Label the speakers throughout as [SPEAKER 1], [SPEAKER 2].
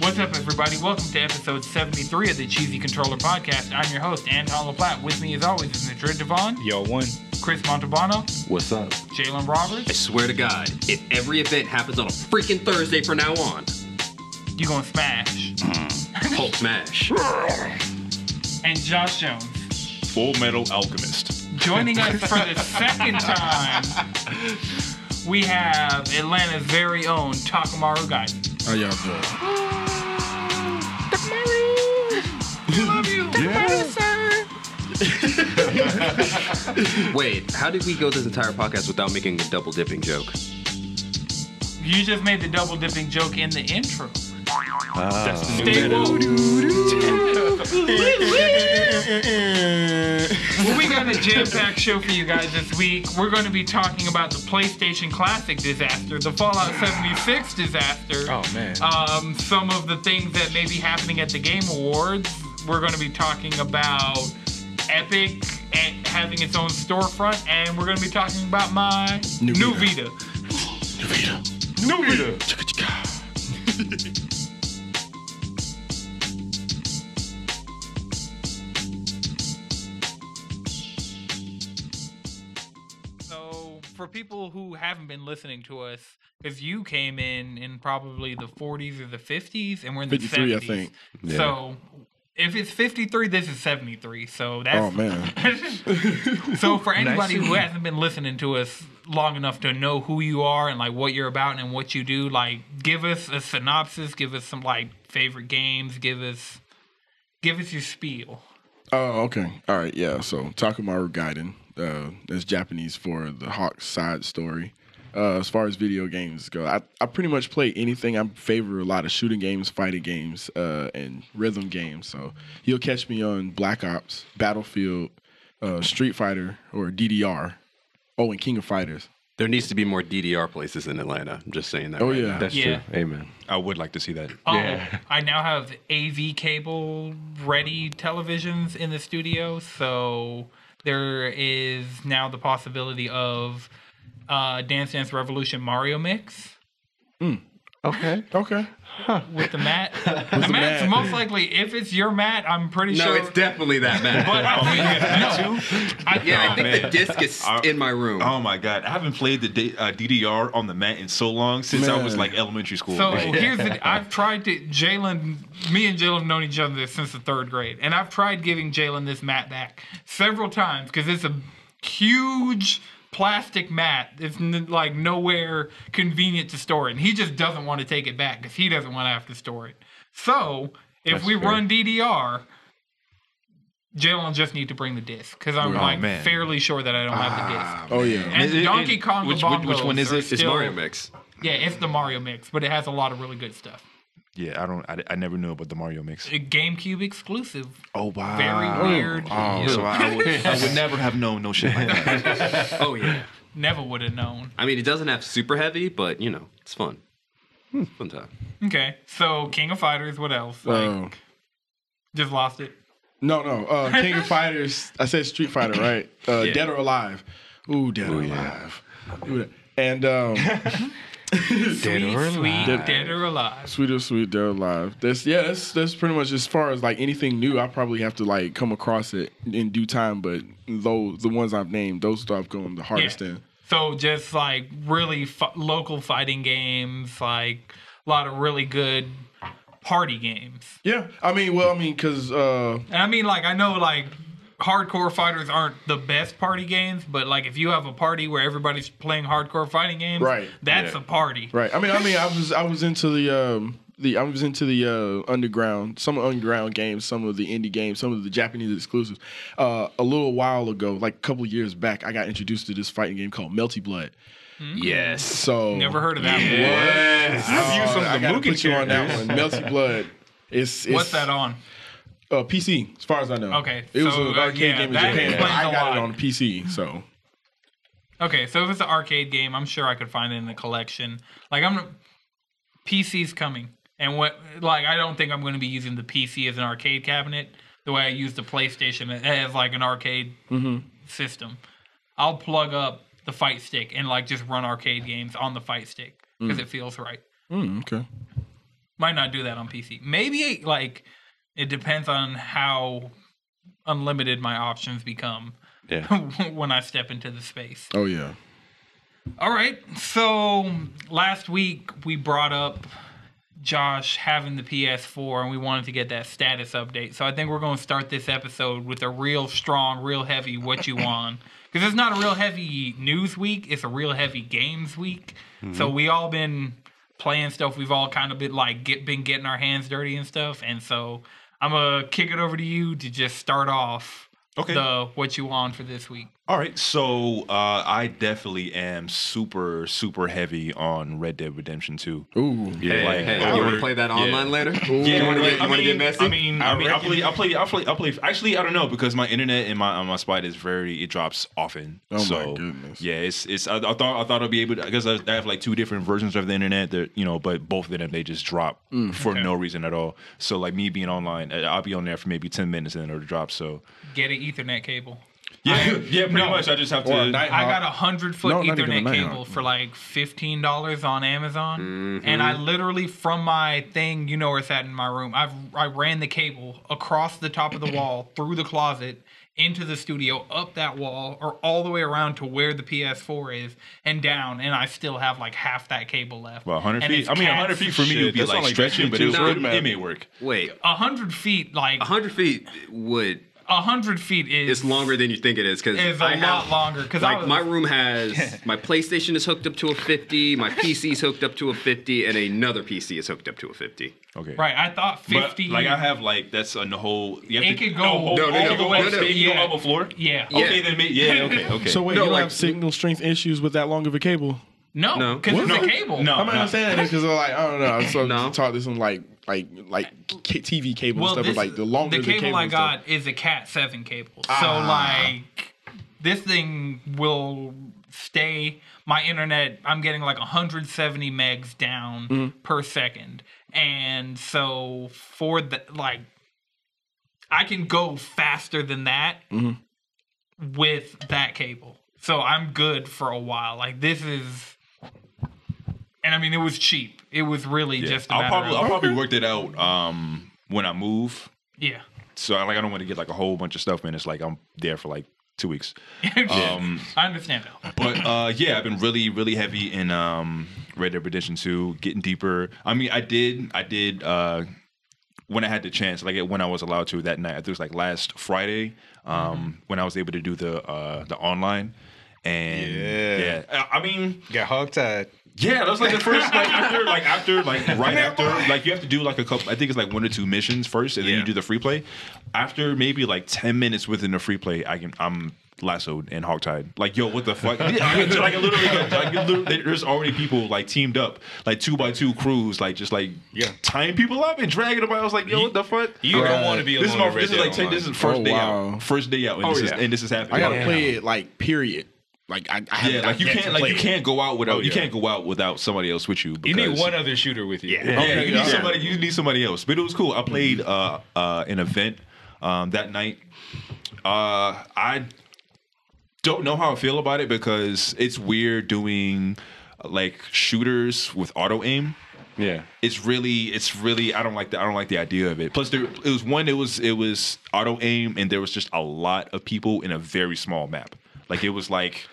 [SPEAKER 1] What's up, everybody? Welcome to episode 73 of the Cheesy Controller Podcast. I'm your host, Anton LaPlatte. With me, as always, is Madrid Devon,
[SPEAKER 2] Yo, one.
[SPEAKER 1] Chris Montalbano,
[SPEAKER 3] What's up?
[SPEAKER 1] Jalen Roberts.
[SPEAKER 4] I swear to God, if every event happens on a freaking Thursday from now on,
[SPEAKER 1] You gonna smash?
[SPEAKER 4] Hulk smash.
[SPEAKER 1] And Josh Jones.
[SPEAKER 2] Full Metal Alchemist.
[SPEAKER 1] Joining us for the second time, we have Atlanta's very own Takamaru Gaiden.
[SPEAKER 3] How y'all doing?
[SPEAKER 1] Love you.
[SPEAKER 4] Wait, how did we go this entire podcast without making a double dipping joke?
[SPEAKER 1] You just made the double dipping joke in the intro.
[SPEAKER 2] That's the new
[SPEAKER 1] Stay
[SPEAKER 2] metal.
[SPEAKER 1] woke. Well, we got a jam-packed show for you guys this week. We're going to be talking about the PlayStation Classic disaster, the Fallout 76 disaster.
[SPEAKER 2] Oh, man.
[SPEAKER 1] Um, some of the things that may be happening at the Game Awards. We're going to be talking about Epic and having its own storefront, and we're going to be talking about my new, Vita. New Vita. New Vita. So, for people who haven't been listening to us, because you came in in probably the 40s or the 50s, and we're in the
[SPEAKER 3] 53, I
[SPEAKER 1] 70s.
[SPEAKER 3] think.
[SPEAKER 1] So if it's 53, this is 73. So that's.
[SPEAKER 3] Oh man.
[SPEAKER 1] so for anybody who hasn't been listening to us long enough to know who you are and like what you're about and what you do, like give us a synopsis, give us some like favorite games, give us give us your spiel.
[SPEAKER 3] Oh, okay. All right. Yeah. So Takamaru Gaiden. Uh, that's Japanese for the Hawk side story. Uh, as far as video games go, I, I pretty much play anything. I favor a lot of shooting games, fighting games, uh, and rhythm games. So you'll catch me on Black Ops, Battlefield, uh, Street Fighter, or DDR. Oh, and King of Fighters.
[SPEAKER 4] There needs to be more DDR places in Atlanta. I'm just saying that.
[SPEAKER 3] Oh
[SPEAKER 4] right
[SPEAKER 3] yeah.
[SPEAKER 4] now.
[SPEAKER 5] That's
[SPEAKER 1] Yeah.
[SPEAKER 5] true. Amen.
[SPEAKER 2] I would like to see that.
[SPEAKER 1] Oh, I now have AV cable ready televisions in the studio, so there is now the possibility of uh, Dance Dance Revolution Mario Mix.
[SPEAKER 5] Okay.
[SPEAKER 3] Okay.
[SPEAKER 1] with the mat. the mat's
[SPEAKER 3] mat.
[SPEAKER 1] most likely if it's your mat, I'm pretty
[SPEAKER 4] No,
[SPEAKER 1] sure.
[SPEAKER 4] it's definitely that
[SPEAKER 1] but
[SPEAKER 4] man.
[SPEAKER 1] I think, no, I think-
[SPEAKER 4] yeah, I think
[SPEAKER 2] man.
[SPEAKER 4] the disc is
[SPEAKER 2] I-
[SPEAKER 4] in my room.
[SPEAKER 2] Oh my god, I haven't played the D- uh, DDR on the mat in so long since I was
[SPEAKER 3] Man.
[SPEAKER 2] like elementary school.
[SPEAKER 1] so
[SPEAKER 2] Like,
[SPEAKER 1] here's the. I've tried to Jalen. Me and Jalen have known each other since the third grade, and I've tried giving Jalen this mat back several times because it's a huge plastic mat. It's n- like nowhere convenient to store it, and he just doesn't want to take it back because he doesn't want to have to store it. So if we
[SPEAKER 5] fair.
[SPEAKER 1] run DDR. Jalen will just need to bring the disc because I'm like
[SPEAKER 2] man.
[SPEAKER 1] fairly sure that I don't have the disc.
[SPEAKER 3] Oh yeah.
[SPEAKER 1] And
[SPEAKER 5] Oh, Ah. It- it-
[SPEAKER 1] Donkey
[SPEAKER 5] it-
[SPEAKER 1] Kong
[SPEAKER 5] which-
[SPEAKER 1] Bongos
[SPEAKER 5] which- which one is
[SPEAKER 1] are
[SPEAKER 5] it? It's
[SPEAKER 1] still-
[SPEAKER 4] Mario Mix.
[SPEAKER 1] Yeah, it's the Mario mix, but it has a lot of really good stuff.
[SPEAKER 2] yeah, I don't. I, I never knew about the Mario mix.
[SPEAKER 1] A GameCube exclusive.
[SPEAKER 2] Oh wow.
[SPEAKER 1] Very weird.
[SPEAKER 3] Oh,
[SPEAKER 2] So I, I would, I would never have known no shit like that.
[SPEAKER 4] Oh yeah.
[SPEAKER 1] Never would have known.
[SPEAKER 4] I mean, it doesn't have super heavy, but you know, it's fun. Fun time.
[SPEAKER 1] Okay, so King of Fighters. What else? Like,
[SPEAKER 3] Um,
[SPEAKER 1] just lost it.
[SPEAKER 3] No, no. Uh, King of Fighters. I said Street Fighter, right? Uh, Dead or Alive. Ooh, Dead or Alive. Ooh, that- And um,
[SPEAKER 5] Dead
[SPEAKER 1] Sweet, sweet, dead or alive.
[SPEAKER 3] Sweet or Sweet, Dead or Alive. That's yeah. That's that's pretty much as far as like anything new. I probably have to like come across it in due time. But though the ones I've named, those that I've gone the hardest in.
[SPEAKER 1] So just like really f- local fighting games, like a lot of really good party games.
[SPEAKER 3] Yeah, I mean, well, I mean, because uh,
[SPEAKER 1] And I mean, like, I know, like, hardcore fighters aren't the best party games, but, like, if you have a party where everybody's playing hardcore fighting games,
[SPEAKER 3] Right.
[SPEAKER 1] that's a party.
[SPEAKER 3] Right. I mean, I mean, I was I was into the um the I was into the uh, underground, some underground games, some of the indie games, some of the Japanese exclusives. Uh, a little while ago, like a couple years back, I got introduced to this fighting game called Melty Blood.
[SPEAKER 4] Yes.
[SPEAKER 3] So
[SPEAKER 1] Never heard of that one.
[SPEAKER 2] I've used some
[SPEAKER 3] I
[SPEAKER 2] of the
[SPEAKER 3] gotta
[SPEAKER 2] Mugen
[SPEAKER 3] put you on that
[SPEAKER 2] characters.
[SPEAKER 3] one. Melty Blood. It's, it's
[SPEAKER 1] What's that on?
[SPEAKER 3] Uh, PC, as far as I know.
[SPEAKER 1] Okay,
[SPEAKER 3] It was
[SPEAKER 1] so,
[SPEAKER 3] an
[SPEAKER 1] uh,
[SPEAKER 3] arcade
[SPEAKER 1] yeah,
[SPEAKER 3] game in
[SPEAKER 1] that
[SPEAKER 3] Japan. but
[SPEAKER 1] explains
[SPEAKER 3] I
[SPEAKER 1] a
[SPEAKER 3] got
[SPEAKER 1] lot.
[SPEAKER 3] it on PC, so
[SPEAKER 1] Okay, so if it's an arcade game, I'm sure I could find it in the collection. Like, I'm. PC's coming. And what, like, I don't think I'm going to be using the PC as an arcade cabinet the way I use the PlayStation as, like, an arcade system. I'll plug up the fight stick and, like, just run arcade games on the fight stick because it feels right.
[SPEAKER 3] mm, okay.
[SPEAKER 1] Might not do that on PC. Maybe like it depends on how unlimited my options become
[SPEAKER 2] Yeah.
[SPEAKER 1] when I step into the space.
[SPEAKER 3] Oh yeah.
[SPEAKER 1] All right. So last week we brought up Josh having the PS4 and we wanted to get that status update. So I think we're going to start this episode with a real strong, real heavy what you on. Because it's not a real heavy news week, it's a real heavy games week. So we all been playing stuff. We've all kind of been like get, been getting our hands dirty and stuff. And so I'm going to kick it over to you to just start off
[SPEAKER 2] Okay.
[SPEAKER 1] the what you on for this week.
[SPEAKER 2] All right, so uh, I definitely am super, super heavy on Red Dead Redemption 2.
[SPEAKER 3] Ooh.
[SPEAKER 2] Yeah,
[SPEAKER 4] Hey,
[SPEAKER 2] like,
[SPEAKER 4] hey,
[SPEAKER 2] I
[SPEAKER 4] you want
[SPEAKER 2] already-
[SPEAKER 4] to play that
[SPEAKER 2] yeah.
[SPEAKER 4] online later?
[SPEAKER 2] Yeah,
[SPEAKER 4] you want to
[SPEAKER 2] like,
[SPEAKER 4] get,
[SPEAKER 2] I
[SPEAKER 4] you wanna get
[SPEAKER 2] mean-
[SPEAKER 4] messy?
[SPEAKER 2] I mean, I, mean, I
[SPEAKER 4] reckon-
[SPEAKER 2] play, I play, I play, I play. Actually, I don't know because my internet and my on my spot is very. It drops often.
[SPEAKER 3] Oh my
[SPEAKER 2] so,
[SPEAKER 3] goodness.
[SPEAKER 2] Yeah, it's it's. I, I thought I thought I'd be able to because I, I have like two different versions of the internet that you know, but both of them they just drop
[SPEAKER 3] Mm.
[SPEAKER 2] for no reason at all. So like me being online, I- I'll be on there for maybe ten minutes and then it'll drop. So
[SPEAKER 1] Get an Ethernet cable.
[SPEAKER 2] yeah, yeah, pretty much. I just have to.
[SPEAKER 3] Or a night-
[SPEAKER 1] I got a hundred foot
[SPEAKER 3] No, not even a
[SPEAKER 1] Ethernet
[SPEAKER 3] Nighthawk.
[SPEAKER 1] cable for like fifteen dollars on Amazon,
[SPEAKER 4] Mm-hmm.
[SPEAKER 1] and I literally from my thing, you know where it's at in my room. I've I ran the cable across the top of the wall through the closet into the studio, up that wall, or all the way around to where the PS4 is, and down, and I still have like half that cable left.
[SPEAKER 2] well, hundred
[SPEAKER 1] And
[SPEAKER 2] feet.
[SPEAKER 1] it's
[SPEAKER 2] I mean,
[SPEAKER 1] cats-
[SPEAKER 2] hundred feet for me would be
[SPEAKER 5] that
[SPEAKER 2] like
[SPEAKER 5] sound like
[SPEAKER 2] stretching, but it,
[SPEAKER 5] Destiny
[SPEAKER 2] was, it
[SPEAKER 5] two's roadmap.
[SPEAKER 2] may work.
[SPEAKER 4] Wait,
[SPEAKER 1] A hundred feet, like a
[SPEAKER 4] 100 feet would.
[SPEAKER 1] hundred feet is
[SPEAKER 4] It's longer than you think it is because
[SPEAKER 1] It's a
[SPEAKER 4] I
[SPEAKER 1] lot
[SPEAKER 4] have,
[SPEAKER 1] longer, 'cause I
[SPEAKER 4] like
[SPEAKER 1] was-
[SPEAKER 4] my room has my PlayStation is hooked up to a 50, my PC's hooked up to a 50, and another PC is hooked up to a 50.
[SPEAKER 2] Okay.
[SPEAKER 1] right. I thought
[SPEAKER 2] But,
[SPEAKER 1] fifty.
[SPEAKER 2] like I have like that's a whole. You have
[SPEAKER 1] It
[SPEAKER 2] to,
[SPEAKER 1] could go-
[SPEAKER 2] all-
[SPEAKER 1] No,
[SPEAKER 4] no,
[SPEAKER 2] all
[SPEAKER 4] no.
[SPEAKER 2] the way
[SPEAKER 4] No,
[SPEAKER 2] up
[SPEAKER 4] no.
[SPEAKER 2] to- you go
[SPEAKER 1] Yeah.
[SPEAKER 2] up a floor.
[SPEAKER 1] yeah.
[SPEAKER 2] Okay,
[SPEAKER 4] Yeah.
[SPEAKER 2] then may- yeah, okay, okay.
[SPEAKER 3] So wait,
[SPEAKER 4] No,
[SPEAKER 3] you don't
[SPEAKER 4] like-
[SPEAKER 3] have signal strength issues with that long of a cable?
[SPEAKER 1] No,
[SPEAKER 4] No.
[SPEAKER 1] because
[SPEAKER 3] What?
[SPEAKER 1] it's
[SPEAKER 3] No.
[SPEAKER 1] a cable.
[SPEAKER 2] No.
[SPEAKER 3] I'm not saying that because like I don't know. So
[SPEAKER 4] No.
[SPEAKER 3] taught this on like like like k- TV cable and stuff.
[SPEAKER 1] this-
[SPEAKER 3] but like the longer the cable,
[SPEAKER 1] I
[SPEAKER 3] and stuff- Ah.
[SPEAKER 1] got is a Cat Seven cable, so like this thing will stay. My internet, I'm getting like 170 megs down
[SPEAKER 3] Mm-hmm.
[SPEAKER 1] per second, and so for the like, I can go faster than that
[SPEAKER 3] Mm-hmm.
[SPEAKER 1] with that cable. So I'm good for a while. Like this is, and I mean it was cheap. It was really
[SPEAKER 2] Yeah.
[SPEAKER 1] just. A
[SPEAKER 2] I'll
[SPEAKER 1] matter
[SPEAKER 2] probably
[SPEAKER 1] of,
[SPEAKER 2] I'll probably work that out um when I move.
[SPEAKER 1] yeah.
[SPEAKER 2] So I, like I don't want to get like a whole bunch of stuff, man. It's like I'm there for like two weeks. Um,
[SPEAKER 1] I understand that.
[SPEAKER 2] but uh, yeah, I've been really, really heavy in um, Red Dead Redemption 2, getting deeper. I mean, I did, I did uh, when I had the chance, like when I was allowed to that night. I think it was like last Friday um, when I was able to do the uh, the online. And
[SPEAKER 5] Yeah.
[SPEAKER 2] yeah, I- I mean,
[SPEAKER 5] Got hog tied.
[SPEAKER 2] yeah, that was like the first like after like after like right after like you have to do like a couple. I think it's like one or two missions first, and then you
[SPEAKER 4] Yeah.
[SPEAKER 2] do the free play. After maybe like ten minutes within the free play, I can I'm lassoed and hogtied. Like yo, what the fuck? Yeah, I can- like literally, like, literally, there's already people like teamed up, like two by two crews, like just like
[SPEAKER 5] Yeah.
[SPEAKER 2] tying people up and dragging them. out. I was like, yo, what the fuck?
[SPEAKER 5] You don't want to be alone.
[SPEAKER 2] This is my
[SPEAKER 5] in Red
[SPEAKER 2] this is
[SPEAKER 5] Dead
[SPEAKER 2] like ten,
[SPEAKER 5] Online.
[SPEAKER 2] this is first
[SPEAKER 3] Oh,
[SPEAKER 2] day
[SPEAKER 3] wow.
[SPEAKER 2] out, first day out, and,
[SPEAKER 4] Oh,
[SPEAKER 2] this, is,
[SPEAKER 4] yeah.
[SPEAKER 2] and this is happening.
[SPEAKER 3] I gotta play it like period. Like I, I
[SPEAKER 2] Yeah,
[SPEAKER 3] haven't
[SPEAKER 2] like you
[SPEAKER 3] yet to
[SPEAKER 2] can't like
[SPEAKER 3] play
[SPEAKER 2] you
[SPEAKER 3] it.
[SPEAKER 2] can't go out without
[SPEAKER 5] Oh,
[SPEAKER 2] you
[SPEAKER 5] yeah.
[SPEAKER 2] can't go out without somebody else with you.
[SPEAKER 5] You need
[SPEAKER 2] because-
[SPEAKER 5] one other shooter with you.
[SPEAKER 4] Yeah.
[SPEAKER 2] yeah, you need
[SPEAKER 3] yeah.
[SPEAKER 2] somebody. You need somebody else. But it was cool. I played uh, uh, an event um, that night. Uh, I don't know how I feel about it because it's weird doing like shooters with auto aim.
[SPEAKER 5] Yeah.
[SPEAKER 2] It's really, it's really. I don't like the. I don't like the idea of it. Plus, there it was one. It was it was auto aim, and there was just a lot of people in a very small map. Like it was like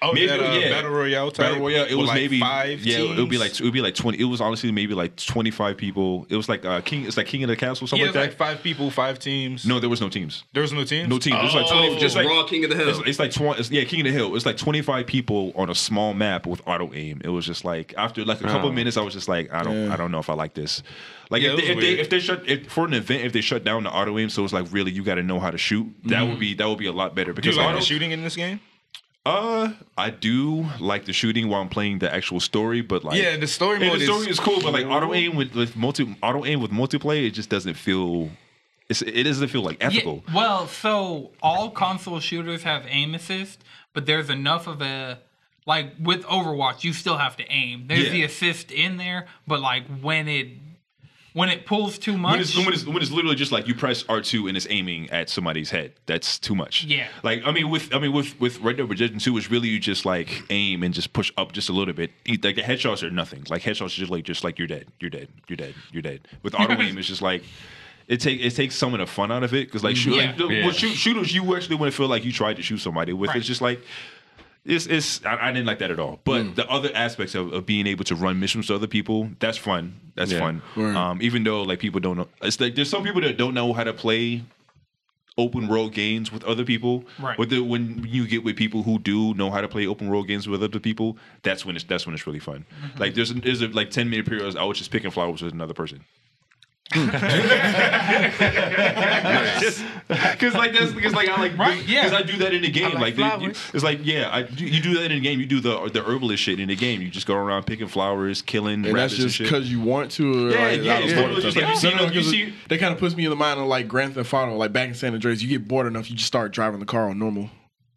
[SPEAKER 5] Oh,
[SPEAKER 2] Maybe,
[SPEAKER 5] that, uh,
[SPEAKER 2] yeah.
[SPEAKER 5] Battle Royale type.
[SPEAKER 2] Battle Royale. It
[SPEAKER 5] with,
[SPEAKER 2] was
[SPEAKER 5] like
[SPEAKER 2] maybe
[SPEAKER 5] five.
[SPEAKER 2] Yeah, it would be
[SPEAKER 5] teams?
[SPEAKER 2] like it would be like twenty. It was honestly maybe like twenty five people. It was like uh, King. It's like King of the Castle, something
[SPEAKER 5] yeah, it
[SPEAKER 2] like
[SPEAKER 5] was
[SPEAKER 2] that.
[SPEAKER 5] like five people, five teams.
[SPEAKER 2] no, there was no teams.
[SPEAKER 5] there was no teams.
[SPEAKER 2] No teams. It was like
[SPEAKER 4] Oh,
[SPEAKER 2] twenty. Just like
[SPEAKER 4] raw King of the Hill.
[SPEAKER 2] it's, it's like twenty. Yeah, King of the Hill. It's like twenty five people on a small map with auto aim. It was just like after like a couple minutes, I was just like, I don't, I don't know if I like this. Like
[SPEAKER 5] Yeah,
[SPEAKER 2] if, they,
[SPEAKER 5] it was
[SPEAKER 2] if they
[SPEAKER 5] weird.
[SPEAKER 2] if they shut if, for an event if they shut down the auto aim, so it's like really you got to know how to shoot. That would be that would be a lot better
[SPEAKER 5] Mhm. Do you
[SPEAKER 2] because
[SPEAKER 5] like
[SPEAKER 2] auto,
[SPEAKER 5] the shooting in this game?
[SPEAKER 2] Uh, I do like the shooting while I'm playing the actual story, but like
[SPEAKER 5] Yeah, the story
[SPEAKER 2] Yeah,
[SPEAKER 5] mode
[SPEAKER 2] the
[SPEAKER 5] is-
[SPEAKER 2] story is, cool, but like auto aim with, with multi auto aim with multiplayer, it just doesn't feel. It's, it doesn't feel like
[SPEAKER 1] Yeah,
[SPEAKER 2] ethical.
[SPEAKER 1] well, so all console shooters have aim assist, but there's enough of a like with Overwatch, you still have to aim. There's
[SPEAKER 2] Yeah.
[SPEAKER 1] the assist in there, but like when it when it pulls too much.
[SPEAKER 2] When it's, when, it's, when it's literally just like you press R two and it's aiming at somebody's head. That's too much.
[SPEAKER 1] Yeah.
[SPEAKER 2] Like I mean with I mean with with Red Dead Redemption two, it's really you just like aim and just push up just a little bit. You- Like the headshots are nothing. Like headshots are just like just like you're dead, you're dead, you're dead, you're dead. With auto aim, it's just like. It take it takes some of the fun out of it because like shoot
[SPEAKER 1] Yeah.
[SPEAKER 2] like, the-
[SPEAKER 4] Yeah.
[SPEAKER 2] with shoot, shooters you actually want to feel like you tried to shoot somebody with
[SPEAKER 1] Right.
[SPEAKER 2] it's just like it's it's I, I didn't like that at all. But the other aspects of, of being able to run missions to other people, that's fun. That's
[SPEAKER 5] Yeah.
[SPEAKER 2] fun.
[SPEAKER 3] Word.
[SPEAKER 2] Um, even though like people don't know, it's like there's some people that don't know how to play open world games with other people.
[SPEAKER 1] Right.
[SPEAKER 2] But the, when you get with people who do know how to play open world games with other people, that's when it's that's when it's really fun.
[SPEAKER 1] Mm-hmm.
[SPEAKER 2] Like there's there's a, like ten minute periods I was just picking flowers with another person. Because like that's because like I like
[SPEAKER 1] Right, yeah.
[SPEAKER 2] Because I do that in the game. like
[SPEAKER 6] like
[SPEAKER 2] the- you,
[SPEAKER 6] flowers.
[SPEAKER 2] it's like yeah, I, you you do that in the game. You do the the herbalist shit in the game. You just go around picking flowers, killing
[SPEAKER 3] And that's
[SPEAKER 2] rabbits
[SPEAKER 3] just
[SPEAKER 2] and shit.
[SPEAKER 3] because you want to. Or
[SPEAKER 2] Yeah,
[SPEAKER 3] like,
[SPEAKER 2] yeah,
[SPEAKER 3] I was
[SPEAKER 2] it's
[SPEAKER 3] bored
[SPEAKER 2] literally
[SPEAKER 3] with
[SPEAKER 2] just
[SPEAKER 3] that.
[SPEAKER 2] like you see
[SPEAKER 3] No, no,
[SPEAKER 2] them, you
[SPEAKER 3] 'cause
[SPEAKER 2] see-
[SPEAKER 3] That kind of puts me in the mind of like Grand Theft Auto. Like back in San Andreas, you get bored enough, you just start driving the car on normal.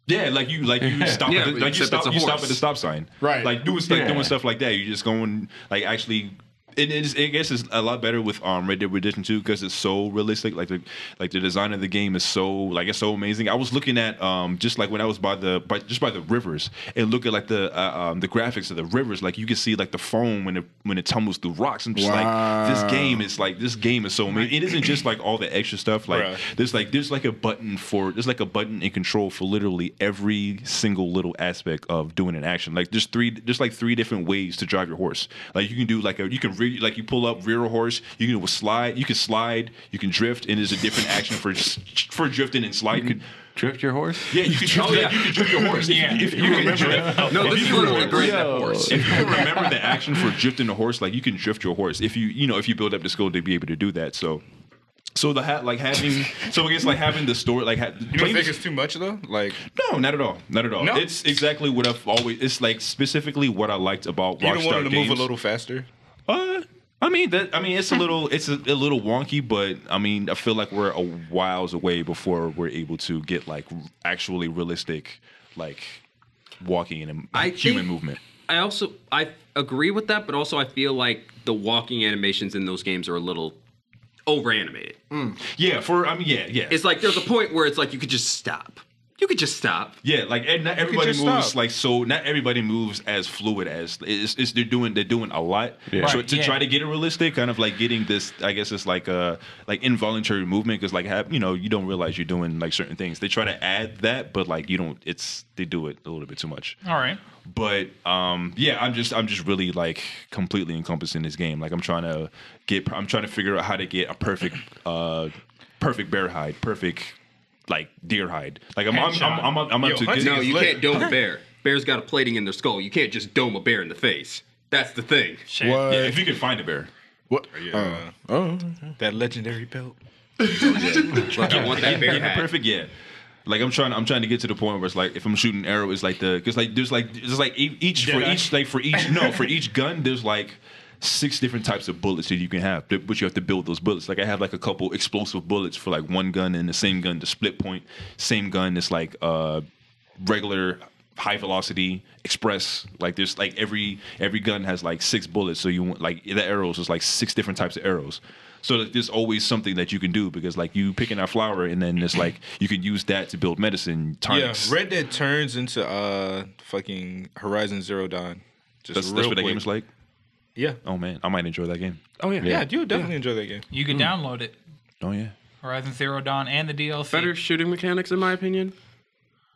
[SPEAKER 2] Yeah, like you like you stop
[SPEAKER 4] Yeah,
[SPEAKER 2] at the,
[SPEAKER 4] but
[SPEAKER 2] like you
[SPEAKER 4] except
[SPEAKER 2] stop
[SPEAKER 4] it's a
[SPEAKER 2] you stop
[SPEAKER 4] horse.
[SPEAKER 2] at the stop sign.
[SPEAKER 3] Right.
[SPEAKER 2] Like doing like
[SPEAKER 6] Yeah.
[SPEAKER 2] doing stuff like that. You just going like actually it is I guess it's a lot better with um Red Dead Redemption 2 because it's so realistic. Like the like the design of the game is so like it's so amazing. I was looking at um just like when I was by the by just by the rivers and look at like the uh, um the graphics of the rivers, like you can see like the foam when it when it tumbles through rocks. I'm just like
[SPEAKER 3] Wow.
[SPEAKER 2] this game is like this game is so amazing. It isn't just like all the extra stuff. Like
[SPEAKER 5] Bruh.
[SPEAKER 2] there's like there's like a button for there's like a button and control for literally every single little aspect of doing an action. Like there's three there's like three different ways to drive your horse. Like you can do like a you can re, like you pull up rear a horse. You can do a slide. You can slide. You can drift. And there's a different action for s- for drifting and sliding.
[SPEAKER 6] Drift your horse?
[SPEAKER 2] yeah, you can drift,
[SPEAKER 4] Oh, yeah.
[SPEAKER 2] you can drift your horse.
[SPEAKER 1] Yeah.
[SPEAKER 2] If, you can drift,
[SPEAKER 4] No,
[SPEAKER 2] if
[SPEAKER 4] this
[SPEAKER 2] you
[SPEAKER 4] is
[SPEAKER 2] can
[SPEAKER 4] literally
[SPEAKER 2] drift-
[SPEAKER 4] great horse.
[SPEAKER 2] if you remember the action for drifting a horse, like you can drift your horse if you you know if you build up the skill to be able to do that. So, so the hat like having so I guess like having the story like ha-
[SPEAKER 5] You don't think it's too much though? Like
[SPEAKER 2] no, not at all, not at all.
[SPEAKER 5] No?
[SPEAKER 2] It's exactly what I've always. It's like specifically what I liked about
[SPEAKER 5] you don't
[SPEAKER 2] Rockstar
[SPEAKER 5] want him to
[SPEAKER 2] games.
[SPEAKER 5] move a little faster.
[SPEAKER 2] Uh, I mean that. I mean it's a little. It's a, a little wonky, but I mean I feel like we're a whiles away before we're able to get like actually realistic, like walking and
[SPEAKER 4] I
[SPEAKER 2] human
[SPEAKER 4] think-
[SPEAKER 2] movement.
[SPEAKER 4] I also I agree with that, but also I feel like the walking animations in those games are a little over animated.
[SPEAKER 2] Yeah, for I mean yeah, yeah.
[SPEAKER 4] It's like there's a point where it's like you could just stop. You could just stop.
[SPEAKER 2] Yeah, like and not everybody moves
[SPEAKER 5] just stop.
[SPEAKER 2] like so. Not everybody moves as fluid as it's, it's they're doing. They're doing a lot.
[SPEAKER 6] Yeah.
[SPEAKER 2] So
[SPEAKER 1] Right,
[SPEAKER 2] to
[SPEAKER 1] yeah.
[SPEAKER 2] try to get it realistic, kind of like getting this. I guess it's like a like involuntary movement because like have, you know you don't realize you're doing like certain things. They try to add that, but like you don't. It's they do it a little bit too much.
[SPEAKER 1] All right.
[SPEAKER 2] But um, yeah, I'm just I'm just really like completely encompassing this game. Like I'm trying to get. I'm trying to figure out how to get a perfect uh, perfect bear hide, perfect like deer hide. Like I'm I'm I'm, I'm, I'm, up
[SPEAKER 5] Yo,
[SPEAKER 2] to
[SPEAKER 5] hunting
[SPEAKER 2] getting-
[SPEAKER 5] is
[SPEAKER 4] No, you
[SPEAKER 5] lit.
[SPEAKER 4] can't dome a bear. Bears got a plating in their skull. You can't just dome a bear in the face. That's the thing.
[SPEAKER 1] Shit.
[SPEAKER 2] Yeah, if you can find a bear.
[SPEAKER 3] What?
[SPEAKER 5] Yeah.
[SPEAKER 3] Uh, oh,
[SPEAKER 5] That legendary belt.
[SPEAKER 4] Like, you want that bear
[SPEAKER 2] Getting
[SPEAKER 4] hat.
[SPEAKER 2] perfect, yeah. Like I'm trying, I'm trying to get to the point where it's like if I'm shooting arrow, it's like the because like there's like there's like e- each for
[SPEAKER 5] Jedi.
[SPEAKER 2] each like for each no for each gun there's like six different types of bullets that you can have, that- but you have to build those bullets. Like I have like a couple explosive bullets for like one gun and the same gun, the split point, same gun. It's like uh regular high velocity express like there's like every every gun has like six bullets so you want like the arrows is like six different types of arrows so like, there's always something that you can do because like you picking out flower and then it's like you can use that to build medicine
[SPEAKER 5] Yeah,
[SPEAKER 2] tonics
[SPEAKER 5] Red Dead turns into uh fucking Horizon Zero Dawn. Just
[SPEAKER 2] that's, that's
[SPEAKER 5] real
[SPEAKER 2] what that
[SPEAKER 5] quick.
[SPEAKER 2] game is like
[SPEAKER 5] Yeah.
[SPEAKER 2] oh man i might enjoy that game
[SPEAKER 5] Oh yeah. Yeah, you'll definitely enjoy that game.
[SPEAKER 1] You can download it.
[SPEAKER 2] oh yeah
[SPEAKER 1] Horizon Zero Dawn and the DLC.
[SPEAKER 6] Better shooting mechanics, in my opinion.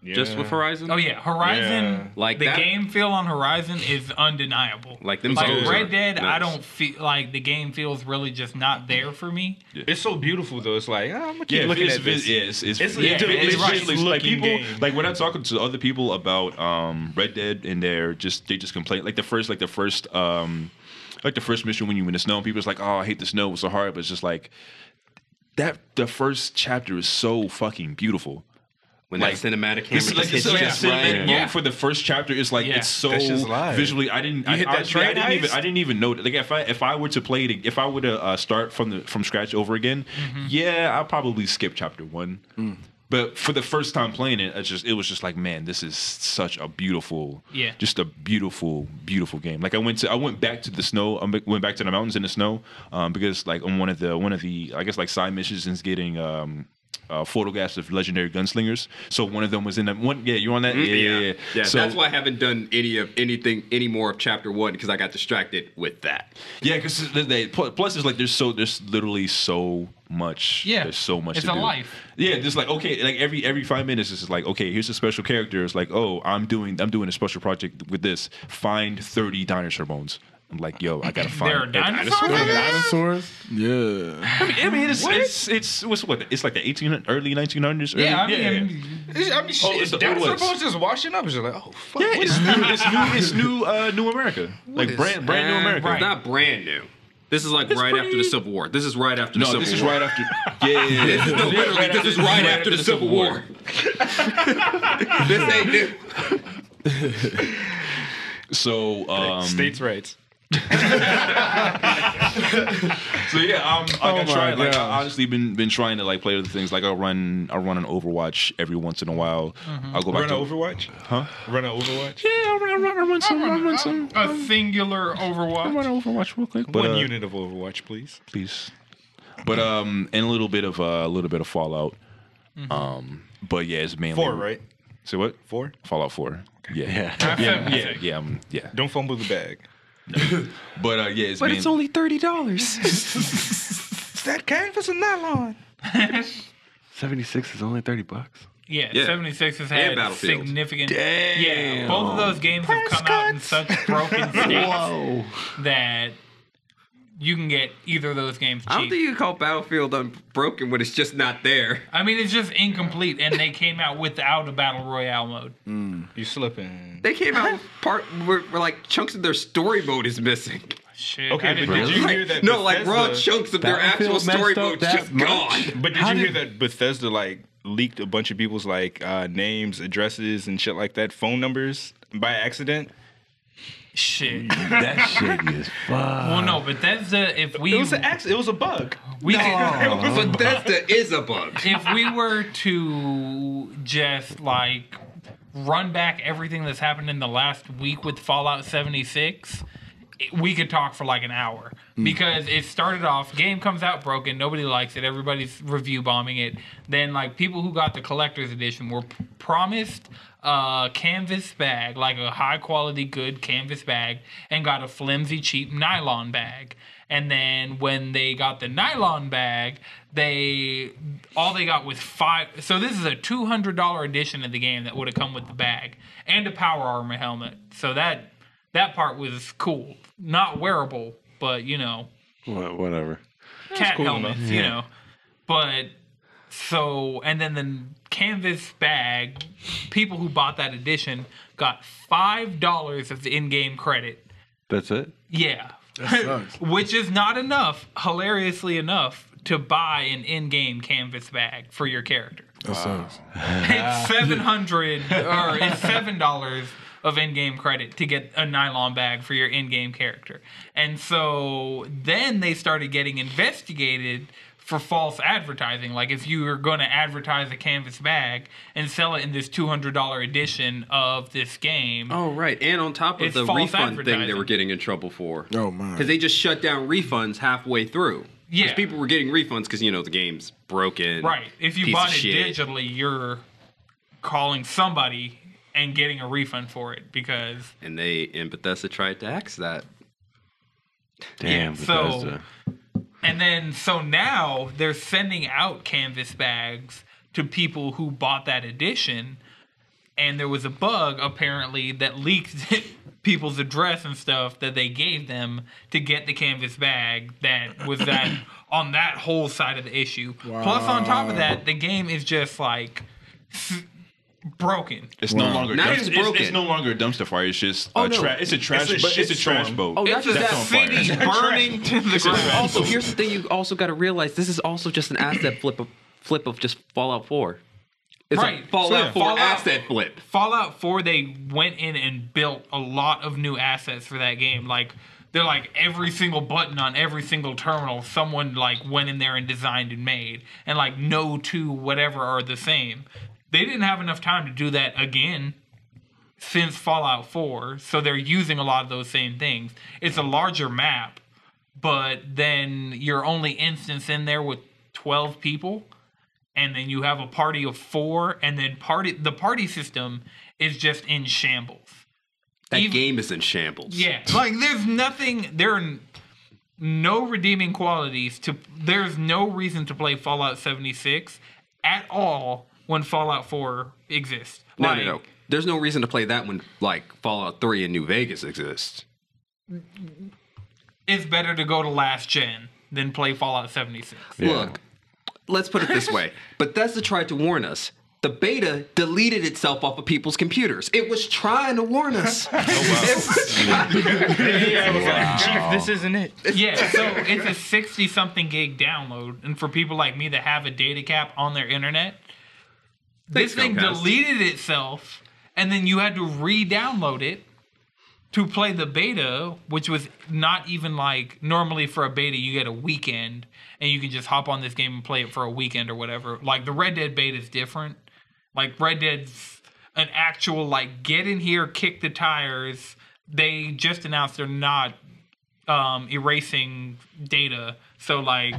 [SPEAKER 6] Just
[SPEAKER 5] Yeah.
[SPEAKER 6] with Horizon.
[SPEAKER 1] Oh yeah, Horizon.
[SPEAKER 5] Yeah.
[SPEAKER 4] Like
[SPEAKER 1] the
[SPEAKER 4] that-
[SPEAKER 1] game feel on Horizon is undeniable.
[SPEAKER 4] Like them
[SPEAKER 1] like
[SPEAKER 4] souls
[SPEAKER 1] Red
[SPEAKER 4] are
[SPEAKER 1] Dead, I
[SPEAKER 4] nice.
[SPEAKER 1] don't feel like the game feels really just not there for me.
[SPEAKER 5] It's so beautiful though. It's like ah, I'm gonna keep
[SPEAKER 2] yeah,
[SPEAKER 5] looking
[SPEAKER 2] it's,
[SPEAKER 5] at this.
[SPEAKER 2] it's, yeah, it's, it's,
[SPEAKER 5] It's
[SPEAKER 2] it's,
[SPEAKER 5] a
[SPEAKER 1] visually
[SPEAKER 2] visually- like
[SPEAKER 5] looking
[SPEAKER 2] people
[SPEAKER 5] game.
[SPEAKER 2] like when I'm talking to other people about um, Red Dead and they're just they just complain like the first like the first um, like the first mission when you in the snow and people is like oh I hate the snow it's so hard but it's just like that the first chapter is so fucking beautiful.
[SPEAKER 4] When
[SPEAKER 2] Like,
[SPEAKER 4] that cinematic camera
[SPEAKER 2] It's like,
[SPEAKER 4] just hits
[SPEAKER 2] it's like
[SPEAKER 4] you
[SPEAKER 2] a
[SPEAKER 4] just
[SPEAKER 2] cinematic
[SPEAKER 4] right.
[SPEAKER 2] moment
[SPEAKER 1] Yeah.
[SPEAKER 2] for the first chapter. It's like
[SPEAKER 1] Yeah.
[SPEAKER 2] it's so
[SPEAKER 5] That's just live.
[SPEAKER 2] visually. I didn't. I,
[SPEAKER 5] hit that
[SPEAKER 2] honestly, I
[SPEAKER 5] train
[SPEAKER 2] didn't even.
[SPEAKER 5] heist?
[SPEAKER 2] I didn't even know. Like if I if I were to play it, if
[SPEAKER 4] Mm.
[SPEAKER 2] I were to uh, start from the from scratch over again, yeah, I'll probably skip chapter one. But for the first time playing it, it's just it was just like, man, this is such a beautiful,
[SPEAKER 1] Yeah.
[SPEAKER 2] just a beautiful, beautiful game. Like I went to, I went back to the snow, I went back to the mountains in the snow, um, because like on one of the one of the, I guess like side missions is getting. Um, uh, photographs of legendary gunslingers. So one of them was in that one. Yeah, you on that? yeah, yeah, yeah.
[SPEAKER 4] Mm-hmm. Yeah,
[SPEAKER 2] so,
[SPEAKER 4] that's why I haven't done any of anything any more of chapter one because I got distracted with that.
[SPEAKER 2] Yeah, because they pl- plus it's like there's so there's literally so much.
[SPEAKER 1] Yeah.
[SPEAKER 2] there's so much.
[SPEAKER 1] It's
[SPEAKER 2] to
[SPEAKER 1] a
[SPEAKER 2] do.
[SPEAKER 1] life.
[SPEAKER 2] Yeah, just like okay, like every every five minutes, it's just like okay, here's a special character. It's like oh, I'm doing I'm doing a special project with this. Find thirty dinosaur bones. I'm like yo, I gotta find
[SPEAKER 1] There are
[SPEAKER 2] a
[SPEAKER 1] dinosaurs in
[SPEAKER 2] bone.
[SPEAKER 1] there?
[SPEAKER 3] Dinosaurs? Yeah.
[SPEAKER 2] I mean, I mean, it's, it's it's what's what it's like the 18 early 1900s. Early,
[SPEAKER 1] Yeah, I mean,
[SPEAKER 5] Oh, It's- I mean, shit,
[SPEAKER 2] it's the
[SPEAKER 5] dinosaur
[SPEAKER 2] old ones.
[SPEAKER 5] bones just washing up. It's just like, oh fuck.
[SPEAKER 2] Yeah,
[SPEAKER 5] what
[SPEAKER 2] it's
[SPEAKER 5] is-
[SPEAKER 2] new, it's new, it's new, uh, new America, like brand, brand new
[SPEAKER 5] Uh,
[SPEAKER 2] America.
[SPEAKER 1] right.
[SPEAKER 4] Not brand new. This is like right after the Civil War. This is right after the
[SPEAKER 2] No,
[SPEAKER 4] Civil
[SPEAKER 2] this is
[SPEAKER 4] War.
[SPEAKER 2] right after. Yeah, yeah, yeah.
[SPEAKER 4] No, literally,
[SPEAKER 2] right
[SPEAKER 4] this
[SPEAKER 2] after-
[SPEAKER 4] is right after the Civil War. this ain't new.
[SPEAKER 2] So, um,
[SPEAKER 5] States' rights.
[SPEAKER 2] So yeah, um, like I
[SPEAKER 3] my
[SPEAKER 2] try, like I
[SPEAKER 3] gosh.
[SPEAKER 2] honestly been been trying to like play other things. Like I run, I run an Overwatch every once in a while. I'll go back
[SPEAKER 5] Run
[SPEAKER 2] to
[SPEAKER 5] an Overwatch? Huh? Run an Overwatch?
[SPEAKER 2] Yeah, I run, I run, I run some, I run some. I
[SPEAKER 1] a singular
[SPEAKER 2] run
[SPEAKER 1] Overwatch.
[SPEAKER 2] an Overwatch real quick. But,
[SPEAKER 5] One
[SPEAKER 2] uh,
[SPEAKER 5] unit of Overwatch, please.
[SPEAKER 2] please. But um, and a little bit of uh, a little bit of Fallout. Um, but yeah, it's mainly
[SPEAKER 5] Four, right?
[SPEAKER 2] So what?
[SPEAKER 5] Four.
[SPEAKER 2] Fallout Four. Yeah, yeah,
[SPEAKER 1] I said-
[SPEAKER 2] yeah, yeah, um, yeah.
[SPEAKER 5] Don't fumble the bag.
[SPEAKER 2] But uh, yeah, it's
[SPEAKER 6] But
[SPEAKER 2] main-
[SPEAKER 6] it's only thirty dollars.
[SPEAKER 5] Is that canvas or nylon?
[SPEAKER 6] Seventy six is only thirty bucks.
[SPEAKER 1] Yeah,
[SPEAKER 4] Yeah.
[SPEAKER 1] 76 has
[SPEAKER 4] And
[SPEAKER 1] had
[SPEAKER 4] Battlefield.
[SPEAKER 1] significant. Yeah, both of those games have come out in such broken states
[SPEAKER 6] Whoa.
[SPEAKER 1] that you can get either of those games cheap.
[SPEAKER 4] I
[SPEAKER 1] I,
[SPEAKER 4] don't think you can call Battlefield unbroken when it's just not there.
[SPEAKER 1] mean, it's just incomplete, and they came out without a battle royale mode.
[SPEAKER 5] You slipping.
[SPEAKER 4] They came out with part where, where like chunks of their story mode is missing.
[SPEAKER 1] Shit.
[SPEAKER 5] Okay,
[SPEAKER 1] I didn't-
[SPEAKER 5] but
[SPEAKER 1] did
[SPEAKER 5] did
[SPEAKER 1] you-
[SPEAKER 5] you hear that?
[SPEAKER 4] no, like raw
[SPEAKER 5] Bethesda-
[SPEAKER 4] chunks of their actual
[SPEAKER 6] Battlefield
[SPEAKER 4] story
[SPEAKER 6] messed up
[SPEAKER 4] mode's just
[SPEAKER 6] that much?
[SPEAKER 4] gone.
[SPEAKER 5] But did
[SPEAKER 6] How
[SPEAKER 5] you hear
[SPEAKER 6] did-
[SPEAKER 5] that Bethesda like leaked a bunch of people's like uh, names, addresses, and shit like that, phone numbers by accident?
[SPEAKER 1] Shit.
[SPEAKER 6] That shit is fucked.
[SPEAKER 1] Well, no, but that's the if we
[SPEAKER 5] It was an accident. It was a bug.
[SPEAKER 1] we could-
[SPEAKER 4] But Bethesda is a bug.
[SPEAKER 1] if we were to just like run back everything that's happened in the last week with Fallout 76, it- we could talk for like an hour because it started off game comes out broken, nobody likes it, everybody's review bombing it. Then like people who got the collector's edition were p- promised a canvas bag, like a high quality good canvas bag and got a flimsy cheap nylon bag. And then when they got the nylon bag, they all they got was five. So this is a two hundred dollar edition of the game that would have come with the bag and a power armor helmet. So that that part was cool, not wearable, but you know,
[SPEAKER 6] Wha- whatever.
[SPEAKER 1] cat helmets, you know. But so and then the canvas bag, people who bought that edition got five dollars of the in-game credit.
[SPEAKER 6] That's it.
[SPEAKER 1] Yeah,
[SPEAKER 3] Sucks.
[SPEAKER 1] which is not enough, hilariously enough, to buy an in-game canvas bag for your character.
[SPEAKER 3] That sucks.
[SPEAKER 1] It's seven hundred or it's seven dollars of in-game credit to get a nylon bag for your in-game character. And so then they started getting investigated for false advertising. Like if you were going to advertise a canvas bag and sell it in this two hundred dollar edition of this game,
[SPEAKER 4] Oh right, and on top of
[SPEAKER 1] It's
[SPEAKER 4] the
[SPEAKER 1] false
[SPEAKER 4] refund thing they
[SPEAKER 1] advertising.
[SPEAKER 4] were getting in trouble for.
[SPEAKER 3] Oh, my.
[SPEAKER 4] Because they just shut down refunds halfway through. 'Cause
[SPEAKER 1] Yeah.
[SPEAKER 4] people were getting refunds because you know the game's broken.
[SPEAKER 1] Right. If you
[SPEAKER 4] piece of
[SPEAKER 1] bought it
[SPEAKER 4] shit.
[SPEAKER 1] digitally, you're calling somebody and getting a refund for it because
[SPEAKER 4] and they and Bethesda tried to axe that.
[SPEAKER 6] Damn.
[SPEAKER 1] Yeah, so-
[SPEAKER 6] Bethesda.
[SPEAKER 1] and then so now they're sending out canvas bags to people who bought that edition and there was a bug apparently that leaked people's address and stuff that they gave them to get the canvas bag that was that on that whole side of the issue plus on top of that the game is just like s- broken
[SPEAKER 2] It's no longer
[SPEAKER 4] Now
[SPEAKER 2] dumpster,
[SPEAKER 4] it's
[SPEAKER 2] it's, it's
[SPEAKER 4] broken.
[SPEAKER 2] no longer a dumpster fire. It's just a
[SPEAKER 4] no.
[SPEAKER 2] tra- Oh, it's a Oh, trash
[SPEAKER 5] It's a
[SPEAKER 2] but it's a trash
[SPEAKER 5] shitstorm.
[SPEAKER 2] boat.
[SPEAKER 1] it's just
[SPEAKER 2] that's
[SPEAKER 1] that
[SPEAKER 2] on fire.
[SPEAKER 1] city burning to the ground
[SPEAKER 4] Also,
[SPEAKER 6] here's
[SPEAKER 4] the thing you also got to realize: this is also just an asset flip of flip of just Fallout Four. It's
[SPEAKER 1] Right.
[SPEAKER 4] a Fallout
[SPEAKER 1] So, yeah.
[SPEAKER 4] Four
[SPEAKER 1] Fallout-
[SPEAKER 4] asset flip.
[SPEAKER 1] Fallout 4, they went in and built a lot of new assets for that game. Like, they're like every single button on every single terminal, someone like went in there and designed and made, and like no two whatever are the same. They didn't have enough time to do that again since Fallout 4, so they're using a lot of those same things. It's a larger map, but then you're only instance in there with 12 people and then you have a party of 4 and then party the party system is just in shambles.
[SPEAKER 4] That
[SPEAKER 1] Even-
[SPEAKER 4] game is in shambles.
[SPEAKER 1] Yeah, like there's nothing. There are n- no redeeming qualities to. There's no reason to play Fallout 76 at all when Fallout 4 exists.
[SPEAKER 4] No,
[SPEAKER 1] Like,
[SPEAKER 4] no, no. There's no reason to play that when like Fallout 3 and New Vegas exists.
[SPEAKER 1] It's better to go to last gen than play Fallout 76.
[SPEAKER 4] Look, let's put it this way. Bethesda tried to warn us. The beta deleted itself off of people's computers. It was trying to warn us.
[SPEAKER 1] Oh,
[SPEAKER 5] Yeah, I was like, Chief, this isn't it.
[SPEAKER 1] Yeah, so it's a 60 something gig download. And for people like me that have a data cap on their internet, this thing
[SPEAKER 4] Comcast.
[SPEAKER 1] deleted itself, and then you had to re download it to play the beta, which was not even like normally for a beta, you get a weekend and you can just hop on this game and play it for a weekend or whatever. Like the Red Dead beta is different. Like Red Dead's an actual, like, get in here, kick the tires. They just announced they're not um, erasing data. So like,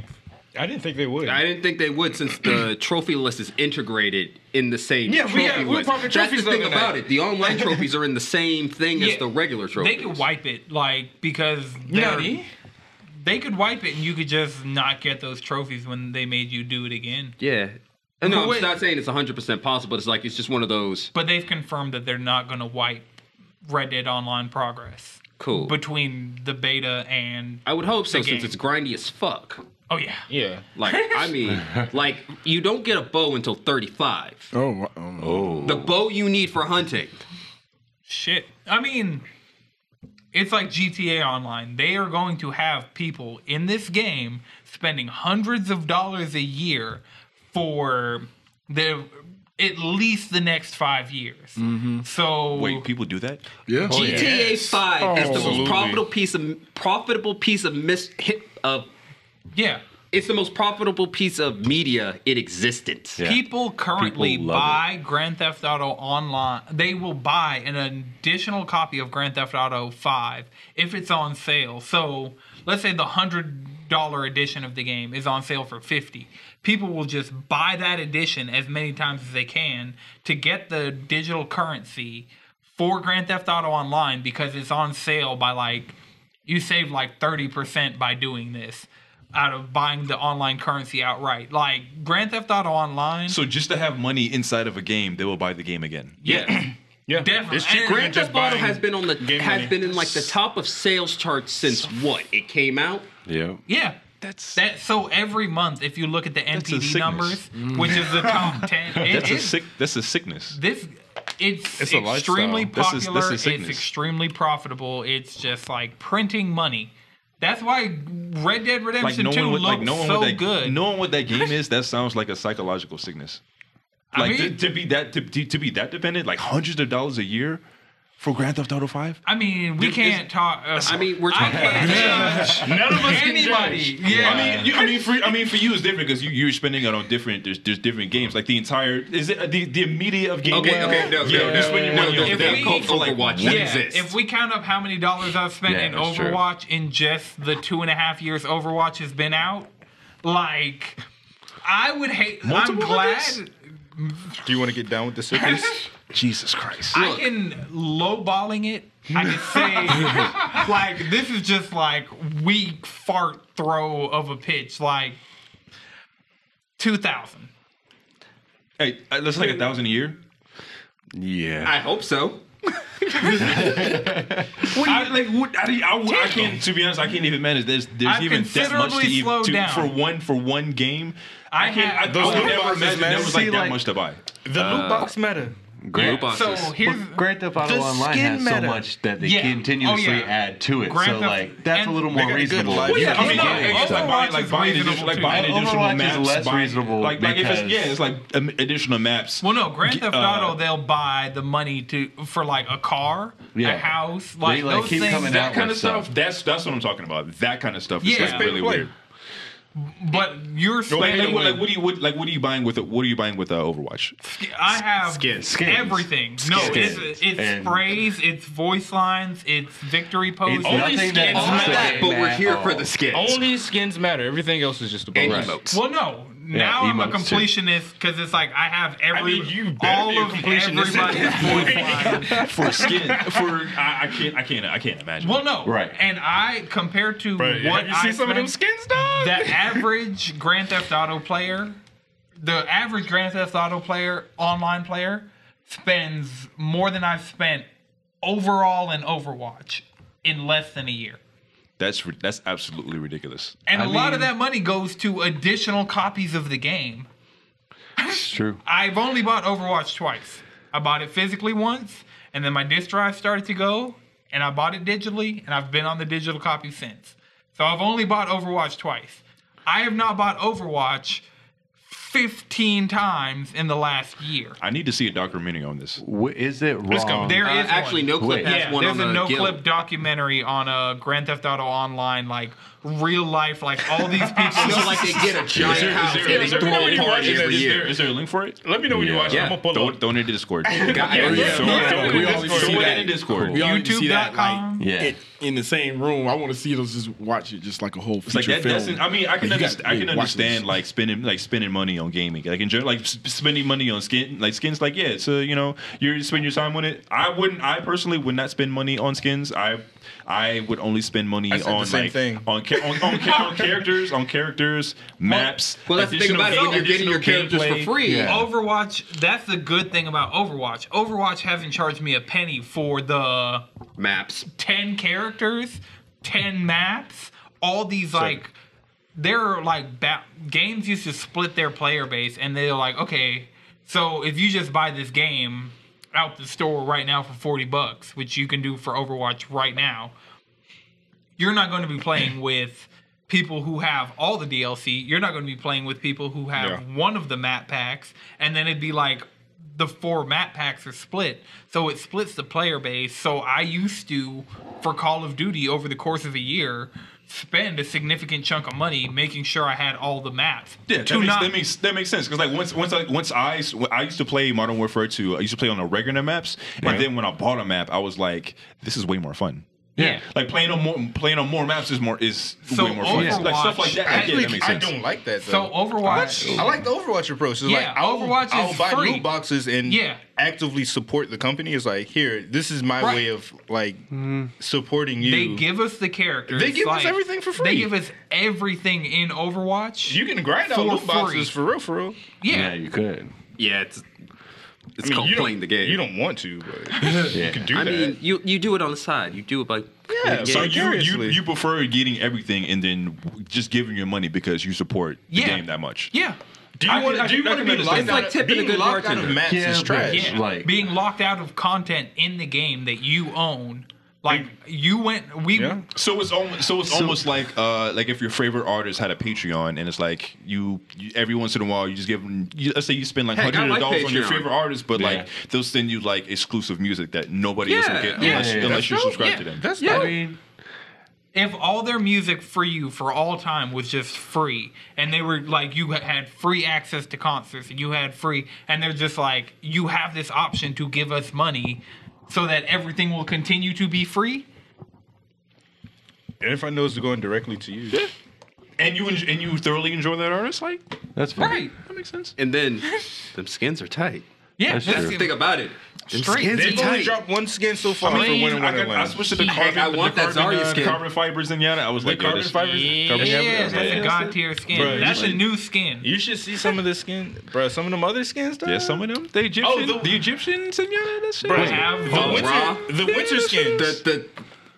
[SPEAKER 5] I didn't think they would.
[SPEAKER 4] I didn't think they would since the trophy list is integrated in the same
[SPEAKER 5] Yeah,
[SPEAKER 4] trophy
[SPEAKER 5] we- yeah, we were
[SPEAKER 4] list.
[SPEAKER 5] popping
[SPEAKER 4] That's the
[SPEAKER 5] trophies
[SPEAKER 4] thing
[SPEAKER 5] the other
[SPEAKER 4] about
[SPEAKER 5] night.
[SPEAKER 4] it. The online trophies are in the same thing
[SPEAKER 1] Yeah,
[SPEAKER 4] as the regular trophies.
[SPEAKER 1] they could wipe it, like because they're-
[SPEAKER 5] Nani?
[SPEAKER 1] they could wipe it, and you could just not get those trophies when they made you do it again.
[SPEAKER 4] Yeah. And no,
[SPEAKER 1] But
[SPEAKER 4] I'm
[SPEAKER 1] wait-
[SPEAKER 4] not saying it's 100% possible. It's like it's just one of those
[SPEAKER 1] But they've confirmed that they're not going to wipe Red Dead Online progress
[SPEAKER 4] cool. But
[SPEAKER 1] between the beta and
[SPEAKER 4] I would hope so
[SPEAKER 1] The
[SPEAKER 4] since
[SPEAKER 1] game.
[SPEAKER 4] it's grindy as fuck.
[SPEAKER 1] oh yeah,
[SPEAKER 5] Yeah.
[SPEAKER 4] Like I mean, like you don't get a bow until 35.
[SPEAKER 3] Oh, wa- oh,
[SPEAKER 4] The bow you need for hunting.
[SPEAKER 1] shit. I mean, it's like GTA Online. They are going to have people in this game spending hundreds of dollars a year for the at least the next five years. So
[SPEAKER 2] Wait, people do that?
[SPEAKER 3] Oh, yeah.
[SPEAKER 4] GTA 5 is the
[SPEAKER 5] Absolutely.
[SPEAKER 4] most profitable piece of profitable piece of mis hit of
[SPEAKER 1] yeah,
[SPEAKER 4] it's the most profitable piece of media in existence.
[SPEAKER 6] Yeah.
[SPEAKER 1] people currently
[SPEAKER 6] People love
[SPEAKER 1] buy Grand Theft Auto online. They will buy an additional copy of Grand Theft Auto 5 if it's on sale. So, let's say the $100 edition of the game is on sale for 50. People will just buy that edition as many times as they can to get the digital currency for Grand Theft Auto online because it's on sale by like you save like 30% by doing this out of buying the online currency outright. Like Grand Theft Auto Online,
[SPEAKER 2] So just to have money inside of a game, they will buy the game again.
[SPEAKER 4] Yeah.
[SPEAKER 5] Yeah.
[SPEAKER 1] definitely.
[SPEAKER 5] It's cheaper
[SPEAKER 1] And-
[SPEAKER 5] than
[SPEAKER 4] Grand
[SPEAKER 5] just
[SPEAKER 4] Theft Auto
[SPEAKER 5] buying-
[SPEAKER 4] has been on the
[SPEAKER 5] game
[SPEAKER 4] has
[SPEAKER 5] money.
[SPEAKER 4] been in like the top of sales charts since what? It came out?
[SPEAKER 6] Yeah.
[SPEAKER 1] yeah.
[SPEAKER 2] That's
[SPEAKER 1] That so every month if you look at the
[SPEAKER 2] a
[SPEAKER 1] NPD
[SPEAKER 2] sickness. Mm.
[SPEAKER 1] numbers, which is the top 10, it
[SPEAKER 2] that's a
[SPEAKER 1] is-
[SPEAKER 2] sick. That's a sickness.
[SPEAKER 1] this it's,
[SPEAKER 5] It's a
[SPEAKER 1] extremely
[SPEAKER 5] lifestyle.
[SPEAKER 2] This is- this
[SPEAKER 1] popular.
[SPEAKER 2] is
[SPEAKER 1] it's
[SPEAKER 2] sickness.
[SPEAKER 1] extremely profitable. It's just like printing money. That's why Red Dead
[SPEAKER 2] Like
[SPEAKER 1] Redemption
[SPEAKER 2] no
[SPEAKER 1] 2
[SPEAKER 2] one would like
[SPEAKER 1] looks
[SPEAKER 2] no one
[SPEAKER 1] so
[SPEAKER 2] would that
[SPEAKER 1] good.
[SPEAKER 2] knowing what that game is. That sounds like a psychological sickness.
[SPEAKER 1] I
[SPEAKER 2] Like
[SPEAKER 1] mean-
[SPEAKER 2] to, to be that to, to, to be that dependent, like hundreds of dollars a year for Grand Theft Auto Five.
[SPEAKER 1] I mean, we can't talk. uh,
[SPEAKER 4] I mean, we're talking
[SPEAKER 1] can't
[SPEAKER 4] about
[SPEAKER 1] judge
[SPEAKER 5] None of us
[SPEAKER 1] anybody. Yeah.
[SPEAKER 2] I mean, you, I mean, for I mean, for you it's different because you you're spending it on different. There's there's different games. Like the entire is it the the media of game.
[SPEAKER 4] Okay, okay, no,
[SPEAKER 2] yeah,
[SPEAKER 4] no,
[SPEAKER 2] you spend your
[SPEAKER 4] no,
[SPEAKER 2] money
[SPEAKER 4] no,
[SPEAKER 2] on
[SPEAKER 4] no,
[SPEAKER 1] if
[SPEAKER 2] that.
[SPEAKER 1] we-
[SPEAKER 2] Called for, like,
[SPEAKER 4] Overwatch.
[SPEAKER 2] one-
[SPEAKER 4] Yeah. exists.
[SPEAKER 1] If we count up how many dollars I've spent
[SPEAKER 6] Yeah,
[SPEAKER 1] in
[SPEAKER 6] that's true.
[SPEAKER 1] Overwatch in just the two and a half years Overwatch has been out, like I would hate.
[SPEAKER 2] Multiple
[SPEAKER 1] I'm glad
[SPEAKER 2] hundreds?
[SPEAKER 5] Do you want to get down with the circus?
[SPEAKER 2] Jesus Christ.
[SPEAKER 1] I can lowballing it. I can say like this is just like weak fart throw of a pitch, like two thousand.
[SPEAKER 2] Hey, uh, that's like a thousand a year.
[SPEAKER 6] Yeah.
[SPEAKER 4] I hope so.
[SPEAKER 2] I, like, what, I, I, I, can't. To be honest, I can't even manage. There's, there's
[SPEAKER 1] I've
[SPEAKER 2] even that much
[SPEAKER 1] considerably
[SPEAKER 2] to, eat-
[SPEAKER 1] slowed
[SPEAKER 2] to-
[SPEAKER 1] down.
[SPEAKER 2] for one for one game.
[SPEAKER 1] I
[SPEAKER 2] I can't. I,
[SPEAKER 1] have
[SPEAKER 2] I
[SPEAKER 5] those
[SPEAKER 2] would
[SPEAKER 5] loot
[SPEAKER 2] never
[SPEAKER 5] boxes,
[SPEAKER 2] imagine
[SPEAKER 5] man.
[SPEAKER 2] there was like
[SPEAKER 5] See,
[SPEAKER 2] that
[SPEAKER 5] like-
[SPEAKER 2] much to buy.
[SPEAKER 5] the loot box meta.
[SPEAKER 1] Yeah,
[SPEAKER 4] Blue boxes.
[SPEAKER 1] So here's
[SPEAKER 6] Grand Theft Auto
[SPEAKER 7] The
[SPEAKER 6] Online
[SPEAKER 7] skin
[SPEAKER 6] has
[SPEAKER 7] meta.
[SPEAKER 6] so much that they
[SPEAKER 1] Yeah.
[SPEAKER 6] continuously
[SPEAKER 1] Oh, yeah.
[SPEAKER 6] add to it.
[SPEAKER 1] Grand
[SPEAKER 6] so
[SPEAKER 1] Theft-
[SPEAKER 6] like that's a
[SPEAKER 1] and
[SPEAKER 6] little
[SPEAKER 1] they
[SPEAKER 6] more
[SPEAKER 2] got a good
[SPEAKER 6] reasonable.
[SPEAKER 2] life.
[SPEAKER 1] Well, yeah,
[SPEAKER 6] If
[SPEAKER 1] oh,
[SPEAKER 6] you
[SPEAKER 1] no,
[SPEAKER 6] get it,
[SPEAKER 1] Overwatch
[SPEAKER 6] so-
[SPEAKER 1] is
[SPEAKER 2] buying- like buying
[SPEAKER 1] reasonable,
[SPEAKER 2] additional- like
[SPEAKER 1] too.
[SPEAKER 2] buying additional
[SPEAKER 6] Overwatch is
[SPEAKER 2] maps,
[SPEAKER 6] less
[SPEAKER 2] buying-
[SPEAKER 6] reasonable
[SPEAKER 2] Like, like if it's,
[SPEAKER 6] because-
[SPEAKER 2] yeah, it's like um, additional maps.
[SPEAKER 1] well, no, Grand Theft
[SPEAKER 2] Uh,
[SPEAKER 1] Auto. they'll buy the money to for like a car,
[SPEAKER 6] Yeah.
[SPEAKER 1] a house, like,
[SPEAKER 6] like,
[SPEAKER 1] those
[SPEAKER 6] keep
[SPEAKER 1] things.
[SPEAKER 6] coming
[SPEAKER 2] that
[SPEAKER 6] out
[SPEAKER 2] kind
[SPEAKER 6] with
[SPEAKER 2] of stuff.
[SPEAKER 6] stuff.
[SPEAKER 2] That's that's what I'm talking about. That kind of stuff is
[SPEAKER 1] Yeah.
[SPEAKER 2] like really
[SPEAKER 5] Like-
[SPEAKER 2] weird.
[SPEAKER 1] But you're
[SPEAKER 2] Like, like,
[SPEAKER 1] spending.
[SPEAKER 2] what, like what do you what, like what are you buying with it? What are you buying with uh, Overwatch?
[SPEAKER 1] I have
[SPEAKER 7] Skins.
[SPEAKER 6] Skins.
[SPEAKER 1] everything. No,
[SPEAKER 6] Skins.
[SPEAKER 1] it's it's
[SPEAKER 6] And-
[SPEAKER 1] sprays, it's voice lines, it's victory poses.
[SPEAKER 6] It's nothing
[SPEAKER 5] skins
[SPEAKER 6] that
[SPEAKER 5] on
[SPEAKER 6] makes
[SPEAKER 5] that,
[SPEAKER 6] the game
[SPEAKER 4] but we're
[SPEAKER 6] at
[SPEAKER 4] here for
[SPEAKER 6] all.
[SPEAKER 4] the skins.
[SPEAKER 5] Only skins matter. Everything else is just a bonus.
[SPEAKER 4] emotes.
[SPEAKER 1] Well, no. Now I'm a
[SPEAKER 6] emotes too.
[SPEAKER 1] completionist because it's like I have every
[SPEAKER 2] mean, you better
[SPEAKER 1] all
[SPEAKER 2] be a
[SPEAKER 1] of everybody's
[SPEAKER 2] completionist.
[SPEAKER 1] voice lines.
[SPEAKER 2] For skin, for I, I can't I can't I can't imagine.
[SPEAKER 1] Well, no,
[SPEAKER 6] Right.
[SPEAKER 1] And I compared to
[SPEAKER 5] Bruh,
[SPEAKER 1] what
[SPEAKER 5] have you
[SPEAKER 1] I
[SPEAKER 5] seen some of them
[SPEAKER 1] spend-
[SPEAKER 5] skins, dog?
[SPEAKER 1] the average Grand Theft Auto player, the average Grand Theft Auto player, online player, spends more than I've spent overall in Overwatch in less than a year.
[SPEAKER 2] That's ri- that's absolutely ridiculous.
[SPEAKER 1] And a
[SPEAKER 6] I
[SPEAKER 1] lot of
[SPEAKER 6] mean-
[SPEAKER 1] that money goes to additional copies of the game.
[SPEAKER 6] It's true.
[SPEAKER 1] I've only bought Overwatch twice. I bought it physically once, and then my disk drive started to go, and I bought it digitally, and I've been on the digital copy since. So I've only bought Overwatch twice. I have not bought Overwatch 15 times in the last year.
[SPEAKER 2] I need to see a documentary on this.
[SPEAKER 6] Wh- Is it wrong?
[SPEAKER 1] There
[SPEAKER 4] Uh,
[SPEAKER 1] is
[SPEAKER 4] actually,
[SPEAKER 1] one.
[SPEAKER 4] no clip
[SPEAKER 6] Wait.
[SPEAKER 4] has
[SPEAKER 1] Yeah,
[SPEAKER 4] one
[SPEAKER 1] there's
[SPEAKER 4] on
[SPEAKER 1] a
[SPEAKER 4] the
[SPEAKER 1] no
[SPEAKER 4] guild.
[SPEAKER 1] clip documentary on uh, Grand Theft Auto Online, like real life, like all these people.
[SPEAKER 4] So like they get a giant house and they
[SPEAKER 5] is
[SPEAKER 4] throw
[SPEAKER 5] there-
[SPEAKER 4] a
[SPEAKER 5] is there-
[SPEAKER 4] party
[SPEAKER 5] is
[SPEAKER 4] every
[SPEAKER 5] there-
[SPEAKER 4] year.
[SPEAKER 2] Is there a link for it?
[SPEAKER 5] Let me know when you watch it.
[SPEAKER 4] Yeah.
[SPEAKER 5] I'm gonna pull
[SPEAKER 2] Don't
[SPEAKER 5] up.
[SPEAKER 2] don't into Discord.
[SPEAKER 4] Got-
[SPEAKER 5] yeah.
[SPEAKER 2] Don't-
[SPEAKER 5] Yeah.
[SPEAKER 2] don't-
[SPEAKER 5] We
[SPEAKER 2] don't-
[SPEAKER 5] always
[SPEAKER 2] don't-
[SPEAKER 5] see
[SPEAKER 2] don't
[SPEAKER 5] that.
[SPEAKER 2] in Discord.
[SPEAKER 3] We all need to see that,
[SPEAKER 1] YouTube.com?
[SPEAKER 3] like,
[SPEAKER 6] Yeah.
[SPEAKER 3] it- in the same room. I want to see those. Just watch it, just like a whole
[SPEAKER 2] It's like
[SPEAKER 3] feature
[SPEAKER 2] that
[SPEAKER 3] film.
[SPEAKER 2] doesn't. I mean, I can
[SPEAKER 3] You got-
[SPEAKER 2] understand. I
[SPEAKER 3] yeah,
[SPEAKER 2] can
[SPEAKER 3] watch
[SPEAKER 2] understand
[SPEAKER 3] this.
[SPEAKER 2] like spending like spending money on gaming. Like enjoy like s- spending money on skin like skins. Like yeah, so you know you spend your time on it. I wouldn't. I personally would not spend money on skins. I I would only spend money
[SPEAKER 5] said the
[SPEAKER 2] on
[SPEAKER 5] same
[SPEAKER 2] like
[SPEAKER 5] thing.
[SPEAKER 2] on ca- on, on, ca- on characters on characters maps.
[SPEAKER 4] Well, that's the thing
[SPEAKER 2] additional
[SPEAKER 4] about it. When
[SPEAKER 2] game-
[SPEAKER 4] you're getting your
[SPEAKER 2] additional
[SPEAKER 4] characters for
[SPEAKER 2] gameplay.
[SPEAKER 4] free,
[SPEAKER 1] Overwatch, that's the good thing about Overwatch. Overwatch hasn't charged me a penny for the
[SPEAKER 4] maps.
[SPEAKER 1] 10 characters, 10 maps, all these like there are like ba- games used to split their player base and they're like, "Okay, so if you just buy this game out the store right now for 40 bucks, which you can do for Overwatch right now, you're not going to be playing with people who have all the DLC. You're not going to be playing with people who have one of the map packs, and then it'd be like the four map packs are split, so it splits the player base. So I used to, for Call of Duty, over the course of a year, spend a significant chunk of money making sure I had all the maps.
[SPEAKER 2] Yeah, that
[SPEAKER 1] to
[SPEAKER 2] makes,
[SPEAKER 1] not-
[SPEAKER 2] that makes that makes sense because like once once I once I when I used to play Modern Warfare 2, I used to play on the regular maps, and then when I bought a map, I was like, this is way more fun.
[SPEAKER 1] yeah.
[SPEAKER 2] Like playing on more playing on more maps is more is
[SPEAKER 1] So
[SPEAKER 2] way more fun.
[SPEAKER 1] Overwatch-
[SPEAKER 2] Like stuff like that.
[SPEAKER 5] I,
[SPEAKER 2] yeah, that makes sense.
[SPEAKER 5] don't like that though.
[SPEAKER 1] So Overwatch,
[SPEAKER 5] I like the Overwatch approach. It's
[SPEAKER 1] Yeah,
[SPEAKER 5] like I'll,
[SPEAKER 1] Overwatch is
[SPEAKER 5] I'll buy
[SPEAKER 1] free.
[SPEAKER 5] loot boxes and
[SPEAKER 1] Yeah.
[SPEAKER 5] actively support the company. It's like here, this is my
[SPEAKER 1] Right.
[SPEAKER 5] way of like
[SPEAKER 4] Mm-hmm.
[SPEAKER 5] supporting you.
[SPEAKER 1] they give us the characters.
[SPEAKER 5] They give us
[SPEAKER 1] like,
[SPEAKER 5] everything for
[SPEAKER 1] They
[SPEAKER 5] free.
[SPEAKER 1] give us everything in Overwatch.
[SPEAKER 5] you can grind out
[SPEAKER 1] for
[SPEAKER 5] loot boxes
[SPEAKER 1] free.
[SPEAKER 5] for real, for real.
[SPEAKER 6] Yeah,
[SPEAKER 1] yeah,
[SPEAKER 6] you could.
[SPEAKER 4] Yeah, it's it's
[SPEAKER 5] I mean,
[SPEAKER 4] called
[SPEAKER 5] you don't-
[SPEAKER 4] playing the game.
[SPEAKER 5] You don't want to, but you can do
[SPEAKER 4] I
[SPEAKER 5] that.
[SPEAKER 4] mean, you you do it on the side. You do it by
[SPEAKER 5] Yeah,
[SPEAKER 2] so
[SPEAKER 5] Like,
[SPEAKER 2] you, you
[SPEAKER 5] seriously.
[SPEAKER 2] you prefer getting everything and then just giving your money because you support the
[SPEAKER 1] Yeah.
[SPEAKER 2] game that much.
[SPEAKER 1] yeah.
[SPEAKER 5] do you
[SPEAKER 2] I
[SPEAKER 5] want
[SPEAKER 2] can-
[SPEAKER 5] to? Do you
[SPEAKER 2] I
[SPEAKER 5] want to
[SPEAKER 2] can
[SPEAKER 5] be
[SPEAKER 2] understand
[SPEAKER 5] locked
[SPEAKER 2] that.
[SPEAKER 4] It's like
[SPEAKER 5] out?
[SPEAKER 4] tipping a
[SPEAKER 5] being
[SPEAKER 4] good
[SPEAKER 5] locked out of
[SPEAKER 4] bartender.
[SPEAKER 5] maps
[SPEAKER 6] Yeah,
[SPEAKER 5] is
[SPEAKER 6] but-
[SPEAKER 5] trash.
[SPEAKER 6] Yeah. like-
[SPEAKER 1] being locked out of content in the game that you own. Like you went, we
[SPEAKER 5] Yeah.
[SPEAKER 2] So it's almost so it's almost like uh like if your favorite artist had a Patreon and it's like you, you every once in a while you just give them you, let's say you spend like
[SPEAKER 4] Heck, I
[SPEAKER 2] hundred
[SPEAKER 4] like
[SPEAKER 2] dollars on your
[SPEAKER 4] Patreon.
[SPEAKER 2] favorite artist but
[SPEAKER 6] Yeah.
[SPEAKER 2] like they'll send you like exclusive music that nobody else will
[SPEAKER 4] Yeah,
[SPEAKER 2] get
[SPEAKER 4] yeah,
[SPEAKER 2] unless,
[SPEAKER 6] yeah, yeah.
[SPEAKER 2] unless you
[SPEAKER 1] That's dope,
[SPEAKER 2] subscribe
[SPEAKER 1] yeah.
[SPEAKER 2] to them.
[SPEAKER 5] That's
[SPEAKER 6] I
[SPEAKER 5] not
[SPEAKER 6] mean,
[SPEAKER 1] if all their music for you for all time was just free, and they were like you had free access to concerts, and you had free, and they're just like you have this option to give us money, so that everything will continue to be free.
[SPEAKER 5] And if I know it's going directly to you,
[SPEAKER 2] and you en- and you thoroughly enjoy that artist like
[SPEAKER 6] that's fine.
[SPEAKER 1] Right.
[SPEAKER 2] that makes sense.
[SPEAKER 4] and then them skins are tight.
[SPEAKER 1] Yeah.
[SPEAKER 6] That's
[SPEAKER 1] that's
[SPEAKER 6] true.
[SPEAKER 1] it.
[SPEAKER 4] Think about it. Them
[SPEAKER 1] Straight.
[SPEAKER 4] skins
[SPEAKER 5] they
[SPEAKER 4] are
[SPEAKER 1] They've
[SPEAKER 5] only
[SPEAKER 4] tight.
[SPEAKER 5] dropped one skin so far
[SPEAKER 2] I, mean,
[SPEAKER 5] for winning
[SPEAKER 2] I, got-
[SPEAKER 5] Wonderland.
[SPEAKER 2] I switched to the
[SPEAKER 1] He-
[SPEAKER 2] carbon,
[SPEAKER 4] I want
[SPEAKER 2] the
[SPEAKER 4] that
[SPEAKER 2] carbon, uh,
[SPEAKER 4] Zarya skin.
[SPEAKER 2] carbon fibers in Yana. I was
[SPEAKER 5] the
[SPEAKER 2] like, yo,
[SPEAKER 5] carbon
[SPEAKER 2] this-
[SPEAKER 5] fibers, carbon
[SPEAKER 1] Yeah,
[SPEAKER 5] fibers,
[SPEAKER 1] that's a
[SPEAKER 5] yeah.
[SPEAKER 1] god tier skin.
[SPEAKER 5] Bro, you
[SPEAKER 1] that's a
[SPEAKER 5] should-
[SPEAKER 1] new skin.
[SPEAKER 5] You should see some of the skin, bro. Some of them other skins, dog.
[SPEAKER 2] Yeah, some of them. The Egyptian,
[SPEAKER 5] Oh,
[SPEAKER 2] the,
[SPEAKER 5] the-
[SPEAKER 2] Egyptian senora, that shit.
[SPEAKER 5] Bruh,
[SPEAKER 1] have
[SPEAKER 5] the
[SPEAKER 1] the
[SPEAKER 5] winter,
[SPEAKER 4] raw-
[SPEAKER 5] the winter skins,
[SPEAKER 4] The, the,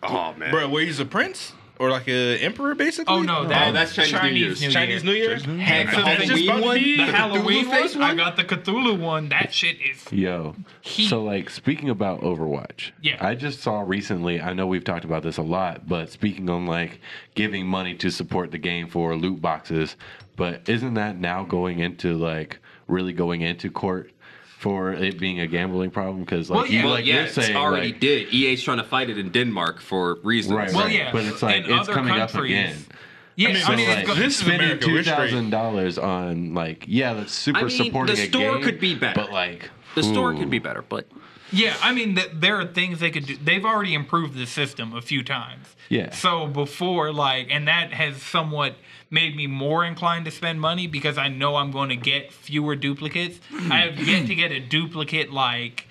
[SPEAKER 4] oh man.
[SPEAKER 5] bro. Where he's a prince. or like a emperor basically?
[SPEAKER 1] Oh no, that-
[SPEAKER 4] that's Chinese New Year's.
[SPEAKER 5] Chinese New Year.
[SPEAKER 4] Heck, the
[SPEAKER 1] So that's just
[SPEAKER 4] Halloween
[SPEAKER 5] about to
[SPEAKER 4] one,
[SPEAKER 5] be
[SPEAKER 4] the
[SPEAKER 1] The Halloween
[SPEAKER 4] Halloween face
[SPEAKER 1] one, I
[SPEAKER 4] one.
[SPEAKER 1] got the Cthulhu one. That shit is
[SPEAKER 6] Yo, so like speaking about Overwatch,
[SPEAKER 1] Yeah.
[SPEAKER 6] I just saw recently. I know we've talked about this a lot, but speaking on like giving money to support the game for loot boxes, but isn't that now going into like really going into court for it being a gambling problem? Because like
[SPEAKER 1] Well, yeah.
[SPEAKER 6] you
[SPEAKER 1] Well,
[SPEAKER 6] like
[SPEAKER 4] yeah,
[SPEAKER 6] you're
[SPEAKER 4] it's
[SPEAKER 6] saying
[SPEAKER 4] already
[SPEAKER 6] like,
[SPEAKER 4] did. EA's trying to fight it in Denmark for reasons.
[SPEAKER 6] right,
[SPEAKER 1] Well,
[SPEAKER 6] right,
[SPEAKER 1] yeah,
[SPEAKER 6] but it's like
[SPEAKER 1] in
[SPEAKER 6] it's
[SPEAKER 1] other
[SPEAKER 6] coming up
[SPEAKER 1] countries-
[SPEAKER 6] again.
[SPEAKER 1] yeah. I mean,
[SPEAKER 6] So
[SPEAKER 1] it's
[SPEAKER 6] like
[SPEAKER 1] go-
[SPEAKER 5] this is
[SPEAKER 6] spending
[SPEAKER 5] America,
[SPEAKER 6] two
[SPEAKER 5] we're straight.
[SPEAKER 6] thousand dollars on like yeah, that's super
[SPEAKER 4] I mean,
[SPEAKER 6] supporting
[SPEAKER 4] the
[SPEAKER 6] a
[SPEAKER 4] store
[SPEAKER 6] game,
[SPEAKER 4] could be better.
[SPEAKER 6] but like
[SPEAKER 4] The store
[SPEAKER 6] ooh.
[SPEAKER 4] could be better, but
[SPEAKER 1] Yeah, I mean, th- there are things they could do. They've already improved the system a few times.
[SPEAKER 6] Yeah.
[SPEAKER 1] So before, like, and that has somewhat made me more inclined to spend money because I know I'm going to get fewer duplicates. I have yet to get a duplicate, like,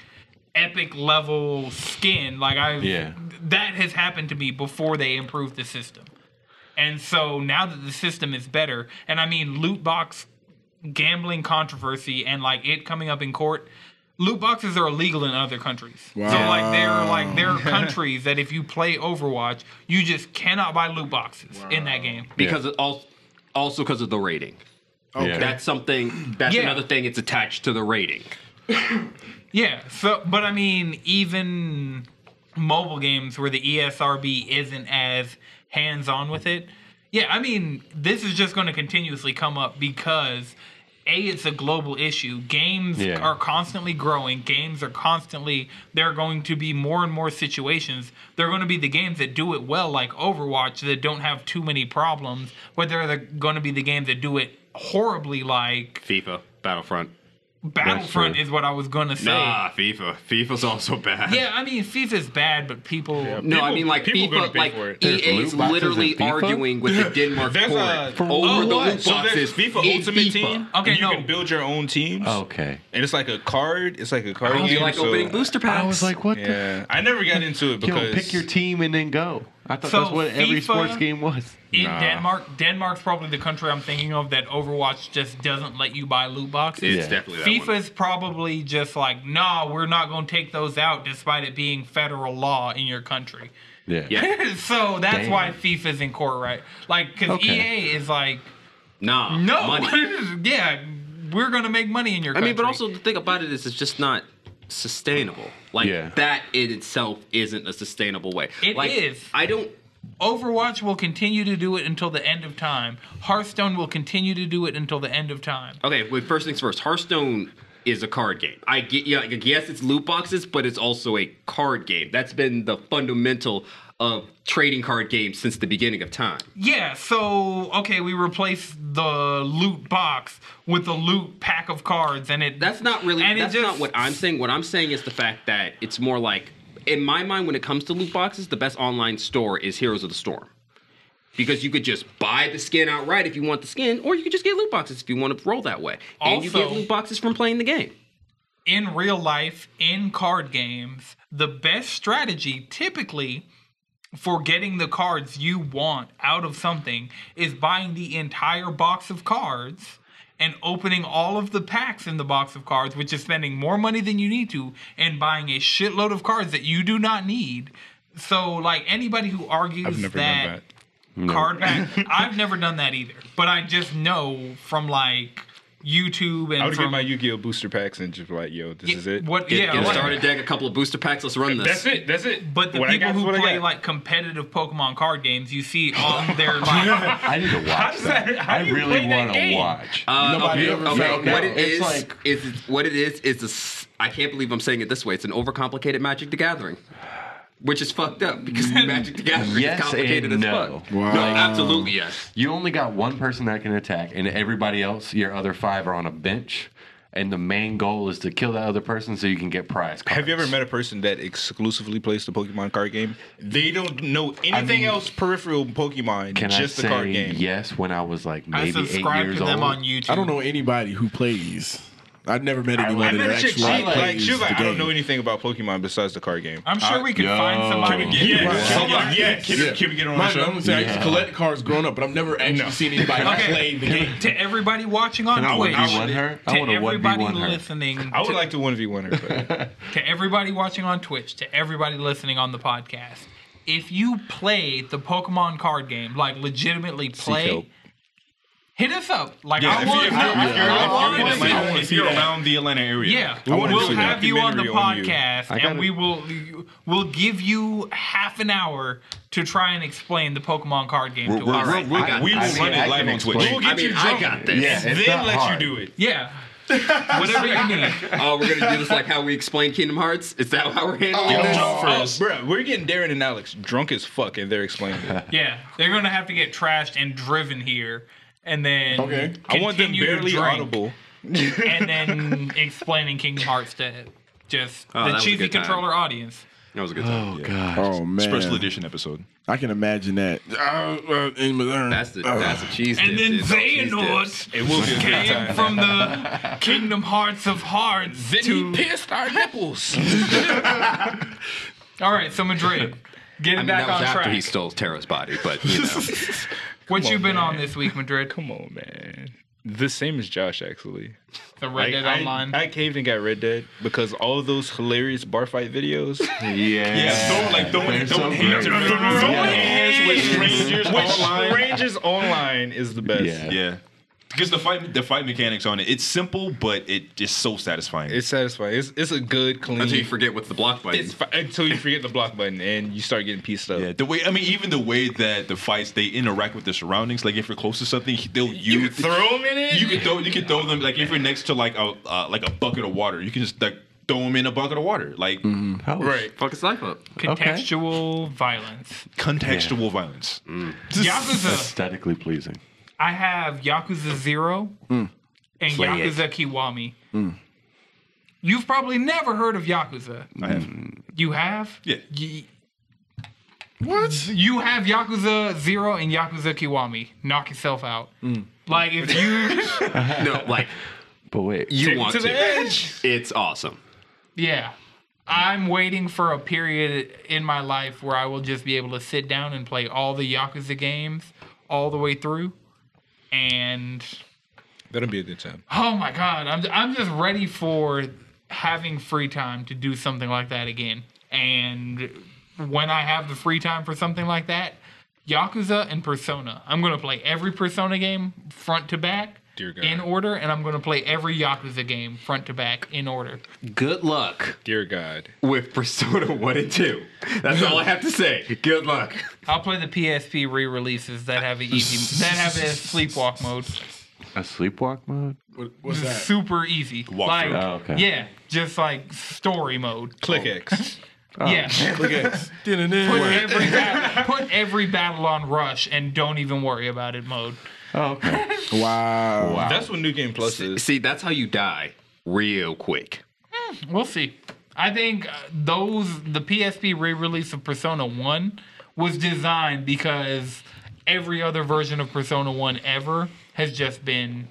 [SPEAKER 1] epic level skin. Like, I
[SPEAKER 6] Yeah.
[SPEAKER 1] that has happened to me before they improved the system. And so now that the system is better, and I mean, loot box gambling controversy and like it coming up in court. Loot boxes are illegal in other countries. So like there are like there are countries that if you play Overwatch, you just cannot buy loot boxes in that game.
[SPEAKER 4] because of al- also because of the rating.
[SPEAKER 6] Yeah.
[SPEAKER 4] That's something. That's
[SPEAKER 1] Yeah.
[SPEAKER 4] another thing. It's attached to the rating.
[SPEAKER 1] Yeah. So but I mean even mobile games where the E ESRB isn't as hands-on with it. Yeah, I mean this is just going to continuously come up because a it's a global issue. Games
[SPEAKER 6] Yeah.
[SPEAKER 1] are constantly growing. Games are constantly there are going to be more and more situations. There are going to be the games that do it well, like Overwatch, that don't have too many problems. But there are the, going to be the games that do it horribly, like
[SPEAKER 4] FIFA, Battlefront.
[SPEAKER 1] Battlefront
[SPEAKER 6] true.
[SPEAKER 1] is what I was going to say.
[SPEAKER 4] Nah, FIFA. FIFA's also bad.
[SPEAKER 1] Yeah, I mean FIFA's bad, but people.
[SPEAKER 4] No, I
[SPEAKER 5] People-
[SPEAKER 4] mean like
[SPEAKER 5] people gonna
[SPEAKER 4] FIFA,
[SPEAKER 5] pay
[SPEAKER 4] like
[SPEAKER 5] for it.
[SPEAKER 6] There's
[SPEAKER 4] EA is
[SPEAKER 6] loot boxes
[SPEAKER 4] literally
[SPEAKER 6] in FIFA?
[SPEAKER 4] arguing with the Denmark
[SPEAKER 5] There's a- Oh,
[SPEAKER 4] court over the loot
[SPEAKER 5] So
[SPEAKER 4] boxes.
[SPEAKER 5] there's FIFA
[SPEAKER 4] in
[SPEAKER 5] Ultimate
[SPEAKER 4] FIFA.
[SPEAKER 5] Team.
[SPEAKER 1] Okay,
[SPEAKER 5] and you
[SPEAKER 1] no. Oh.
[SPEAKER 5] can build your own teams.
[SPEAKER 6] Okay.
[SPEAKER 5] and it's like a card. It's like a card
[SPEAKER 4] Oh,
[SPEAKER 5] game.
[SPEAKER 4] you like
[SPEAKER 5] so-
[SPEAKER 4] opening booster packs?
[SPEAKER 6] I was like, what the
[SPEAKER 5] Yeah, I never got into it
[SPEAKER 6] Yo,
[SPEAKER 5] because
[SPEAKER 6] pick your team and then go. I thought
[SPEAKER 1] So
[SPEAKER 6] that's what
[SPEAKER 1] FIFA
[SPEAKER 6] every sports game was.
[SPEAKER 1] In Denmark, Denmark's probably the country I'm thinking of that Overwatch just doesn't let you buy loot boxes.
[SPEAKER 6] Yeah.
[SPEAKER 4] definitely
[SPEAKER 1] FIFA's probably just like, nah, we're not going to take those out despite it being federal law in your country.
[SPEAKER 6] Yeah.
[SPEAKER 4] Yeah.
[SPEAKER 1] so that's
[SPEAKER 6] Damn.
[SPEAKER 1] why FIFA's in court, right? Like, because
[SPEAKER 6] Okay.
[SPEAKER 1] EA is like,
[SPEAKER 4] Nah,
[SPEAKER 1] no,
[SPEAKER 4] money.
[SPEAKER 1] yeah, we're going to make money in your
[SPEAKER 4] I
[SPEAKER 1] country.
[SPEAKER 4] mean, but also the thing about it is, it's just not sustainable. Like
[SPEAKER 6] Yeah.
[SPEAKER 4] that in itself isn't a sustainable way.
[SPEAKER 1] It
[SPEAKER 4] like,
[SPEAKER 1] is.
[SPEAKER 4] I don't.
[SPEAKER 1] Overwatch will continue to do it until the end of time. Hearthstone will continue to do it until the end of time.
[SPEAKER 4] Okay, wait. First things first. Hearthstone is a card game. I get. Yeah, like, yes, it's loot boxes, but it's also a card game. That's been the fundamental of trading card games since the beginning of time.
[SPEAKER 1] Yeah, so okay, we replace the loot box with a loot pack of cards, and it
[SPEAKER 4] That's not really.
[SPEAKER 1] And it
[SPEAKER 4] that's
[SPEAKER 1] just-
[SPEAKER 4] not what I'm saying. What I'm saying is the fact that it's more like, in my mind, when it comes to loot boxes, the best online store is Heroes of the Storm, because you could just buy the skin outright if you want the skin, or you could just get loot boxes if you want to roll that way, and you get
[SPEAKER 1] Also-
[SPEAKER 4] loot boxes from playing the game.
[SPEAKER 1] in real life in card games. The best strategy typically for getting the cards you want out of something is buying the entire box of cards and opening all of the packs in the box of cards, which is spending more money than you need to and buying a shitload of cards that you do not need. So, like anybody who argues
[SPEAKER 5] I've never
[SPEAKER 1] that.
[SPEAKER 5] done that.
[SPEAKER 1] card pack. I've never done that either, but I just know from like YouTube and
[SPEAKER 5] I would
[SPEAKER 1] from
[SPEAKER 5] get my Yu-Gi-Oh booster packs and just be like, yo, this is it.
[SPEAKER 1] what
[SPEAKER 4] Get,
[SPEAKER 1] yeah.
[SPEAKER 4] get
[SPEAKER 1] like-
[SPEAKER 4] a starter deck, a couple of booster packs. Let's run this.
[SPEAKER 5] That's it. That's it.
[SPEAKER 1] But the
[SPEAKER 5] What I
[SPEAKER 1] people
[SPEAKER 5] got is
[SPEAKER 1] who
[SPEAKER 5] what I
[SPEAKER 1] play
[SPEAKER 5] got.
[SPEAKER 1] like competitive Pokemon card games, you see on their like
[SPEAKER 6] I need to watch
[SPEAKER 5] does
[SPEAKER 6] that.
[SPEAKER 5] that- how
[SPEAKER 6] I
[SPEAKER 5] do you
[SPEAKER 6] really
[SPEAKER 5] play that
[SPEAKER 6] want to
[SPEAKER 5] game?
[SPEAKER 6] watch.
[SPEAKER 4] Uh,
[SPEAKER 3] Nobody
[SPEAKER 4] okay,
[SPEAKER 3] ever
[SPEAKER 4] okay,
[SPEAKER 3] found
[SPEAKER 4] what
[SPEAKER 3] out.
[SPEAKER 4] it
[SPEAKER 6] It's
[SPEAKER 4] is
[SPEAKER 6] like-
[SPEAKER 4] is it's- what it is is this. I can't believe I'm saying it this way. It's an overcomplicated Magic the Gathering, which is fucked up because Magic the Gathering
[SPEAKER 6] Yes
[SPEAKER 4] is complicated
[SPEAKER 6] and
[SPEAKER 4] as
[SPEAKER 6] no.
[SPEAKER 4] fuck.
[SPEAKER 3] Wow.
[SPEAKER 4] No, absolutely yes.
[SPEAKER 6] You only got one person that can attack, and everybody else, your other five, are on a bench. And the main goal is to kill that other person so you can get prize cards.
[SPEAKER 5] Have you ever met a person that exclusively plays the Pokemon card game? They don't know anything
[SPEAKER 6] mean,
[SPEAKER 5] else peripheral Pokemon,
[SPEAKER 6] Can
[SPEAKER 5] just the
[SPEAKER 6] I say
[SPEAKER 5] card game.
[SPEAKER 6] yes when I was like
[SPEAKER 1] I
[SPEAKER 6] maybe eight
[SPEAKER 1] subscribe
[SPEAKER 6] years
[SPEAKER 1] to them
[SPEAKER 6] old?
[SPEAKER 1] on YouTube.
[SPEAKER 3] I don't know anybody who plays. I've never met
[SPEAKER 5] I
[SPEAKER 3] anybody
[SPEAKER 5] met
[SPEAKER 3] that
[SPEAKER 5] a chick, she,
[SPEAKER 3] actually
[SPEAKER 5] like,
[SPEAKER 3] plays
[SPEAKER 5] she was like,
[SPEAKER 3] the
[SPEAKER 5] I don't
[SPEAKER 3] game.
[SPEAKER 5] know anything about Pokemon besides the card game.
[SPEAKER 1] I'm sure we could find
[SPEAKER 6] yo.
[SPEAKER 1] somebody.
[SPEAKER 6] Can we
[SPEAKER 5] yeah,
[SPEAKER 1] Yeah.
[SPEAKER 5] yeah, yeah. Can,
[SPEAKER 3] Yeah.
[SPEAKER 5] can we get her on
[SPEAKER 3] Mind
[SPEAKER 5] the
[SPEAKER 3] you, I'm
[SPEAKER 5] show?
[SPEAKER 3] gonna say I used to collect cards growing up, but I've never actually seen anybody
[SPEAKER 1] Okay.
[SPEAKER 3] play the game.
[SPEAKER 1] To everybody watching on
[SPEAKER 6] I
[SPEAKER 1] Twitch,
[SPEAKER 6] 1v1 her? I
[SPEAKER 1] to
[SPEAKER 6] wanna 1v1
[SPEAKER 1] everybody
[SPEAKER 6] her.
[SPEAKER 1] listening,
[SPEAKER 5] I would
[SPEAKER 1] to,
[SPEAKER 5] like to 1v1 her, but
[SPEAKER 1] to everybody watching on Twitch, to everybody listening on the podcast. if you play the Pokemon card game, like legitimately play,
[SPEAKER 5] help.
[SPEAKER 1] hit us up. Like
[SPEAKER 2] Yeah,
[SPEAKER 1] I
[SPEAKER 2] if
[SPEAKER 1] want,
[SPEAKER 2] you're-
[SPEAKER 1] I,
[SPEAKER 2] if you're-
[SPEAKER 1] I
[SPEAKER 2] if
[SPEAKER 1] want
[SPEAKER 2] you're in
[SPEAKER 1] to see-
[SPEAKER 2] Atlanta-
[SPEAKER 5] I wanna
[SPEAKER 2] if
[SPEAKER 5] see
[SPEAKER 2] you're
[SPEAKER 5] that.
[SPEAKER 2] around the Atlanta area,
[SPEAKER 1] Yeah,
[SPEAKER 5] I wanna
[SPEAKER 1] we'll
[SPEAKER 5] see a
[SPEAKER 1] have you on the
[SPEAKER 5] documentary on you.
[SPEAKER 1] podcast,
[SPEAKER 6] I
[SPEAKER 1] and
[SPEAKER 6] gotta-
[SPEAKER 1] we will we'll give you half an hour to try and explain the Pokemon card game
[SPEAKER 2] We're,
[SPEAKER 1] to
[SPEAKER 2] we're,
[SPEAKER 1] us.
[SPEAKER 2] we're,
[SPEAKER 4] right,
[SPEAKER 2] we're,
[SPEAKER 4] I got
[SPEAKER 2] we will
[SPEAKER 6] this. I
[SPEAKER 2] run
[SPEAKER 6] mean,
[SPEAKER 2] it
[SPEAKER 6] I
[SPEAKER 2] live
[SPEAKER 6] can
[SPEAKER 2] on Twitch.
[SPEAKER 6] explain.
[SPEAKER 2] We'll
[SPEAKER 4] I
[SPEAKER 2] get
[SPEAKER 4] mean,
[SPEAKER 2] you
[SPEAKER 4] I
[SPEAKER 2] drunk,
[SPEAKER 4] got this.
[SPEAKER 6] Yeah, it's
[SPEAKER 2] then
[SPEAKER 6] not
[SPEAKER 2] let
[SPEAKER 6] hard.
[SPEAKER 2] you do it.
[SPEAKER 1] Yeah, whatever you need.
[SPEAKER 4] Oh, we're gonna do this like how we explain Kingdom Hearts. Is that how we're handling
[SPEAKER 2] Get
[SPEAKER 4] this?
[SPEAKER 2] drunk first.
[SPEAKER 5] Bro, Oh, we're getting Darren and Alex drunk as fuck, and they're explaining it.
[SPEAKER 1] Yeah, they're gonna have to get trashed and driven here, and then
[SPEAKER 3] Okay.
[SPEAKER 5] I want them
[SPEAKER 1] continue to
[SPEAKER 5] barely
[SPEAKER 1] drink,
[SPEAKER 5] audible.
[SPEAKER 1] and then explaining Kingdom Hearts to just
[SPEAKER 4] Oh, that
[SPEAKER 1] the
[SPEAKER 4] was a
[SPEAKER 1] cheesy
[SPEAKER 4] good time.
[SPEAKER 1] controller audience.
[SPEAKER 4] That was a good time.
[SPEAKER 6] Oh god.
[SPEAKER 3] Oh man,
[SPEAKER 2] Special edition episode.
[SPEAKER 3] I can imagine that. Uh, uh, in Missouri.
[SPEAKER 4] That's the
[SPEAKER 3] Uh,
[SPEAKER 4] that's a cheese.
[SPEAKER 1] And
[SPEAKER 4] dip,
[SPEAKER 1] then
[SPEAKER 4] dude. That's cheese dips.
[SPEAKER 1] Xehanort
[SPEAKER 5] It will be a good
[SPEAKER 1] came
[SPEAKER 5] time.
[SPEAKER 1] from the Kingdom Hearts of Hearts to
[SPEAKER 5] pissed our nipples.
[SPEAKER 1] All right, so Madrid, get it
[SPEAKER 4] I mean,
[SPEAKER 1] back
[SPEAKER 4] that was
[SPEAKER 1] on
[SPEAKER 4] after
[SPEAKER 1] track.
[SPEAKER 4] he stole Tara's body, but you know.
[SPEAKER 1] What you
[SPEAKER 5] on,
[SPEAKER 1] been on
[SPEAKER 5] man.
[SPEAKER 1] this week, Madrid?
[SPEAKER 5] Come on, man. The same as Josh, actually.
[SPEAKER 1] The Red Dead
[SPEAKER 5] I,
[SPEAKER 1] Online.
[SPEAKER 5] I caved and got Red Dead because all those hilarious bar fight videos.
[SPEAKER 6] Yeah.
[SPEAKER 2] so like throwing,
[SPEAKER 6] They're so
[SPEAKER 2] throwing hands,
[SPEAKER 6] great.
[SPEAKER 2] throwing hands with strangers
[SPEAKER 5] with
[SPEAKER 2] online.
[SPEAKER 5] strangers online is the best.
[SPEAKER 6] Yeah.
[SPEAKER 2] Yeah. Because the fight, the fight mechanics on it, it's simple, but it is so satisfying.
[SPEAKER 5] It's satisfying. It's, it's a good clean.
[SPEAKER 4] Until you forget what's the block button.
[SPEAKER 5] it's, fi- until you forget the block button and you start getting pieced up.
[SPEAKER 2] yeah, the way I mean, even the way that the fights they interact with the surroundings. Like if you're close to something, they'll
[SPEAKER 5] You,
[SPEAKER 2] use
[SPEAKER 5] throw them in it.
[SPEAKER 2] You can throw you can throw them like if you're next to like a uh, like a bucket of water, you can just like throw them in a bucket of water. Like
[SPEAKER 6] How-
[SPEAKER 5] right.
[SPEAKER 4] Fuck his life up.
[SPEAKER 1] Contextual violence.
[SPEAKER 2] contextual violence.
[SPEAKER 1] Yakuza.
[SPEAKER 6] Aesthetically pleasing.
[SPEAKER 1] I have Yakuza Zero
[SPEAKER 4] Hmm.
[SPEAKER 1] and Yakuza Kiwami. You've probably never heard of Yakuza.
[SPEAKER 2] I have.
[SPEAKER 1] You have?
[SPEAKER 2] Yeah.
[SPEAKER 1] Ye- what? You have Yakuza Zero and Yakuza Kiwami. Knock yourself out. Like if you,
[SPEAKER 4] No, like
[SPEAKER 6] But wait.
[SPEAKER 4] you want
[SPEAKER 5] to
[SPEAKER 4] to.
[SPEAKER 5] the edge.
[SPEAKER 4] It's awesome.
[SPEAKER 1] yeah, I'm waiting for a period in my life where I will just be able to sit down and play all the Yakuza games all the way through, and
[SPEAKER 5] That'll be a good time.
[SPEAKER 1] Oh my god, I'm I'm just ready for having free time to do something like that again. And when I have the free time for something like that, Yakuza and Persona. I'm gonna play every Persona game front to back
[SPEAKER 5] Dear God.
[SPEAKER 1] in order, and I'm gonna play every Yakuza game front to back in order.
[SPEAKER 4] Good luck
[SPEAKER 5] Dear God.
[SPEAKER 4] with Persona 1 and 2. That's all I have to say. Good luck.
[SPEAKER 1] I'll play the PSP re-releases that have an easy that have a sleepwalk mode.
[SPEAKER 6] A sleepwalk mode?
[SPEAKER 3] what, what's
[SPEAKER 1] Just
[SPEAKER 3] that?
[SPEAKER 1] super easy.
[SPEAKER 2] Walkthrough.
[SPEAKER 1] Like,
[SPEAKER 6] Oh, okay.
[SPEAKER 1] Yeah, just like story mode.
[SPEAKER 5] Click X.
[SPEAKER 4] Oh,
[SPEAKER 1] yeah. Put every, battle, put every battle on rush and don't even worry about it mode.
[SPEAKER 6] Oh, okay.
[SPEAKER 3] Wow.
[SPEAKER 5] That's what New Game Plus is.
[SPEAKER 4] See, that's how you die real quick.
[SPEAKER 1] We'll see. I think uh, those the PSP re-release of Persona 1 was designed because every other version of Persona 1 ever has just been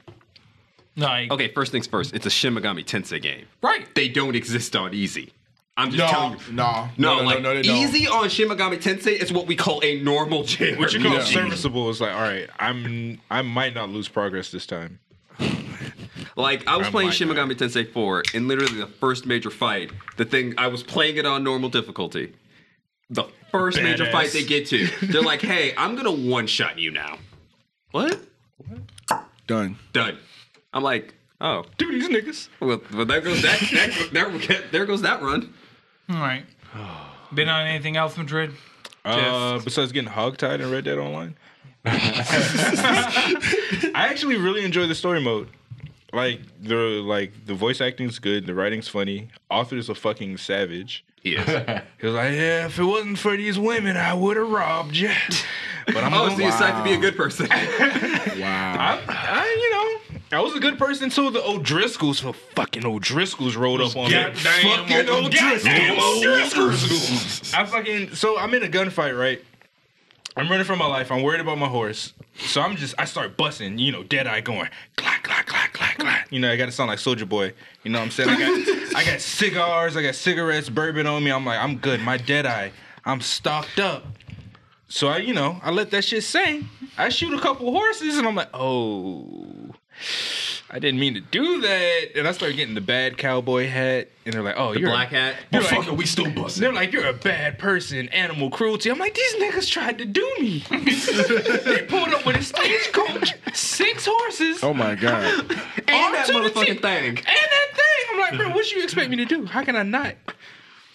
[SPEAKER 1] like
[SPEAKER 4] Okay, first things first. It's a Shin Megami Tensei game.
[SPEAKER 1] right.
[SPEAKER 4] They don't exist on easy. I'm just
[SPEAKER 3] No,
[SPEAKER 4] telling you.
[SPEAKER 3] no,
[SPEAKER 4] No,
[SPEAKER 3] no, no,
[SPEAKER 4] like
[SPEAKER 3] no, they don't.
[SPEAKER 4] easy on Shin Megami Tensei is what we call a normal JRPG.
[SPEAKER 5] What you call
[SPEAKER 3] Yeah.
[SPEAKER 5] serviceable is like, all right, I'm I might not lose progress this time.
[SPEAKER 4] Like I was
[SPEAKER 5] I'm
[SPEAKER 4] playing
[SPEAKER 5] like
[SPEAKER 4] Shin
[SPEAKER 5] that.
[SPEAKER 4] Megami Tensei 4, and literally the first major fight, the thing I was playing it on normal difficulty. The first major
[SPEAKER 5] Badass.
[SPEAKER 4] fight they get to, they're like, "Hey, I'm gonna one shot you now." What?
[SPEAKER 3] Done.
[SPEAKER 4] Done. I'm like, "Oh,
[SPEAKER 5] Do these niggas.
[SPEAKER 4] well, well there goes that, that, there, there goes that run."
[SPEAKER 1] All right. Been on anything else, Madrid?
[SPEAKER 5] Uh, besides getting hogtied in Red Dead Online, I actually really enjoy the story mode. Like the like the voice acting's good, the writing's funny, author's a fucking savage.
[SPEAKER 4] Yes.
[SPEAKER 5] He was like, yeah, if it wasn't for these women, I would have robbed you. But I'm
[SPEAKER 4] oh,
[SPEAKER 5] gonna-
[SPEAKER 4] so you decide to be a good person.
[SPEAKER 3] Wow.
[SPEAKER 5] I, I, you know, I was a good person too. The O'Driscolls, for fucking O'Driscolls rolled up on me. Fucking O'Driscolls. I fucking so I'm in a gunfight, right? I'm running for my life. I'm worried about my horse, so I'm just I start busting, you know, dead eye going clack clack clack clack clack. You know, I gotta sound like Soldier Boy. You know what I'm saying? I got I got cigars, I got cigarettes, bourbon on me. I'm like I'm good. My dead eye, I'm stocked up. So I, you know, I let that shit sing. I shoot a couple horses, and I'm like, oh, I didn't mean to do that. And I started getting the bad cowboy hat. And they're like, oh, you're a-
[SPEAKER 4] Black hat.
[SPEAKER 5] You're
[SPEAKER 2] Fuck
[SPEAKER 5] like,
[SPEAKER 2] it, we still busting.
[SPEAKER 5] they're like, you're a bad person, animal cruelty. I'm like, these niggas tried to do me. they pulled up with a stagecoach, six horses,
[SPEAKER 3] Oh my god.
[SPEAKER 4] And that
[SPEAKER 5] to the team.
[SPEAKER 4] motherfucking thing.
[SPEAKER 5] and that thing. I'm like, bro, what you expect me to do? How can I not?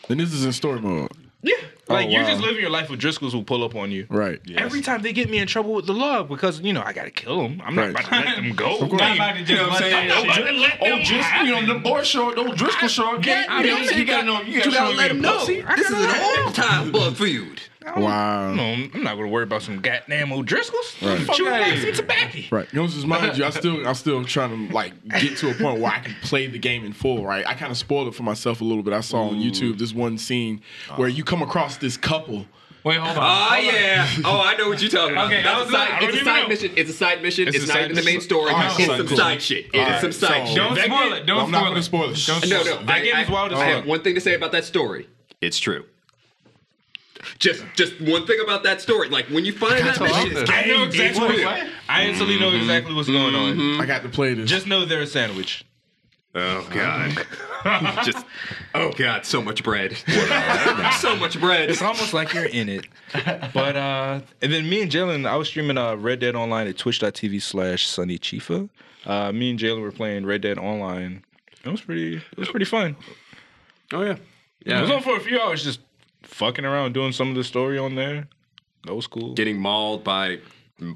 [SPEAKER 3] Then this is in story mode.
[SPEAKER 5] Yeah. Like, you're
[SPEAKER 3] Oh, wow.
[SPEAKER 5] just living your life with Driscoll's who pull up on you.
[SPEAKER 3] Right.
[SPEAKER 5] Every time they get me in trouble with the law because, you know, I got to kill them. I'm not
[SPEAKER 3] Right.
[SPEAKER 5] about to let them go.
[SPEAKER 1] Not about to
[SPEAKER 2] You know
[SPEAKER 1] just
[SPEAKER 2] what I'm
[SPEAKER 1] let
[SPEAKER 2] saying?
[SPEAKER 1] that shit.
[SPEAKER 2] Oh, Driscoll, you know, the boy short, oh, Driscoll short. Get,
[SPEAKER 1] I mean, you gotta know, you gotta, show
[SPEAKER 4] let
[SPEAKER 1] me
[SPEAKER 4] him
[SPEAKER 1] the
[SPEAKER 4] know.
[SPEAKER 1] pussy.
[SPEAKER 4] This is an all-time bug for you.
[SPEAKER 3] Wow.
[SPEAKER 5] No, I'm not gonna worry about some goddamn old Driscoll's.
[SPEAKER 3] Right.
[SPEAKER 5] Fuck you like some tobacco.
[SPEAKER 3] Right. You know, just mind you, I still I'm still trying to like get to a point where I can play the game in full, right? I kind of spoiled it for myself a little bit. I saw on YouTube this one scene
[SPEAKER 1] Uh.
[SPEAKER 3] where you come across this couple.
[SPEAKER 1] Wait, hold on.
[SPEAKER 4] Oh yeah. Oh, I know what you're talking about.
[SPEAKER 1] Okay, I
[SPEAKER 4] That's
[SPEAKER 1] was
[SPEAKER 4] a
[SPEAKER 1] like, I
[SPEAKER 4] side,
[SPEAKER 1] don't
[SPEAKER 4] it's a
[SPEAKER 1] even
[SPEAKER 4] side
[SPEAKER 1] know.
[SPEAKER 4] mission. It's a side mission. It's,
[SPEAKER 5] a
[SPEAKER 4] not
[SPEAKER 5] side
[SPEAKER 4] even the main
[SPEAKER 5] mission.
[SPEAKER 4] story.
[SPEAKER 3] All right,
[SPEAKER 4] it's
[SPEAKER 3] so
[SPEAKER 4] some
[SPEAKER 3] cool.
[SPEAKER 4] side shit. It's
[SPEAKER 3] All
[SPEAKER 4] some
[SPEAKER 3] right,
[SPEAKER 4] side
[SPEAKER 3] so-
[SPEAKER 4] shit.
[SPEAKER 1] Don't spoil it. Don't
[SPEAKER 3] I'm not
[SPEAKER 1] spoil
[SPEAKER 3] gonna
[SPEAKER 1] it.
[SPEAKER 3] spoil it.
[SPEAKER 1] Don't
[SPEAKER 4] No,
[SPEAKER 1] spoil
[SPEAKER 4] no.
[SPEAKER 1] it.
[SPEAKER 5] That
[SPEAKER 4] I-
[SPEAKER 5] game
[SPEAKER 4] I-
[SPEAKER 5] is wild as
[SPEAKER 4] I
[SPEAKER 5] fuck.
[SPEAKER 4] have one thing to say about that story. It's true. Just, just one thing about that story. Like when you find that mission, it's
[SPEAKER 5] I know
[SPEAKER 1] exactly
[SPEAKER 5] what
[SPEAKER 1] what-
[SPEAKER 5] I instantly know exactly what's going on.
[SPEAKER 3] I got to play this.
[SPEAKER 5] Just know they're a sandwich.
[SPEAKER 4] Oh god. Just oh god, so much bread. so much bread.
[SPEAKER 5] It's almost like you're in it. But uh and then me and Jalen, I was streaming uh Red Dead Online at twitch.tv slash Sunny Chifa. Uh me and Jalen were playing Red Dead Online. It was pretty it was pretty fun.
[SPEAKER 4] Oh yeah.
[SPEAKER 5] I was
[SPEAKER 4] Yeah.
[SPEAKER 5] on for a few hours just fucking around doing some of the story on there. That was cool.
[SPEAKER 4] Getting mauled by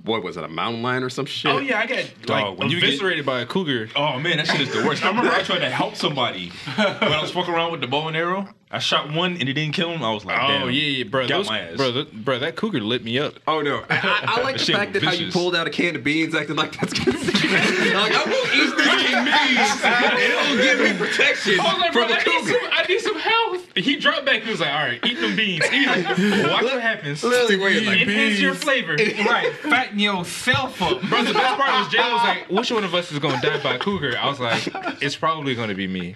[SPEAKER 4] what was it, a mountain lion or some shit?
[SPEAKER 5] Oh yeah, I got like
[SPEAKER 2] when you get-
[SPEAKER 5] eviscerated by a cougar.
[SPEAKER 2] Oh man, that shit is the worst. I remember I tried to help somebody when I was fucking around with the bow and arrow. I shot one and it didn't kill him. I was like,
[SPEAKER 5] Oh
[SPEAKER 2] damn.
[SPEAKER 5] yeah, yeah, bro.
[SPEAKER 2] Got
[SPEAKER 5] those-
[SPEAKER 2] my ass.
[SPEAKER 5] Bro, th- bro, that cougar lit me up.
[SPEAKER 4] Oh no! I, I, I like the
[SPEAKER 2] Shit
[SPEAKER 4] fact that
[SPEAKER 2] was
[SPEAKER 4] how you
[SPEAKER 2] vicious.
[SPEAKER 4] pulled out a can of beans, acting like that's gonna save me. like I'm gonna eat this can of beans. It'll give me protection
[SPEAKER 5] I was like, bro,
[SPEAKER 4] from a
[SPEAKER 5] I need,
[SPEAKER 4] cougar.
[SPEAKER 5] some, I need some health. He dropped back. He was like, all right, eat them beans. Eat them. Watch what happens.
[SPEAKER 4] Literally, wait, like,
[SPEAKER 5] Enhance your flavor.
[SPEAKER 1] Right, fatten yourself up.
[SPEAKER 5] Bro, the best part was Jalen was like, which one of us is going to die by a cougar? I was like, it's probably going to be me.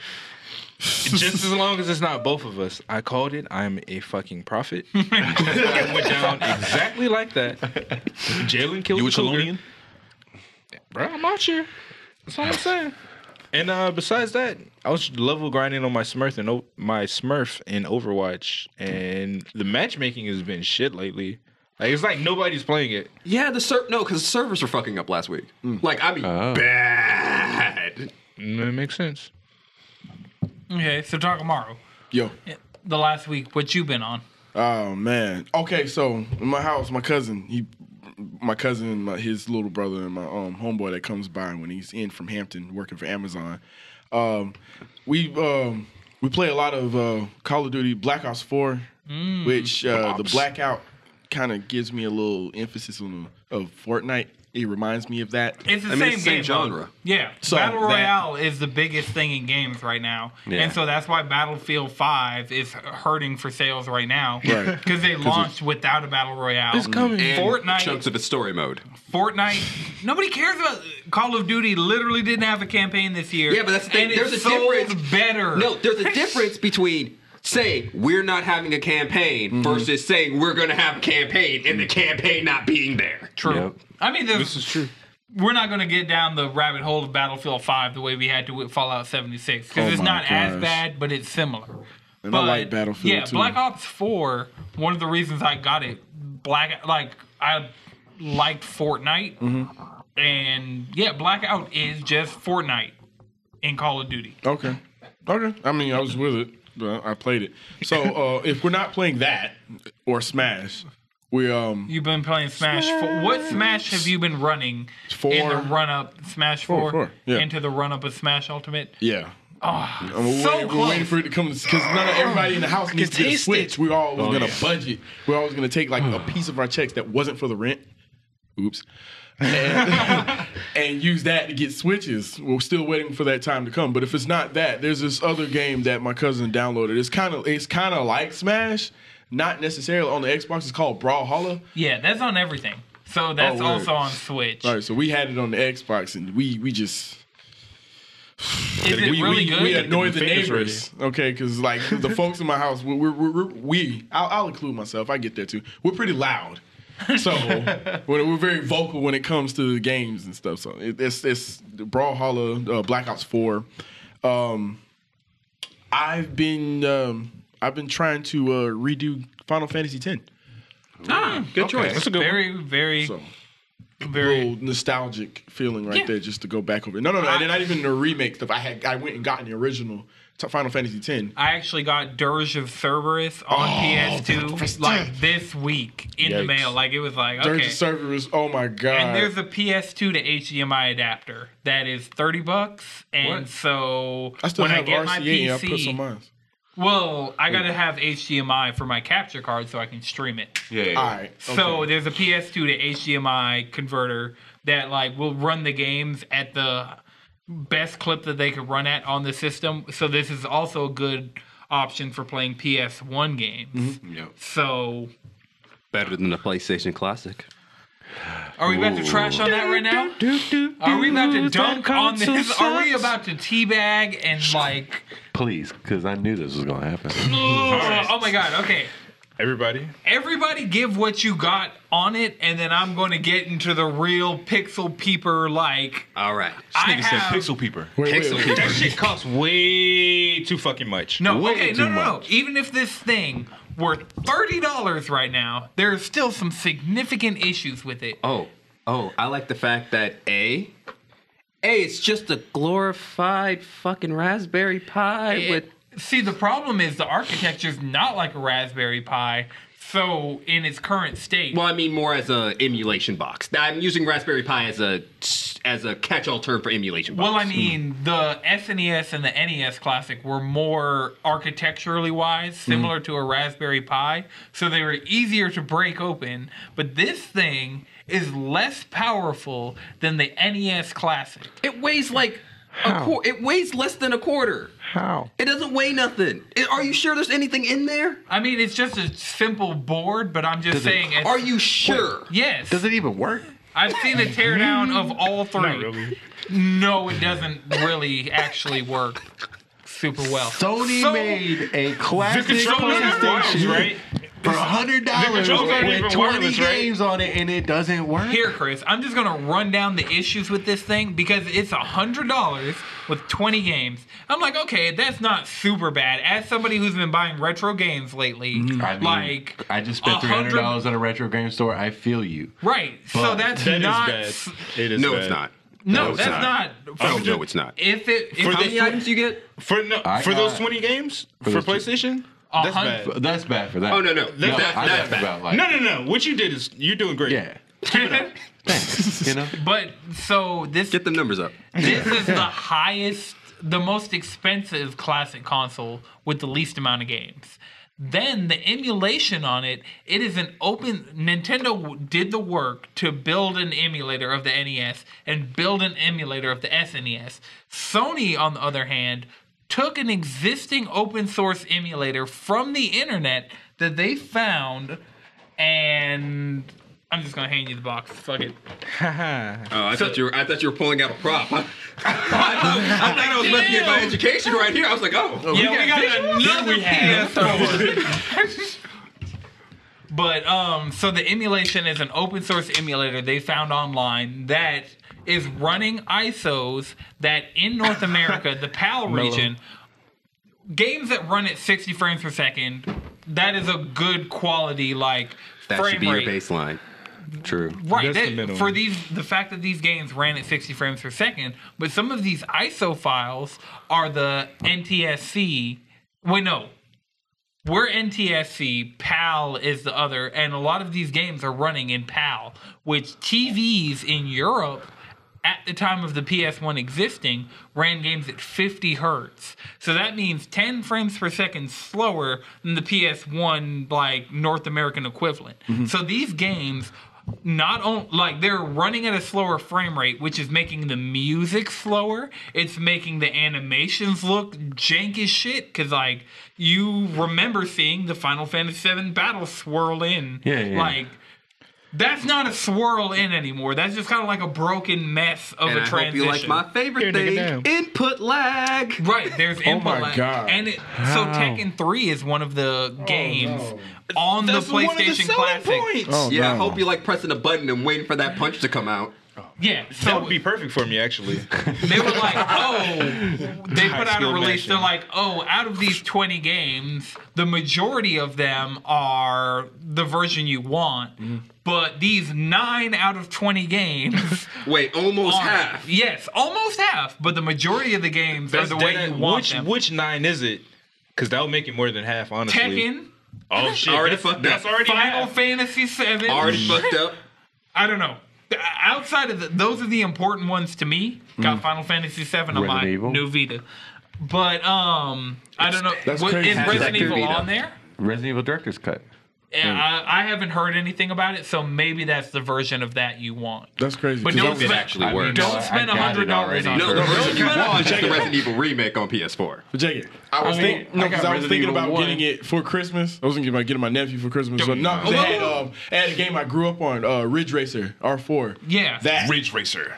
[SPEAKER 5] Just as long as it's not both of us. I called it. I'm a fucking prophet. it went down exactly like that. Jalen killed
[SPEAKER 2] You
[SPEAKER 5] the
[SPEAKER 2] a
[SPEAKER 5] cougar.
[SPEAKER 2] Chelonian?
[SPEAKER 5] bro, I'm out here. That's all I'm saying. And uh, besides that, I was level grinding on my Smurf and o- my Smurf in Overwatch, and the matchmaking has been shit lately. Like it's like nobody's playing it.
[SPEAKER 4] yeah, the ser- no, because the servers were fucking up last week. Like I mean, bad.
[SPEAKER 5] And That makes sense.
[SPEAKER 1] Okay, so talk tomorrow.
[SPEAKER 3] Yo.
[SPEAKER 1] The last week, what you been on?
[SPEAKER 3] Oh man. Okay, so in my house, my cousin, he, my cousin, my, his little brother, and my um homeboy that comes by when he's in from Hampton working for Amazon. Um, we um we play a lot of uh, Call of Duty Black Ops Four, which uh, the blackout kind of gives me a little emphasis on of Fortnite. It reminds me of that.
[SPEAKER 1] It's the
[SPEAKER 4] I mean,
[SPEAKER 1] same
[SPEAKER 4] it's the same
[SPEAKER 1] game
[SPEAKER 4] genre.
[SPEAKER 1] mode. Yeah,
[SPEAKER 3] So
[SPEAKER 1] battle
[SPEAKER 3] that-
[SPEAKER 1] royale is the biggest thing in games right now,
[SPEAKER 6] Yeah.
[SPEAKER 1] and so that's why Battlefield Five is hurting for sales right now
[SPEAKER 3] Right.
[SPEAKER 1] because they launched without a battle royale. It's
[SPEAKER 5] coming.
[SPEAKER 4] And
[SPEAKER 1] Fortnite.
[SPEAKER 4] chunks of the story mode.
[SPEAKER 1] Fortnite. Nobody cares about Call of Duty. Literally didn't have a campaign this year.
[SPEAKER 4] Yeah, but that's the thing.
[SPEAKER 1] And
[SPEAKER 4] there's
[SPEAKER 1] it
[SPEAKER 4] a
[SPEAKER 1] sold
[SPEAKER 4] difference.
[SPEAKER 1] Better.
[SPEAKER 4] No, there's a difference between saying we're not having a campaign versus saying we're gonna have a campaign and the campaign not being there.
[SPEAKER 1] True.
[SPEAKER 6] Yep.
[SPEAKER 1] I mean,
[SPEAKER 5] This is true.
[SPEAKER 1] We're not going to get down the rabbit hole of Battlefield 5 the way we had to with Fallout 76 because
[SPEAKER 3] Oh
[SPEAKER 1] it's
[SPEAKER 3] my
[SPEAKER 1] not as
[SPEAKER 3] gosh.
[SPEAKER 1] bad, but it's similar.
[SPEAKER 3] And I like Battlefield
[SPEAKER 1] Yeah,
[SPEAKER 3] too.
[SPEAKER 1] Black Ops 4. One of the reasons I got it, Black like I liked Fortnite,
[SPEAKER 3] Mm-hmm.
[SPEAKER 1] and yeah, Blackout is just Fortnite in Call of Duty.
[SPEAKER 3] Okay. Okay. I mean, I was with it. But I played it. So uh, if we're not playing that or Smash, we um
[SPEAKER 1] You've been playing Smash. Four. What Smash have you been running in the
[SPEAKER 3] Four.
[SPEAKER 1] run up Smash Four,
[SPEAKER 3] four, yeah.
[SPEAKER 1] into the run up of Smash Ultimate?
[SPEAKER 3] Yeah. And we're,
[SPEAKER 1] Ah, so
[SPEAKER 3] waiting, we're waiting
[SPEAKER 1] close. Ah,
[SPEAKER 3] for it to come because none of everybody in the house needs to get a
[SPEAKER 5] taste
[SPEAKER 3] switch.
[SPEAKER 5] it.
[SPEAKER 3] We're always gonna budget. We're always gonna take like a piece of our checks that wasn't for the rent. Oops. And, and use that to get switches. We're still waiting for that time to come. But if it's not that, there's this other game that my cousin downloaded. It's kind of it's kind of like Smash, not necessarily on the Xbox. It's called Brawlhalla.
[SPEAKER 1] Yeah, that's on everything. So that's
[SPEAKER 3] Oh, word.
[SPEAKER 1] also on Switch.
[SPEAKER 3] All right, so we had it on the Xbox, and we we just
[SPEAKER 1] Is it
[SPEAKER 3] we,
[SPEAKER 1] really
[SPEAKER 3] we,
[SPEAKER 1] good?
[SPEAKER 3] we annoyed the
[SPEAKER 5] fingers
[SPEAKER 3] neighbors, okay? Because like the folks in my house, we're, we're, we're, we, I'll, I'll include myself. I get there too. We're pretty loud, So we're, we're very vocal when it comes to the games and stuff. So it, it's it's Brawlhalla, uh, Black Ops Four. Um, I've been um, I've been trying to uh, redo Final Fantasy X.
[SPEAKER 4] Ah, good choice.
[SPEAKER 5] That's a good
[SPEAKER 1] very, very,
[SPEAKER 3] So
[SPEAKER 1] very.
[SPEAKER 3] little nostalgic feeling right
[SPEAKER 4] Yeah.
[SPEAKER 3] there just to go back over. No, no, no, and not even the remake stuff. I had I went and got the original t- Final Fantasy X.
[SPEAKER 1] I actually got Dirge of Cerberus on
[SPEAKER 3] Oh,
[SPEAKER 1] PS2 like this week in the
[SPEAKER 3] Yikes.
[SPEAKER 1] mail. Like it was like okay.
[SPEAKER 3] Dirge of Cerberus. Oh my god.
[SPEAKER 1] and there's a PS2 to HDMI adapter that is thirty bucks, and
[SPEAKER 5] What?
[SPEAKER 1] so
[SPEAKER 3] I still
[SPEAKER 1] when I
[SPEAKER 3] have
[SPEAKER 1] get
[SPEAKER 3] RCA
[SPEAKER 1] my
[SPEAKER 3] and I
[SPEAKER 1] PC,
[SPEAKER 3] put some mine.
[SPEAKER 1] well, I gotta have HDMI for my capture card so I can stream it.
[SPEAKER 6] Yeah.
[SPEAKER 3] All right.
[SPEAKER 1] So there's a PS2 to HDMI converter that like will run the games at the best clip that they could run at on the system. So this is also a good option for playing PS1 games. So
[SPEAKER 4] Mm-hmm. Better than the PlayStation Classic.
[SPEAKER 1] are we about to trash on that right now? Are we about to dunk on this? Are we about to teabag and like?
[SPEAKER 6] Please, because I knew this was gonna happen.
[SPEAKER 1] Ugh, oh my god! Okay,
[SPEAKER 5] Everybody.
[SPEAKER 1] everybody give what you got on it, and then I'm going to get into the real pixel peeper like.
[SPEAKER 4] All right.
[SPEAKER 1] I
[SPEAKER 2] Nigga said
[SPEAKER 1] have
[SPEAKER 2] pixel peeper.
[SPEAKER 3] Wait, wait,
[SPEAKER 4] Pixel
[SPEAKER 3] wait.
[SPEAKER 5] That shit costs way too fucking much.
[SPEAKER 1] No,
[SPEAKER 6] Way
[SPEAKER 1] okay,
[SPEAKER 6] too
[SPEAKER 1] no, no, no.
[SPEAKER 6] much.
[SPEAKER 1] Even if this thing were thirty dollars right now, there are still some significant issues with it.
[SPEAKER 4] Oh, oh, I like the fact that A, A, it's just a glorified fucking Raspberry Pi
[SPEAKER 1] It-
[SPEAKER 4] with.
[SPEAKER 1] see, the problem is the architecture's not like a Raspberry Pi, so in its current state,
[SPEAKER 4] Well, I mean more as a emulation box. I'm using Raspberry Pi as a as a catch-all term for emulation box.
[SPEAKER 1] Well,
[SPEAKER 6] Hmm.
[SPEAKER 1] I mean, the SNES and the NES Classic were more architecturally wise,
[SPEAKER 6] Hmm.
[SPEAKER 1] similar to a Raspberry Pi, so they were easier to break open. But this thing is less powerful than the NES Classic.
[SPEAKER 4] it weighs like a qu- it weighs less than a quarter.
[SPEAKER 6] How?
[SPEAKER 4] It doesn't weigh nothing. I- Are you sure there's anything in there?
[SPEAKER 1] I mean, it's just a simple board, but I'm just
[SPEAKER 6] it-
[SPEAKER 1] saying. it's-
[SPEAKER 4] Are you sure?
[SPEAKER 1] Yes.
[SPEAKER 6] Does it even work?
[SPEAKER 1] I've seen a teardown of all three.
[SPEAKER 5] really.
[SPEAKER 1] No, it doesn't really actually work super well.
[SPEAKER 6] Sony
[SPEAKER 1] So-
[SPEAKER 6] made a classic
[SPEAKER 1] controller is
[SPEAKER 6] PlayStation
[SPEAKER 5] right?
[SPEAKER 6] for hundred dollars
[SPEAKER 5] controller ain't
[SPEAKER 6] with
[SPEAKER 5] even
[SPEAKER 6] twenty
[SPEAKER 5] wireless, right?
[SPEAKER 6] games on it, and it doesn't work.
[SPEAKER 1] Here, Chris, I'm just gonna run down the issues with this thing because it's a hundred dollars with 20 games. I'm like, okay, that's not super bad. As somebody who's been buying retro games lately,
[SPEAKER 6] Mm-hmm. I mean,
[SPEAKER 1] like
[SPEAKER 6] I just spent
[SPEAKER 1] a
[SPEAKER 6] three
[SPEAKER 1] hundred-
[SPEAKER 6] hundred dollars at a retro game store. I feel you.
[SPEAKER 1] right? so
[SPEAKER 6] But
[SPEAKER 1] that's
[SPEAKER 5] That is
[SPEAKER 1] not.
[SPEAKER 5] bad. It is bad.
[SPEAKER 1] No,
[SPEAKER 4] it's
[SPEAKER 1] that's not.
[SPEAKER 4] not. Oh, no, it's not.
[SPEAKER 1] If it, if
[SPEAKER 5] For
[SPEAKER 1] how
[SPEAKER 5] the
[SPEAKER 1] many
[SPEAKER 5] three-
[SPEAKER 1] items you get?
[SPEAKER 5] For no,
[SPEAKER 6] I
[SPEAKER 5] for those
[SPEAKER 6] got-
[SPEAKER 5] 20 games
[SPEAKER 6] For
[SPEAKER 5] for
[SPEAKER 6] those two-
[SPEAKER 5] PlayStation,
[SPEAKER 1] A
[SPEAKER 5] that's
[SPEAKER 1] hundred-
[SPEAKER 5] bad.
[SPEAKER 6] That's bad for that.
[SPEAKER 4] Oh, no, no.
[SPEAKER 6] no
[SPEAKER 4] That's-
[SPEAKER 6] I'm
[SPEAKER 4] that's
[SPEAKER 6] talking
[SPEAKER 4] bad.
[SPEAKER 6] about like
[SPEAKER 5] No, no, no. What you did is you're doing great.
[SPEAKER 6] yeah. Thanks. You know.
[SPEAKER 1] But so this
[SPEAKER 4] Get the numbers up.
[SPEAKER 1] this is the highest, the most expensive classic console with the least amount of games. Then the emulation on it, it is an open. Nintendo w- did the work to build an emulator of the NES and build an emulator of the SNES. Sony, on the other hand, took an existing open source emulator from the internet that they found, and I'm just gonna hand you the box. Fuck it.
[SPEAKER 4] Oh, I thought you were I thought you were pulling out a prop. I, I, thought, I thought I was about to get my education right here. I was like, oh,
[SPEAKER 1] Yeah, we got another PS4. but um, so the emulation is an open source emulator they found online that is running ISOs that in North America, the PAL region, games that run at 60 frames per second, that is a good quality like
[SPEAKER 4] that
[SPEAKER 1] frame
[SPEAKER 4] should be
[SPEAKER 1] rate.
[SPEAKER 4] your baseline.
[SPEAKER 6] True.
[SPEAKER 1] Right.
[SPEAKER 5] That's
[SPEAKER 1] that-
[SPEAKER 5] the minimum.
[SPEAKER 1] for these, the fact that these games ran at 60 frames per second, but some of these ISO files are the NTSC. Wait, no. We're NTSC, PAL is the other, and a lot of these games are running in PAL, which TVs in Europe at the time of the PS1 existing ran games at 50 hertz. So that means 10 frames per second slower than the PS1 like North American equivalent.
[SPEAKER 5] Mm-hmm.
[SPEAKER 1] So these games not on like they're running at a slower frame rate, which is making the music slower. It's making the animations look jank as shit. Cause like you remember seeing the Final Fantasy VII battle swirl in,
[SPEAKER 6] Yeah, yeah, yeah.
[SPEAKER 1] like That's not a swirl in anymore. That's just kind of like a broken mess of
[SPEAKER 4] And
[SPEAKER 1] a
[SPEAKER 4] I hope
[SPEAKER 1] transition.
[SPEAKER 4] you like my favorite
[SPEAKER 5] Here, nigga,
[SPEAKER 4] thing:
[SPEAKER 5] down.
[SPEAKER 4] input lag.
[SPEAKER 1] Right, there's
[SPEAKER 5] Oh
[SPEAKER 1] input
[SPEAKER 3] my
[SPEAKER 1] lag.
[SPEAKER 3] God.
[SPEAKER 1] And it, so Tekken 3 is one of the games on
[SPEAKER 5] Oh, That's
[SPEAKER 1] the
[SPEAKER 5] one of the
[SPEAKER 1] PlayStation
[SPEAKER 5] selling
[SPEAKER 1] Classic.
[SPEAKER 5] points.
[SPEAKER 3] Oh,
[SPEAKER 4] Yeah, I
[SPEAKER 3] no.
[SPEAKER 4] hope you like pressing a button and waiting for that punch to come out.
[SPEAKER 1] Yeah,
[SPEAKER 5] That
[SPEAKER 1] so
[SPEAKER 5] would be perfect for me, actually.
[SPEAKER 1] they were like, oh, they put out a
[SPEAKER 5] skill
[SPEAKER 1] release. They're
[SPEAKER 5] matching.
[SPEAKER 1] like, oh, out of these 20 games, the majority of them are the version you want.
[SPEAKER 5] Mm-hmm.
[SPEAKER 1] But these nine out of 20 games
[SPEAKER 4] Wait, almost
[SPEAKER 1] are,
[SPEAKER 4] half.
[SPEAKER 1] yes, almost half, but the majority of the games are
[SPEAKER 5] That's
[SPEAKER 1] the way
[SPEAKER 5] dead
[SPEAKER 1] you
[SPEAKER 5] end.
[SPEAKER 1] want
[SPEAKER 5] which
[SPEAKER 1] them.
[SPEAKER 5] which nine is it? Because that would make it more than half, honestly.
[SPEAKER 1] Tekken,
[SPEAKER 5] Oh shit!
[SPEAKER 4] Already
[SPEAKER 5] that's,
[SPEAKER 4] fucked
[SPEAKER 5] that's
[SPEAKER 4] up.
[SPEAKER 5] already
[SPEAKER 1] Final
[SPEAKER 5] half.
[SPEAKER 1] Fantasy VII.
[SPEAKER 4] Already fucked up.
[SPEAKER 1] I don't know. Th- Outside of the, those are the important ones to me. Got Final Fantasy VII on my
[SPEAKER 6] Resident Evil?
[SPEAKER 1] new Vita, but um, I don't know.
[SPEAKER 3] That's
[SPEAKER 1] What-
[SPEAKER 3] crazy.
[SPEAKER 1] Is
[SPEAKER 3] Hashtag
[SPEAKER 1] Resident Evil
[SPEAKER 4] Vita.
[SPEAKER 1] on there?
[SPEAKER 6] Resident Evil Director's Cut.
[SPEAKER 1] Yeah, I, I haven't heard anything about it, so maybe that's the version of that you want.
[SPEAKER 3] That's crazy.
[SPEAKER 1] But
[SPEAKER 3] 'cause
[SPEAKER 1] don't
[SPEAKER 3] I'm-
[SPEAKER 1] spend,
[SPEAKER 4] actually
[SPEAKER 1] I mean,
[SPEAKER 4] works.
[SPEAKER 1] Don't
[SPEAKER 6] I
[SPEAKER 1] spend
[SPEAKER 6] got it
[SPEAKER 1] hundred dollars on
[SPEAKER 6] already.
[SPEAKER 4] No,
[SPEAKER 1] it.
[SPEAKER 4] the version you want is just the Resident Evil remake on PS4.
[SPEAKER 3] But check it.
[SPEAKER 6] I
[SPEAKER 3] I was
[SPEAKER 6] mean,
[SPEAKER 3] thinking, no,
[SPEAKER 6] I got
[SPEAKER 3] 'cause I was
[SPEAKER 6] Resident
[SPEAKER 3] thinking
[SPEAKER 6] Evil
[SPEAKER 3] about
[SPEAKER 6] 1.
[SPEAKER 3] getting it for Christmas. I was thinking about getting my nephew for Christmas. So no, 'cause they had, um, I had a game I grew up on, uh, Ridge Racer R4.
[SPEAKER 1] Yeah,
[SPEAKER 3] That
[SPEAKER 2] Ridge Racer.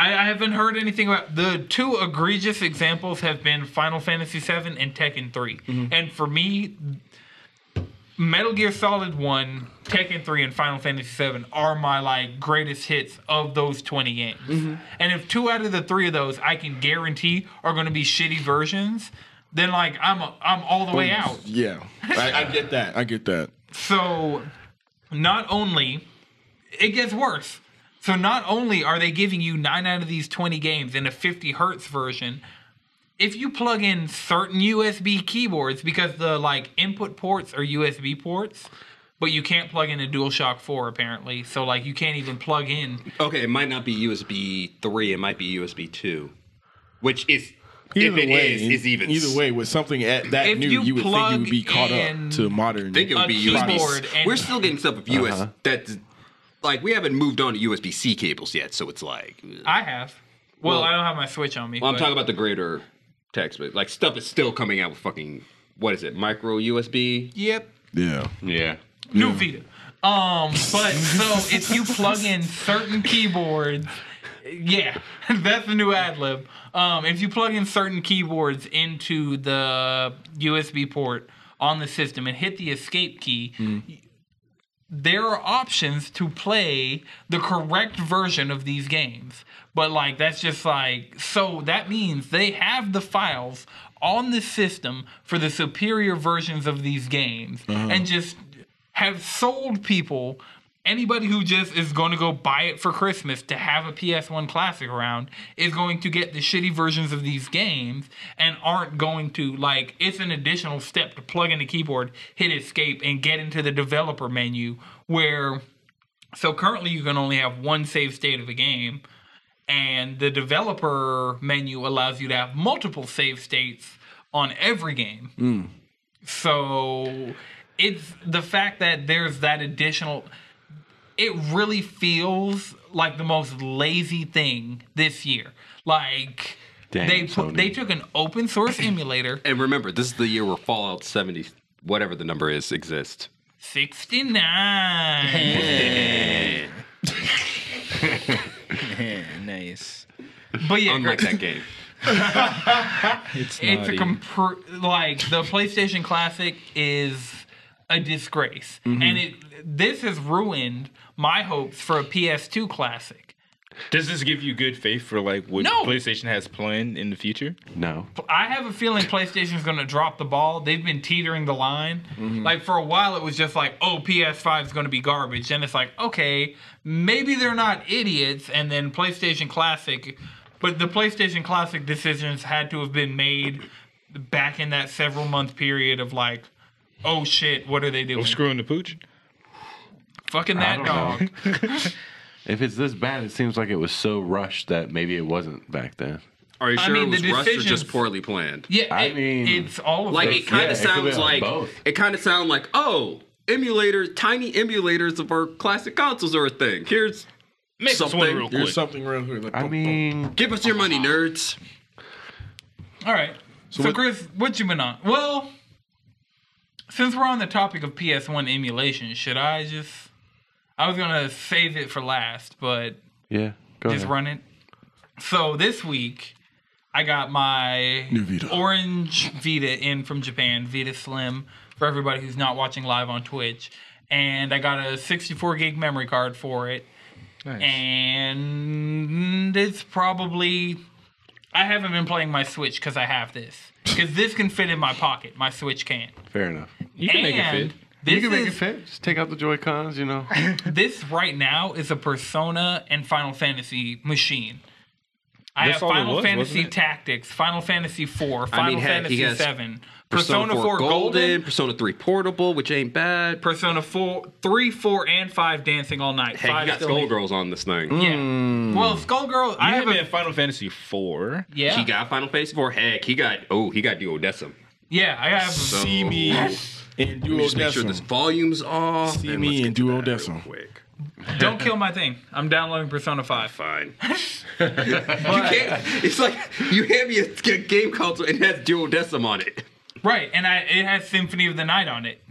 [SPEAKER 1] I, I haven't heard anything about the two egregious examples have been Final Fantasy VII and Tekken 3. And for me, Metal Gear Solid 1, Tekken 3, and Final Fantasy 7 are my like greatest hits of those 20 games. And if two out of the three of those I can guarantee are going to be shitty versions, then like I'm a, I'm all the way out.
[SPEAKER 3] Yeah, I, I get that. I get that.
[SPEAKER 1] So not only it gets worse. So not only are they giving you 9 out of these 20 games in a 50 hertz version, if you plug in certain USB keyboards because the like input ports are USB ports, but you can't plug in a DualShock 4 apparently. So like you can't even plug in
[SPEAKER 4] Okay, it might not be USB three. It might be USB two, which is
[SPEAKER 3] Either
[SPEAKER 4] if it
[SPEAKER 3] way,
[SPEAKER 4] is, is even.
[SPEAKER 3] either way, with something at that
[SPEAKER 1] If
[SPEAKER 3] new,
[SPEAKER 1] you
[SPEAKER 3] you, would think you
[SPEAKER 1] plug
[SPEAKER 3] would be caught
[SPEAKER 1] in-
[SPEAKER 3] up to modern.
[SPEAKER 4] I think it
[SPEAKER 1] A
[SPEAKER 4] would be
[SPEAKER 1] keyboard
[SPEAKER 4] USB.
[SPEAKER 1] and-
[SPEAKER 4] We're still getting stuff of USB.
[SPEAKER 3] Uh-huh.
[SPEAKER 4] That's like we haven't moved on to USB C cables yet, so it's like
[SPEAKER 1] I have. Well, I don't have my Switch on me.
[SPEAKER 4] Well, I'm
[SPEAKER 1] but-
[SPEAKER 4] talking about the greater text, but like stuff is still coming out with fucking what is it? Micro USB.
[SPEAKER 1] Yep.
[SPEAKER 3] yeah,
[SPEAKER 6] Yeah.
[SPEAKER 1] New Vita. Um, but so if you plug in certain keyboards, yeah, that's the new ad lib. Um, if you plug in certain keyboards into the USB port on the system and hit the escape key, there are options to play the correct version of these games. But like that's just like so that means they have the files on the system for the superior versions of these games and just have sold people anybody who just is going to go buy it for Christmas to have a PS1 classic around is going to get the shitty versions of these games and aren't going to like it's an additional step to plug in a keyboard, hit escape and get into the developer menu where so currently you can only have one save state of a game and the developer menu allows you to have multiple save states on every game. So it's the fact that there's that additional. It really feels like the most lazy thing this year. Like
[SPEAKER 6] Damn,
[SPEAKER 1] they put,
[SPEAKER 6] Sony.
[SPEAKER 1] they took an open source emulator,
[SPEAKER 4] And remember, this is the year where Fallout 70, whatever the number is, exists.
[SPEAKER 1] sixty nine.
[SPEAKER 5] nice.
[SPEAKER 1] but yeah,
[SPEAKER 4] Unlike
[SPEAKER 1] Chris,
[SPEAKER 4] that game.
[SPEAKER 5] It's,
[SPEAKER 1] it's a
[SPEAKER 5] naughty.
[SPEAKER 1] compr- like the PlayStation Classic is a disgrace,
[SPEAKER 4] Mm-hmm.
[SPEAKER 1] and it this has ruined my hopes for a PS2 Classic.
[SPEAKER 5] Does this give you good faith for like what
[SPEAKER 1] No.
[SPEAKER 5] PlayStation has planned in the future?
[SPEAKER 6] No.
[SPEAKER 1] I have a feeling PlayStation's going to drop the ball. They've been teetering the line.
[SPEAKER 6] Mm-hmm.
[SPEAKER 1] Like for a while, it was just like, oh, PS5 is going to be garbage. Then it's like, okay, maybe they're not idiots. And then PlayStation Classic, but the PlayStation Classic decisions had to have been made back in that several month period of like, oh shit, what are they doing?
[SPEAKER 5] Of screwing the pooch?
[SPEAKER 1] Fucking that
[SPEAKER 6] don't know.
[SPEAKER 1] dog.
[SPEAKER 6] If it's this bad, it seems like it was so rushed that maybe it wasn't back then.
[SPEAKER 4] Are you
[SPEAKER 1] I
[SPEAKER 4] sure
[SPEAKER 1] mean,
[SPEAKER 4] it was
[SPEAKER 1] the
[SPEAKER 4] rushed or
[SPEAKER 1] decisions-
[SPEAKER 4] just poorly planned?
[SPEAKER 1] Yeah,
[SPEAKER 6] I
[SPEAKER 1] it-
[SPEAKER 6] mean-
[SPEAKER 1] it's all of
[SPEAKER 4] Like
[SPEAKER 1] those.
[SPEAKER 4] it kind
[SPEAKER 6] yeah,
[SPEAKER 4] of
[SPEAKER 6] it could be
[SPEAKER 4] sounds
[SPEAKER 6] on
[SPEAKER 4] like
[SPEAKER 6] both.
[SPEAKER 4] it kind of sounds like oh, emulators, tiny emulators of our classic consoles are a thing. Here's
[SPEAKER 5] Make this one
[SPEAKER 4] Something.
[SPEAKER 5] real quick.
[SPEAKER 3] there's something real here. Like,
[SPEAKER 6] I
[SPEAKER 3] boom,
[SPEAKER 6] mean,
[SPEAKER 4] give us your money, nerds.
[SPEAKER 1] All right. So,
[SPEAKER 3] what-
[SPEAKER 1] Chris, what you been on? Well, since we're on the topic of PS1 emulation, should I just I was gonna save it for last, but
[SPEAKER 6] Yeah. Go
[SPEAKER 1] just
[SPEAKER 6] ahead.
[SPEAKER 1] run it. So this week, I got my
[SPEAKER 3] New Vita.
[SPEAKER 1] orange Vita in from Japan, Vita Slim, for everybody who's not watching live on Twitch. And I got a 64 gig memory card for it. And it's probably. I haven't been playing my Switch because I have this. Because this can fit in my pocket. My Switch can't.
[SPEAKER 6] Fair enough.
[SPEAKER 5] You can make it
[SPEAKER 1] And
[SPEAKER 5] fit.
[SPEAKER 1] This
[SPEAKER 6] you can
[SPEAKER 1] is-
[SPEAKER 6] make it fit. Just take out the Joy Cons, you know.
[SPEAKER 1] this right now is a Persona and Final Fantasy machine. I
[SPEAKER 5] That's
[SPEAKER 1] have
[SPEAKER 5] all it
[SPEAKER 1] Final
[SPEAKER 5] was,
[SPEAKER 1] Fantasy
[SPEAKER 5] wasn't it?
[SPEAKER 1] Tactics, Final Fantasy IV, Final
[SPEAKER 4] mean, heck,
[SPEAKER 1] Fantasy
[SPEAKER 4] he
[SPEAKER 1] VII,
[SPEAKER 4] has
[SPEAKER 1] Persona,
[SPEAKER 4] Persona,
[SPEAKER 1] 4,
[SPEAKER 4] 4
[SPEAKER 1] Golden,
[SPEAKER 4] Golden, Persona 3 Portable, which ain't bad.
[SPEAKER 1] Persona 4, 3, 4, and 5 Dancing All Night.
[SPEAKER 4] Heck, you
[SPEAKER 1] Five
[SPEAKER 4] got Hmm.
[SPEAKER 1] still needs-
[SPEAKER 4] Skullgirls on this thing.
[SPEAKER 1] Yeah. Well, Skullgirl, I
[SPEAKER 5] I
[SPEAKER 1] have
[SPEAKER 5] have been in
[SPEAKER 1] a,
[SPEAKER 5] Final Fantasy four.
[SPEAKER 1] yeah,
[SPEAKER 4] He got Final Fantasy 4. Heck, he got, oh, he got Duodecim.
[SPEAKER 1] yeah, I have.
[SPEAKER 4] See me.
[SPEAKER 3] And
[SPEAKER 4] Let me just make sure this
[SPEAKER 3] duodecim.
[SPEAKER 4] volume's off.
[SPEAKER 3] See
[SPEAKER 4] and
[SPEAKER 3] me
[SPEAKER 4] let's
[SPEAKER 3] and
[SPEAKER 4] get
[SPEAKER 3] Duo
[SPEAKER 4] that real
[SPEAKER 3] Decim.
[SPEAKER 4] Quick.
[SPEAKER 1] Don't kill my thing. I'm downloading Persona 5.
[SPEAKER 4] Fine. you can't, it's like you hand me a g- game console and it has Duodecim on it.
[SPEAKER 1] Right, and I it has Symphony of the Night on it,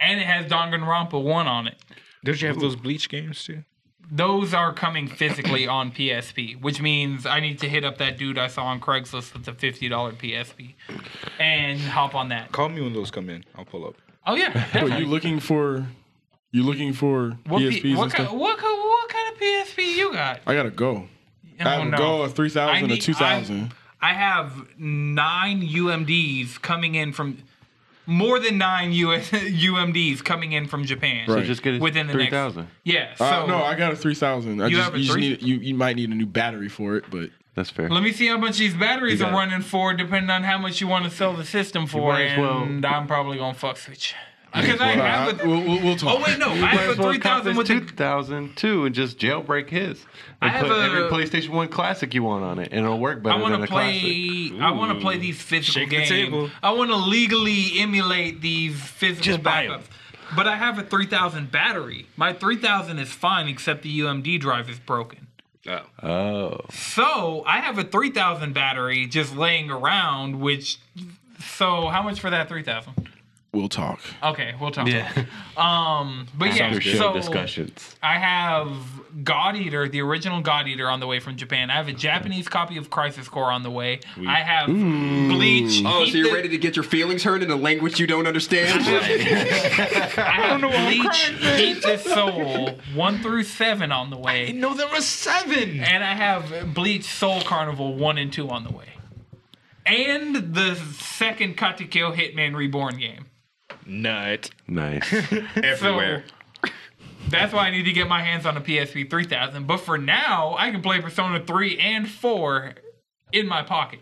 [SPEAKER 1] and it has Danganronpa 1 on it.
[SPEAKER 5] Don't you have those Bleach games too?
[SPEAKER 1] those are coming physically on PSP, which means I need to hit up that dude I saw on Craigslist with the fifty dollar PSP and hop on that.
[SPEAKER 5] Call me when those come in. I'll pull up.
[SPEAKER 1] Oh yeah,
[SPEAKER 3] Wait, you
[SPEAKER 1] definitely.
[SPEAKER 3] looking for? You looking for
[SPEAKER 1] What,
[SPEAKER 3] ESPs
[SPEAKER 1] P- what,
[SPEAKER 3] and
[SPEAKER 1] kind,
[SPEAKER 3] stuff?
[SPEAKER 1] what, ki- what kind of PSP you got?
[SPEAKER 3] I gotta go.
[SPEAKER 1] I
[SPEAKER 3] I
[SPEAKER 1] don't
[SPEAKER 3] gotta go a three
[SPEAKER 1] I
[SPEAKER 3] thousand or
[SPEAKER 1] need-
[SPEAKER 3] two thousand.
[SPEAKER 1] I, I have nine UMDs coming in from more than nine US, UMDs coming in from Japan.
[SPEAKER 3] Right.
[SPEAKER 6] So just get it
[SPEAKER 1] Within the
[SPEAKER 6] three
[SPEAKER 1] next-
[SPEAKER 6] thousand.
[SPEAKER 1] Yeah. So
[SPEAKER 3] Uh, no, I got a three thousand. I
[SPEAKER 1] You
[SPEAKER 3] just,
[SPEAKER 1] have a
[SPEAKER 3] you, just
[SPEAKER 1] three-
[SPEAKER 3] need, you you might need a new battery for it, but
[SPEAKER 6] That's fair.
[SPEAKER 1] Let me see how much these batteries
[SPEAKER 6] You
[SPEAKER 1] are
[SPEAKER 6] got it.
[SPEAKER 1] running for, depending on how much you want to sell the system for.
[SPEAKER 6] might as well-
[SPEAKER 1] And I'm probably gonna fuck switch because I
[SPEAKER 3] Well,
[SPEAKER 1] have
[SPEAKER 3] I-
[SPEAKER 1] a.
[SPEAKER 3] we'll, we'll, we'll talk.
[SPEAKER 1] Oh wait, no, I have a three thousand with the.
[SPEAKER 6] 2002 and just jailbreak his.
[SPEAKER 1] I
[SPEAKER 6] And
[SPEAKER 1] have
[SPEAKER 6] put every
[SPEAKER 1] a-
[SPEAKER 6] PlayStation 1 classic you want on it, and it'll work better
[SPEAKER 1] I want
[SPEAKER 6] than
[SPEAKER 1] to
[SPEAKER 6] a classic.
[SPEAKER 1] play. I want to play these physical
[SPEAKER 5] Shake the
[SPEAKER 1] games.
[SPEAKER 5] table.
[SPEAKER 1] I want to legally emulate these physical
[SPEAKER 6] Just buy 'em.
[SPEAKER 1] backups. But I have a three thousand battery. My three thousand is fine, except the UMD drive is broken.
[SPEAKER 4] Oh.
[SPEAKER 6] Oh,
[SPEAKER 1] So I have a three thousand battery just laying around. Which, so how much for that three thousand?
[SPEAKER 3] We'll talk.
[SPEAKER 1] Okay, we'll talk.
[SPEAKER 6] yeah.
[SPEAKER 1] Um, but yeah,
[SPEAKER 6] After show
[SPEAKER 1] so
[SPEAKER 6] discussions.
[SPEAKER 1] I have God Eater, the original God Eater, on the way from Japan. I have a Japanese copy of Crisis Core on the way. I have Bleach.
[SPEAKER 4] Oh,
[SPEAKER 1] Heat
[SPEAKER 4] so you're
[SPEAKER 1] the-
[SPEAKER 4] ready to get your feelings hurt in a language you don't understand?
[SPEAKER 1] I have Bleach, Heat the Soul, one through seven on the way,
[SPEAKER 5] No, there were seven.
[SPEAKER 1] and I have Bleach Soul Carnival one and two on the way, and the second Katakyo Hitman Reborn game.
[SPEAKER 5] Nut.
[SPEAKER 6] Nice.
[SPEAKER 4] Everywhere.
[SPEAKER 1] That's why I need to get my hands on a PSP 3000. But for now, I can play Persona 3 and 4 in my pocket.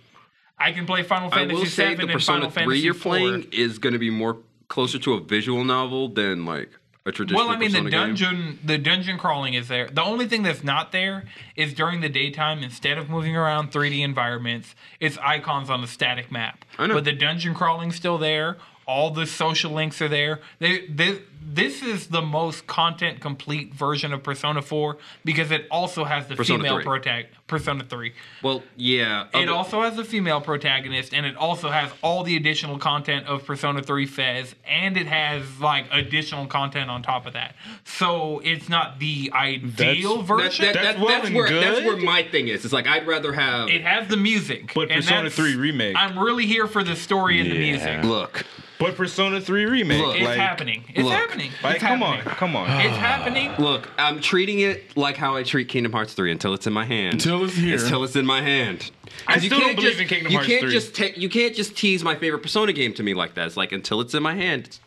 [SPEAKER 1] I can play Final
[SPEAKER 4] I
[SPEAKER 1] Fantasy
[SPEAKER 4] will say
[SPEAKER 1] 7
[SPEAKER 4] the
[SPEAKER 1] and
[SPEAKER 4] Persona
[SPEAKER 1] Final
[SPEAKER 4] 3
[SPEAKER 1] Fantasy
[SPEAKER 4] you're
[SPEAKER 1] 4.
[SPEAKER 4] playing is going to be more closer to a visual novel than like a traditional
[SPEAKER 1] Well, I mean the
[SPEAKER 4] Persona game.
[SPEAKER 1] dungeon, the dungeon crawling is there. The only thing that's not there is during the daytime. Instead of moving around 3D environments, it's icons on a static map.
[SPEAKER 4] I know.
[SPEAKER 1] But the dungeon crawling's still there. All the social links are there. They, this, this is the most content complete version of Persona 4 because it also has the
[SPEAKER 4] Persona
[SPEAKER 1] female
[SPEAKER 4] 3.
[SPEAKER 1] protagonist. Persona 3.
[SPEAKER 4] Well, yeah. Oh,
[SPEAKER 1] It
[SPEAKER 4] other-
[SPEAKER 1] also has a female protagonist, and it also has all the additional content of Persona 3 Fez, and it has like additional content on top of that. So it's not the ideal
[SPEAKER 4] that,
[SPEAKER 1] version.
[SPEAKER 4] that,
[SPEAKER 5] That's
[SPEAKER 4] that,
[SPEAKER 5] well
[SPEAKER 4] that's,
[SPEAKER 5] and
[SPEAKER 4] where, that's
[SPEAKER 5] good.
[SPEAKER 4] where my thing is. It's like I'd rather have.
[SPEAKER 1] it has the music.
[SPEAKER 5] But
[SPEAKER 1] and
[SPEAKER 5] Persona
[SPEAKER 1] that's-
[SPEAKER 5] 3 remake.
[SPEAKER 1] I'm really here for the story and the
[SPEAKER 6] Yeah.
[SPEAKER 1] music.
[SPEAKER 4] look,
[SPEAKER 5] But Persona three remake.
[SPEAKER 4] Look,
[SPEAKER 1] It's
[SPEAKER 5] like,
[SPEAKER 1] happening. It's
[SPEAKER 4] look,
[SPEAKER 1] happening.
[SPEAKER 5] Like,
[SPEAKER 1] it's
[SPEAKER 5] come
[SPEAKER 1] happening.
[SPEAKER 5] on, come on.
[SPEAKER 1] It's happening.
[SPEAKER 4] look. I'm treating it like how I treat Kingdom Hearts 3 until it's in my hand.
[SPEAKER 3] Until it's here.
[SPEAKER 4] Until it's in my hand.
[SPEAKER 5] I
[SPEAKER 4] 'Cause
[SPEAKER 5] still don't believe
[SPEAKER 4] just,
[SPEAKER 5] in Kingdom
[SPEAKER 4] you
[SPEAKER 5] Hearts
[SPEAKER 4] can't
[SPEAKER 5] 3.
[SPEAKER 4] Just te- you can't just tease my favorite Persona game to me like that. It's like until it's in my hand. it's-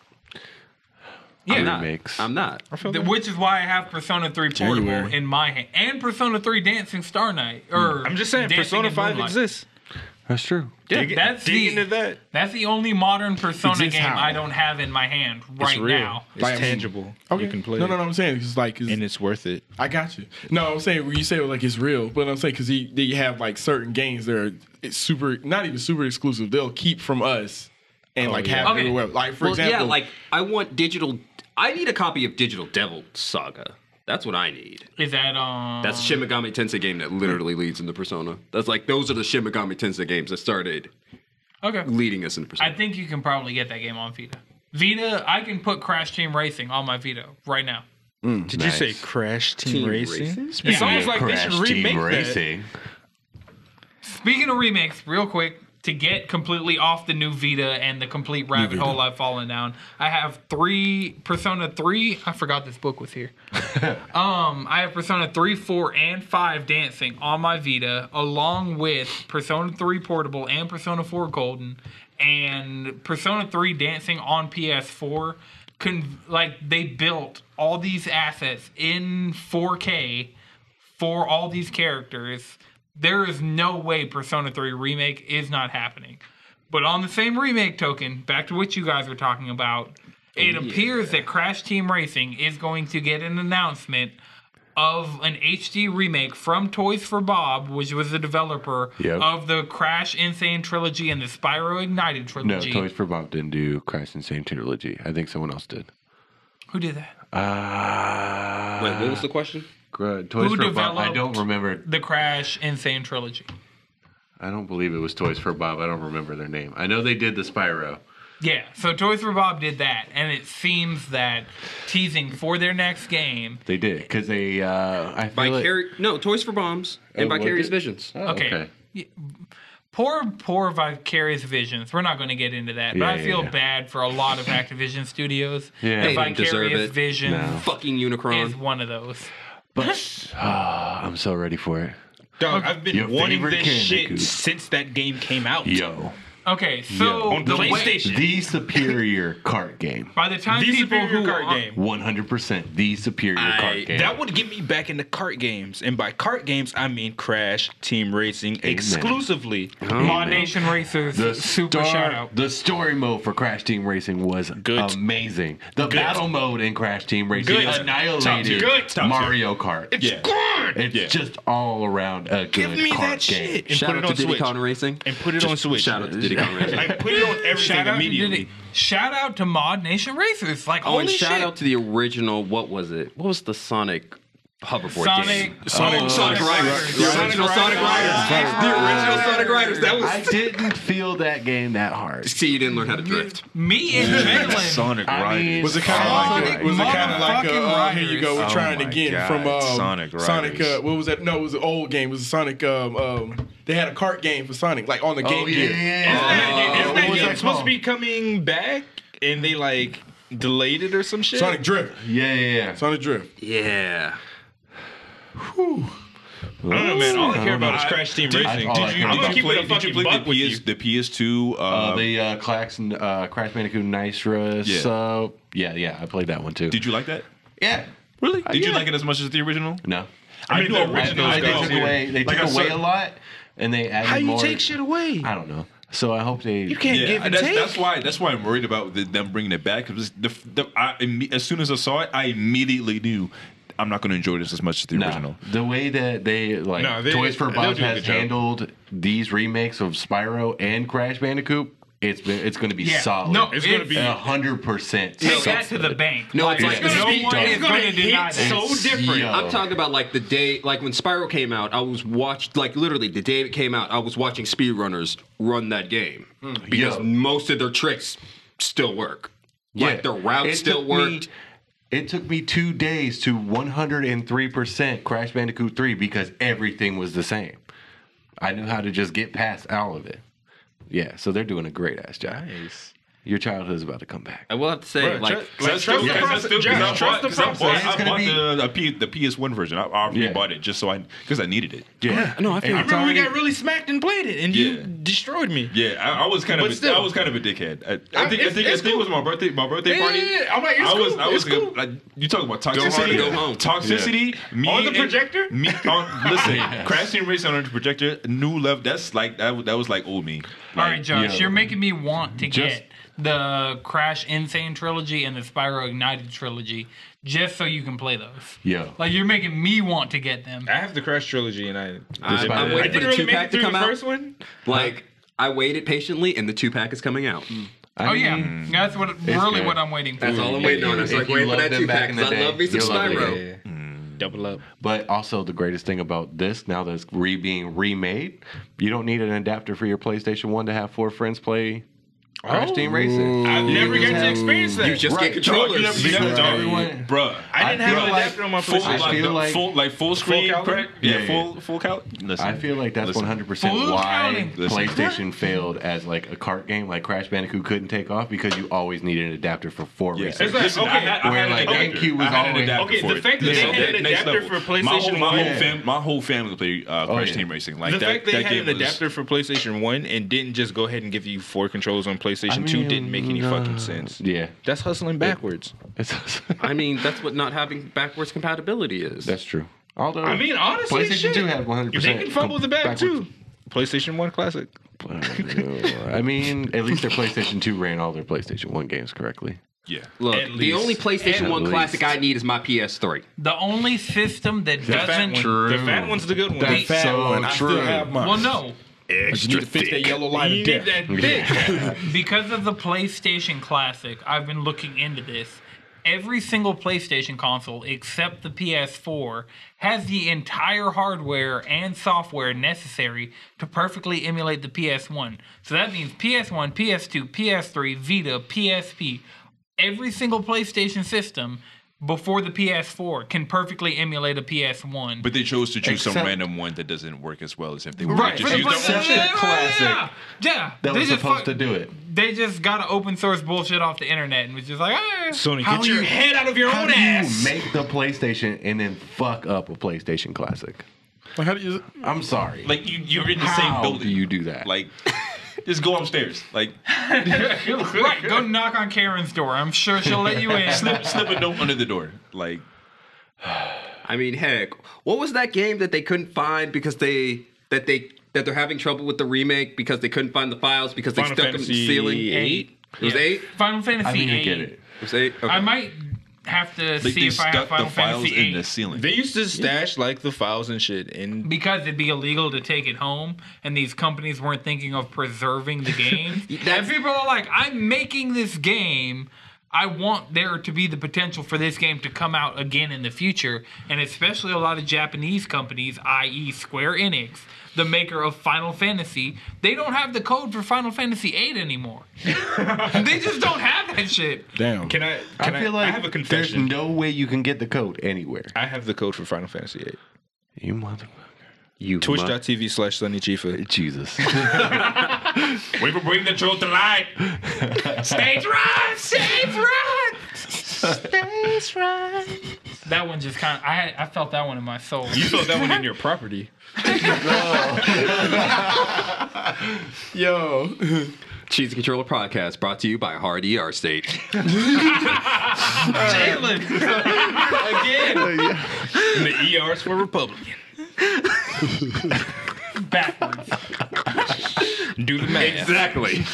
[SPEAKER 1] Yeah.
[SPEAKER 4] I'm not.
[SPEAKER 6] Remakes.
[SPEAKER 4] I'm not.
[SPEAKER 1] Th- Which is why I have Persona 3 Portable
[SPEAKER 3] January.
[SPEAKER 1] in my hand. And Persona 3 Dancing Star Night. Or
[SPEAKER 5] I'm just saying,
[SPEAKER 1] Dancing
[SPEAKER 5] Persona
[SPEAKER 1] in
[SPEAKER 5] five
[SPEAKER 1] Moonlight.
[SPEAKER 5] exists.
[SPEAKER 6] That's true.
[SPEAKER 1] Yeah,
[SPEAKER 5] dig,
[SPEAKER 1] that's
[SPEAKER 5] dig
[SPEAKER 1] the-
[SPEAKER 5] into that.
[SPEAKER 1] That's the only modern Persona game
[SPEAKER 3] Exists how?
[SPEAKER 1] I don't have in my hand right
[SPEAKER 5] it's real.
[SPEAKER 1] now.
[SPEAKER 5] It's
[SPEAKER 3] Like, I mean,
[SPEAKER 5] tangible. You can play
[SPEAKER 3] No,
[SPEAKER 5] it,
[SPEAKER 3] no, no. I'm saying it's like 'cause
[SPEAKER 5] and it's worth it.
[SPEAKER 3] I got you. No, I'm saying when you say like it's real, but I'm saying because you have like certain games that are it's super, not even super exclusive. They'll keep from us and like have
[SPEAKER 1] Oh, Okay.
[SPEAKER 3] everywhere. Like for
[SPEAKER 4] well,
[SPEAKER 3] example,
[SPEAKER 4] yeah, like I want digital. I need a copy of Digital Devil Saga. That's what I need.
[SPEAKER 1] Is that um?
[SPEAKER 4] That's a Shin
[SPEAKER 5] Oh.
[SPEAKER 4] Megami Tensei game that literally leads into Persona. That's like those are the Shin Megami Tensei games that started
[SPEAKER 1] okay.
[SPEAKER 4] leading us
[SPEAKER 1] I
[SPEAKER 4] into Persona.
[SPEAKER 1] think you can probably get that game on Vita. Vita, I can put Crash Team Racing on my Vita right now.
[SPEAKER 5] Did you say
[SPEAKER 6] Nice.
[SPEAKER 5] Crash Team,
[SPEAKER 4] Team
[SPEAKER 5] Racing?
[SPEAKER 4] Racing?
[SPEAKER 5] It sounds
[SPEAKER 6] Yeah,
[SPEAKER 5] like they should
[SPEAKER 6] Crash Team
[SPEAKER 5] remake that.
[SPEAKER 6] Racing.
[SPEAKER 1] Speaking of remakes, real quick, to get completely off the new Vita and the complete rabbit hole I've fallen down, I have three Persona 3. I forgot this book was here. um, I have Persona 3, 4, and 5 dancing on my Vita, along with Persona 3 Portable and Persona 4 Golden, and Persona 3 dancing on PS4. Con- like, they built all these assets in 4K for all these characters, there is no way Persona 3 remake is not happening. But on the same remake token, back to what you guys were talking about,
[SPEAKER 6] Oh,
[SPEAKER 1] it appears that Crash Team Racing is going to get an announcement of an HD remake from Toys for Bob, which was the developer
[SPEAKER 6] Yep.
[SPEAKER 1] of the Crash Insane trilogy and the Spyro Ignited
[SPEAKER 6] No,
[SPEAKER 1] trilogy.
[SPEAKER 6] Toys for Bob didn't do Christ Insane trilogy. I think someone else did.
[SPEAKER 1] Who did that?
[SPEAKER 6] Uh,
[SPEAKER 4] Wait, what was the question?
[SPEAKER 6] Gr- uh, Toys
[SPEAKER 1] Who
[SPEAKER 6] for Bob. I
[SPEAKER 1] developed-
[SPEAKER 6] don't remember.
[SPEAKER 1] The Crash Insane trilogy.
[SPEAKER 6] I don't believe it was Toys for Bob. I don't remember their name. I know they did the Spyro.
[SPEAKER 1] Yeah, so Toys for Bob did that, and it seems that teasing for their next game
[SPEAKER 6] They did because they. Uh, I feel like,
[SPEAKER 4] Vicari- no, Toys for Bombs and
[SPEAKER 6] was
[SPEAKER 4] Vicarious
[SPEAKER 6] it?
[SPEAKER 4] Visions.
[SPEAKER 6] Oh, okay.
[SPEAKER 1] Okay. poor poor vicarious visions we're not going to get into that
[SPEAKER 6] Yeah,
[SPEAKER 1] but i
[SPEAKER 6] yeah,
[SPEAKER 1] feel
[SPEAKER 6] yeah.
[SPEAKER 1] bad for a lot of activision studios
[SPEAKER 6] Yeah.
[SPEAKER 1] The
[SPEAKER 6] They
[SPEAKER 4] didn't deserve
[SPEAKER 1] vicarious
[SPEAKER 4] it.
[SPEAKER 1] vision
[SPEAKER 6] No.
[SPEAKER 4] Fucking
[SPEAKER 1] is
[SPEAKER 4] Unicron.
[SPEAKER 1] one of those
[SPEAKER 6] But ah, I'm so ready for it.
[SPEAKER 5] Dog, I've been
[SPEAKER 6] Your
[SPEAKER 5] wanting
[SPEAKER 6] favorite
[SPEAKER 5] this
[SPEAKER 6] candy
[SPEAKER 5] shit
[SPEAKER 6] coop.
[SPEAKER 5] since that game came out.
[SPEAKER 6] Yo,
[SPEAKER 1] okay so
[SPEAKER 5] On
[SPEAKER 1] the way-
[SPEAKER 5] PlayStation.
[SPEAKER 6] the superior cart game.
[SPEAKER 1] by the time
[SPEAKER 5] The
[SPEAKER 1] people
[SPEAKER 5] superior
[SPEAKER 1] who
[SPEAKER 5] card
[SPEAKER 1] are-
[SPEAKER 5] game.
[SPEAKER 6] 100% the superior
[SPEAKER 4] I-
[SPEAKER 6] cart game.
[SPEAKER 5] That would get me back into cart games. And by cart games, I mean Crash Team Racing exclusively.
[SPEAKER 1] Laudation Racers,
[SPEAKER 6] The
[SPEAKER 1] super
[SPEAKER 6] star-
[SPEAKER 1] shout out.
[SPEAKER 6] The story mode for Crash Team Racing was
[SPEAKER 5] Good.
[SPEAKER 6] amazing. The battle mode in Crash Team Racing
[SPEAKER 5] Good. Top tier.
[SPEAKER 6] annihilated
[SPEAKER 5] Good. Top tier.
[SPEAKER 6] Mario Kart. It's,
[SPEAKER 5] Yeah.
[SPEAKER 6] just all around a good
[SPEAKER 5] Give me
[SPEAKER 6] kart
[SPEAKER 5] that
[SPEAKER 6] game.
[SPEAKER 5] shit. And
[SPEAKER 4] Shout
[SPEAKER 5] put it
[SPEAKER 4] out to
[SPEAKER 5] on
[SPEAKER 4] Diddy
[SPEAKER 5] Switch.
[SPEAKER 4] Kong Racing.
[SPEAKER 5] And put it on Switch.
[SPEAKER 4] Shout out to Diddy Kong Racing.
[SPEAKER 5] I put it on everything
[SPEAKER 1] Shout out, to
[SPEAKER 5] immediately.
[SPEAKER 1] Diddy. shout out to Mod Nation Racers. Like,
[SPEAKER 4] Oh,
[SPEAKER 1] holy
[SPEAKER 4] and shout
[SPEAKER 1] shit.
[SPEAKER 4] out to the original. What was it? What was the Sonic hoverboard
[SPEAKER 1] Sonic,
[SPEAKER 4] game?
[SPEAKER 1] Sonic, Sonic Riders.
[SPEAKER 4] The original Sonic Riders. The original Sonic Riders. That
[SPEAKER 6] I
[SPEAKER 4] was.
[SPEAKER 6] didn't feel that game that hard.
[SPEAKER 4] See, you didn't learn how to drift.
[SPEAKER 1] Me and Jalen.
[SPEAKER 2] Sonic
[SPEAKER 6] I
[SPEAKER 2] Riders.
[SPEAKER 6] mean-
[SPEAKER 3] Was it kind of like,
[SPEAKER 1] Sonic
[SPEAKER 3] a, was it kind of like a,
[SPEAKER 1] motherfucking
[SPEAKER 3] uh, here you go, we're
[SPEAKER 1] Riders.
[SPEAKER 3] trying
[SPEAKER 2] Oh
[SPEAKER 3] it
[SPEAKER 2] my
[SPEAKER 3] again
[SPEAKER 2] God,
[SPEAKER 3] from um,
[SPEAKER 2] Sonic Riders.
[SPEAKER 3] Sonic. Uh, what was that? No, it was an old game. It was a Sonic. Um, um, they had a cart game for Sonic, like on the game.
[SPEAKER 6] yeah,
[SPEAKER 3] Gear.
[SPEAKER 6] yeah, yeah,
[SPEAKER 5] Isn't that,
[SPEAKER 6] yeah.
[SPEAKER 5] isn't
[SPEAKER 6] What
[SPEAKER 5] that
[SPEAKER 6] was
[SPEAKER 5] game
[SPEAKER 6] that
[SPEAKER 5] supposed to
[SPEAKER 6] called?
[SPEAKER 5] be coming back? And they like delayed it or some shit?
[SPEAKER 3] Sonic Drift.
[SPEAKER 6] Yeah, yeah,
[SPEAKER 3] Sonic Drift.
[SPEAKER 4] Yeah.
[SPEAKER 6] yeah.
[SPEAKER 5] I don't know, man. All I care about is
[SPEAKER 2] I-
[SPEAKER 5] Crash Team
[SPEAKER 2] did-
[SPEAKER 5] Racing.
[SPEAKER 6] did you-
[SPEAKER 5] I'm
[SPEAKER 6] did
[SPEAKER 5] gonna
[SPEAKER 6] you
[SPEAKER 5] keep
[SPEAKER 2] play,
[SPEAKER 5] it a
[SPEAKER 2] did you
[SPEAKER 5] fucking
[SPEAKER 2] play
[SPEAKER 5] buck
[SPEAKER 2] the,
[SPEAKER 5] with
[SPEAKER 2] PS,
[SPEAKER 5] you.
[SPEAKER 2] the PS2? Uh,
[SPEAKER 6] Uh, the uh, Clax, uh, Crash Bandicoot Niceras.
[SPEAKER 2] Yeah.
[SPEAKER 6] Uh, yeah, yeah, I played that one too.
[SPEAKER 2] did you like that?
[SPEAKER 6] yeah.
[SPEAKER 2] Really? Did you
[SPEAKER 6] Uh, yeah.
[SPEAKER 2] like it as much as the original?
[SPEAKER 6] No.
[SPEAKER 5] I mean,
[SPEAKER 2] knew
[SPEAKER 5] the
[SPEAKER 2] I- I-
[SPEAKER 5] original
[SPEAKER 6] I,
[SPEAKER 5] is
[SPEAKER 6] they
[SPEAKER 5] dope.
[SPEAKER 6] took away, they
[SPEAKER 2] Like
[SPEAKER 6] took
[SPEAKER 2] I
[SPEAKER 6] away
[SPEAKER 2] said-
[SPEAKER 6] a lot, and they added
[SPEAKER 5] How you
[SPEAKER 6] more.
[SPEAKER 5] take shit away?
[SPEAKER 6] I don't know. So I hope they.
[SPEAKER 5] You can't give and
[SPEAKER 2] that's,
[SPEAKER 5] take.
[SPEAKER 2] that's why that's why I'm worried about the, them bringing it back because the, the, I, imme- as soon as I saw it, I immediately knew I'm not going to enjoy this as much as the
[SPEAKER 6] No.
[SPEAKER 2] original.
[SPEAKER 6] The way that they like
[SPEAKER 5] No, they-
[SPEAKER 6] Toys for
[SPEAKER 5] they'll
[SPEAKER 6] Bob
[SPEAKER 5] do a
[SPEAKER 6] has
[SPEAKER 5] good job.
[SPEAKER 6] handled these remakes of Spyro and Crash Bandicoot, it's been it's going to be
[SPEAKER 1] Yeah.
[SPEAKER 6] solid.
[SPEAKER 1] No,
[SPEAKER 5] It's gonna be-
[SPEAKER 6] a hundred percent.
[SPEAKER 1] Take that to the bank.
[SPEAKER 4] No, it's
[SPEAKER 1] Like,
[SPEAKER 4] like-
[SPEAKER 1] no
[SPEAKER 4] it's
[SPEAKER 1] one
[SPEAKER 6] gonna
[SPEAKER 1] is going to deny that.
[SPEAKER 5] so different.
[SPEAKER 6] Yo.
[SPEAKER 4] I'm talking about like the day, like when Spiral came out. I was watched like literally the day it came out. I was watching speedrunners run that game because
[SPEAKER 6] Yo.
[SPEAKER 4] most of their tricks still work. Like the route
[SPEAKER 6] It
[SPEAKER 4] still
[SPEAKER 6] took
[SPEAKER 4] worked.
[SPEAKER 6] Me, it took me two days to 103% Crash Bandicoot 3 because everything was the same. I knew how to just get past all of it. Yeah, so they're doing a great ass job. Your childhood is about to come back.
[SPEAKER 4] I will have to say,
[SPEAKER 5] Bruh,
[SPEAKER 4] like,
[SPEAKER 5] tru- like, trust the
[SPEAKER 2] Yeah, 'cause I
[SPEAKER 5] process.
[SPEAKER 2] still- 'cause I
[SPEAKER 5] Jack,
[SPEAKER 2] bought-
[SPEAKER 5] Trust the
[SPEAKER 2] 'cause I bought-
[SPEAKER 5] process.
[SPEAKER 6] It's
[SPEAKER 2] I
[SPEAKER 6] gonna
[SPEAKER 2] bought
[SPEAKER 6] be-
[SPEAKER 2] the, the P, the PS1 version. I already
[SPEAKER 6] Yeah.
[SPEAKER 2] bought it just so I because I needed it.
[SPEAKER 6] Yeah,
[SPEAKER 5] No, I
[SPEAKER 6] feel
[SPEAKER 5] remember we got really smacked and played it, and you
[SPEAKER 2] Yeah.
[SPEAKER 5] destroyed me.
[SPEAKER 2] Yeah, I, I was kind of
[SPEAKER 5] But
[SPEAKER 2] a,
[SPEAKER 5] still.
[SPEAKER 2] I was kind of a dickhead. I, I
[SPEAKER 5] I-
[SPEAKER 2] think I
[SPEAKER 5] it's-
[SPEAKER 2] think, I
[SPEAKER 5] it's
[SPEAKER 2] think it was my birthday my birthday
[SPEAKER 5] Yeah,
[SPEAKER 2] party.
[SPEAKER 5] yeah, yeah. I'm like, it's
[SPEAKER 2] I was
[SPEAKER 5] cool,
[SPEAKER 2] I was
[SPEAKER 5] it's cool.
[SPEAKER 2] like, you talking about
[SPEAKER 4] Go hard
[SPEAKER 2] toxicity?
[SPEAKER 4] or go home.
[SPEAKER 2] Toxicity. Me
[SPEAKER 5] On the
[SPEAKER 2] and-
[SPEAKER 5] projector?
[SPEAKER 2] Me on listen, Crash Team Racing on the projector. New love. That's like that. That was like old me.
[SPEAKER 1] All right, Josh,
[SPEAKER 6] yeah.
[SPEAKER 1] you're making me want to
[SPEAKER 6] Just-
[SPEAKER 1] get the Crash Insane trilogy and the Spyro Ignited trilogy just so you can play those.
[SPEAKER 6] Yo.
[SPEAKER 1] Like you're making me want to get them.
[SPEAKER 5] I have the Crash trilogy, and I
[SPEAKER 4] I,
[SPEAKER 6] Spider-Man.
[SPEAKER 4] I'm
[SPEAKER 5] I
[SPEAKER 4] waiting for
[SPEAKER 5] didn't
[SPEAKER 4] the
[SPEAKER 5] really
[SPEAKER 4] two
[SPEAKER 5] make it
[SPEAKER 4] pack to
[SPEAKER 5] through the
[SPEAKER 4] come out.
[SPEAKER 5] first one.
[SPEAKER 4] Like, I waited patiently, and the two pack is coming out.
[SPEAKER 6] I
[SPEAKER 1] Oh yeah,
[SPEAKER 6] mean,
[SPEAKER 1] that's what really
[SPEAKER 6] good.
[SPEAKER 1] what I'm waiting for.
[SPEAKER 4] That's all I'm
[SPEAKER 6] Yeah,
[SPEAKER 4] waiting on.
[SPEAKER 6] yeah,
[SPEAKER 4] It's
[SPEAKER 6] if
[SPEAKER 4] like
[SPEAKER 6] you
[SPEAKER 4] waiting for
[SPEAKER 6] love
[SPEAKER 4] that
[SPEAKER 6] them
[SPEAKER 4] two
[SPEAKER 6] back
[SPEAKER 4] pack
[SPEAKER 6] in the
[SPEAKER 4] because I
[SPEAKER 6] day,
[SPEAKER 4] love me some
[SPEAKER 6] you'll love it
[SPEAKER 4] Spyro.
[SPEAKER 6] again.
[SPEAKER 5] Double up.
[SPEAKER 6] But also, the greatest thing about this, now that it's re being remade, you don't need an adapter for your PlayStation 1 to have four friends play Crash
[SPEAKER 5] Oh.
[SPEAKER 6] Team Racing.
[SPEAKER 5] I've never got to experience that.
[SPEAKER 4] You just get controllers.
[SPEAKER 5] You never-
[SPEAKER 2] Because everyone, bruh.
[SPEAKER 5] I didn't
[SPEAKER 6] I
[SPEAKER 5] have
[SPEAKER 6] feel
[SPEAKER 5] an
[SPEAKER 6] like-
[SPEAKER 5] adapter on my
[SPEAKER 2] Full,
[SPEAKER 6] I
[SPEAKER 5] PlayStation.
[SPEAKER 2] like,
[SPEAKER 6] feel
[SPEAKER 2] the
[SPEAKER 6] like-
[SPEAKER 2] full, like full screen,
[SPEAKER 5] counting?
[SPEAKER 2] print? Yeah,
[SPEAKER 6] Yeah,
[SPEAKER 2] full, full count. Listen,
[SPEAKER 6] I feel like that's
[SPEAKER 2] listen.
[SPEAKER 6] 100%
[SPEAKER 1] Full
[SPEAKER 6] why
[SPEAKER 1] counting.
[SPEAKER 6] PlayStation failed as like a cart game, like Crash Bandicoot couldn't take off because you always needed an adapter for four
[SPEAKER 2] Yeah.
[SPEAKER 6] racers.
[SPEAKER 5] It's like,
[SPEAKER 2] Listen,
[SPEAKER 5] okay,
[SPEAKER 2] I had, I
[SPEAKER 6] where,
[SPEAKER 2] had
[SPEAKER 6] like,
[SPEAKER 2] an adapter.
[SPEAKER 6] GameCube was
[SPEAKER 2] I had an
[SPEAKER 6] always-
[SPEAKER 2] adapter
[SPEAKER 5] Okay,
[SPEAKER 2] for
[SPEAKER 5] the
[SPEAKER 2] it.
[SPEAKER 5] fact that they
[SPEAKER 2] Yeah.
[SPEAKER 5] had an
[SPEAKER 2] Next
[SPEAKER 5] adapter
[SPEAKER 2] level.
[SPEAKER 5] for
[SPEAKER 2] my whole,
[SPEAKER 5] PlayStation
[SPEAKER 2] my whole,
[SPEAKER 5] one-
[SPEAKER 2] fam- my whole family played uh,
[SPEAKER 5] Oh,
[SPEAKER 2] Crash
[SPEAKER 6] yeah.
[SPEAKER 2] Team Racing. Like
[SPEAKER 5] the
[SPEAKER 2] that,
[SPEAKER 5] fact they
[SPEAKER 2] that
[SPEAKER 5] had
[SPEAKER 2] game
[SPEAKER 5] an adapter
[SPEAKER 2] was,
[SPEAKER 5] for PlayStation 1 and didn't just go ahead and give you four controls on PlayStation 2 didn't make any
[SPEAKER 6] uh,
[SPEAKER 5] fucking sense.
[SPEAKER 6] Yeah.
[SPEAKER 5] That's hustling backwards.
[SPEAKER 6] It's-
[SPEAKER 4] I mean, that's what not having backwards compatibility is.
[SPEAKER 6] that's true. Although
[SPEAKER 5] I mean, honestly,
[SPEAKER 6] PlayStation
[SPEAKER 5] shit,
[SPEAKER 6] 2 had 100%.
[SPEAKER 5] They can fumble the bag
[SPEAKER 6] backwards-
[SPEAKER 5] too. PlayStation 1 classic.
[SPEAKER 6] I mean, at least their PlayStation 2 ran all their PlayStation 1 games correctly.
[SPEAKER 2] yeah.
[SPEAKER 4] Look,
[SPEAKER 5] At
[SPEAKER 4] the
[SPEAKER 5] least.
[SPEAKER 4] only PlayStation
[SPEAKER 6] At
[SPEAKER 4] 1
[SPEAKER 6] least.
[SPEAKER 4] classic I need is my PS3.
[SPEAKER 1] The only system that
[SPEAKER 5] The fat,
[SPEAKER 1] doesn't.
[SPEAKER 5] one, the fat one's the good one.
[SPEAKER 6] That's so true.
[SPEAKER 1] Well, no,
[SPEAKER 3] Just need to fix that yellow line
[SPEAKER 5] you
[SPEAKER 3] of
[SPEAKER 5] need
[SPEAKER 3] death.
[SPEAKER 5] that dick.
[SPEAKER 1] because of the PlayStation Classic, I've been looking into this. Every single PlayStation console except the PS4 has the entire hardware and software necessary to perfectly emulate the PS1. So that means PS1, PS2, PS3, Vita, PSP, every single PlayStation system before the PS4 can perfectly emulate a PS1.
[SPEAKER 2] But they chose to choose some
[SPEAKER 6] Except-
[SPEAKER 2] random one that doesn't work as well as if they were
[SPEAKER 1] Right,
[SPEAKER 2] just
[SPEAKER 1] for the
[SPEAKER 2] use
[SPEAKER 1] PlayStation
[SPEAKER 2] that one.
[SPEAKER 6] Such a classic
[SPEAKER 1] Yeah,
[SPEAKER 6] that
[SPEAKER 1] they
[SPEAKER 6] was
[SPEAKER 1] just fuck-
[SPEAKER 6] supposed to do it.
[SPEAKER 1] they just got to open source bullshit off the internet and was just like, ah,
[SPEAKER 5] Sony,
[SPEAKER 6] How
[SPEAKER 5] get your
[SPEAKER 6] you-
[SPEAKER 5] head out of your
[SPEAKER 6] How
[SPEAKER 5] own
[SPEAKER 6] do you
[SPEAKER 5] ass.
[SPEAKER 6] make the PlayStation and then fuck up a PlayStation Classic?
[SPEAKER 3] Like, how do you?
[SPEAKER 6] I'm sorry.
[SPEAKER 2] Like you, you're in the
[SPEAKER 6] how
[SPEAKER 2] same building.
[SPEAKER 6] do you do that?
[SPEAKER 2] Like, just go upstairs. Like,
[SPEAKER 1] right, go knock on Karen's door. I'm sure she'll let you in.
[SPEAKER 2] slip, slip a note under the door. Like,
[SPEAKER 4] I mean, heck, what was that game that they couldn't find because they that they that they're having trouble with the remake because they couldn't find the files because they
[SPEAKER 5] Final
[SPEAKER 4] stuck them in the
[SPEAKER 5] Fantasy
[SPEAKER 4] ceiling?
[SPEAKER 5] eight.
[SPEAKER 4] It was
[SPEAKER 1] Yeah.
[SPEAKER 4] eight.
[SPEAKER 1] Final Fantasy
[SPEAKER 6] I mean, I
[SPEAKER 1] eight.
[SPEAKER 6] get it.
[SPEAKER 4] It was eight. Okay.
[SPEAKER 1] I might have to
[SPEAKER 2] like
[SPEAKER 1] see
[SPEAKER 2] they
[SPEAKER 1] if I have
[SPEAKER 2] stuck
[SPEAKER 1] Final
[SPEAKER 2] the files
[SPEAKER 1] Fantasy
[SPEAKER 2] in the
[SPEAKER 1] eight
[SPEAKER 2] ceiling.
[SPEAKER 5] They used to stash like the files and shit in
[SPEAKER 1] because it'd be illegal to take it home, and these companies weren't thinking of preserving the game. and
[SPEAKER 4] That's-
[SPEAKER 1] people are like, I'm making this game. I want there to be the potential for this game to come out again in the future, and especially a lot of Japanese companies, i.e., Square Enix, the maker of Final Fantasy, they don't have the code for Final Fantasy VIII anymore. they just don't have that shit.
[SPEAKER 3] Damn.
[SPEAKER 5] Can I? Can I,
[SPEAKER 6] I feel like
[SPEAKER 5] I have a confession.
[SPEAKER 6] there's no way you can get the code anywhere.
[SPEAKER 5] I have the code for Final Fantasy VIII.
[SPEAKER 6] You motherfucker. You mother-
[SPEAKER 5] Twitch.tv slash Sunny Chifa.
[SPEAKER 6] Jesus.
[SPEAKER 2] we will bring the truth to light.
[SPEAKER 1] Stage right, stage right, stage right. That one just kind of, I, I felt that one in my soul.
[SPEAKER 5] You sold that one in your property.
[SPEAKER 3] Yo.
[SPEAKER 4] Cheesy Controller Podcast brought to you by Hard ER State.
[SPEAKER 1] Jalen.
[SPEAKER 5] Again. and the ER's for Republican.
[SPEAKER 1] Backwards.
[SPEAKER 5] Do the math.
[SPEAKER 4] exactly.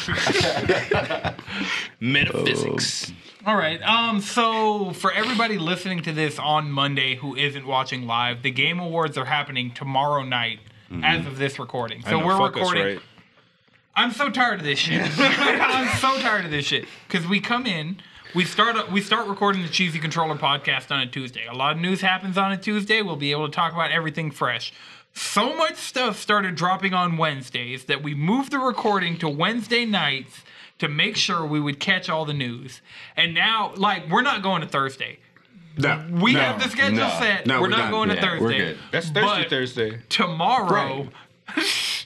[SPEAKER 5] Metaphysics.
[SPEAKER 1] All right. Um. So for everybody listening to this on Monday who isn't watching live, the Game Awards are happening tomorrow night. As of this recording, so
[SPEAKER 5] Mm-hmm. I know,
[SPEAKER 1] we're
[SPEAKER 5] fuck us,
[SPEAKER 1] recording.
[SPEAKER 5] right?
[SPEAKER 1] I'm so tired of this shit. I'm so tired of this shit because we come in, we start we start recording the Cheesy Controller podcast on a Tuesday. A lot of news happens on a Tuesday. We'll be able to talk about everything fresh. So much stuff started dropping on Wednesdays that we moved the recording to Wednesday nights to make sure we would catch all the news. And now, like, we're not going to Thursday.
[SPEAKER 3] No.
[SPEAKER 1] We have the schedule
[SPEAKER 6] no,
[SPEAKER 1] set.
[SPEAKER 4] no,
[SPEAKER 1] we're,
[SPEAKER 4] we're
[SPEAKER 1] not going
[SPEAKER 4] done.
[SPEAKER 1] to
[SPEAKER 6] Yeah,
[SPEAKER 1] Thursday
[SPEAKER 6] we're good.
[SPEAKER 5] That's Thursday,
[SPEAKER 1] But-
[SPEAKER 5] Thursday.
[SPEAKER 1] tomorrow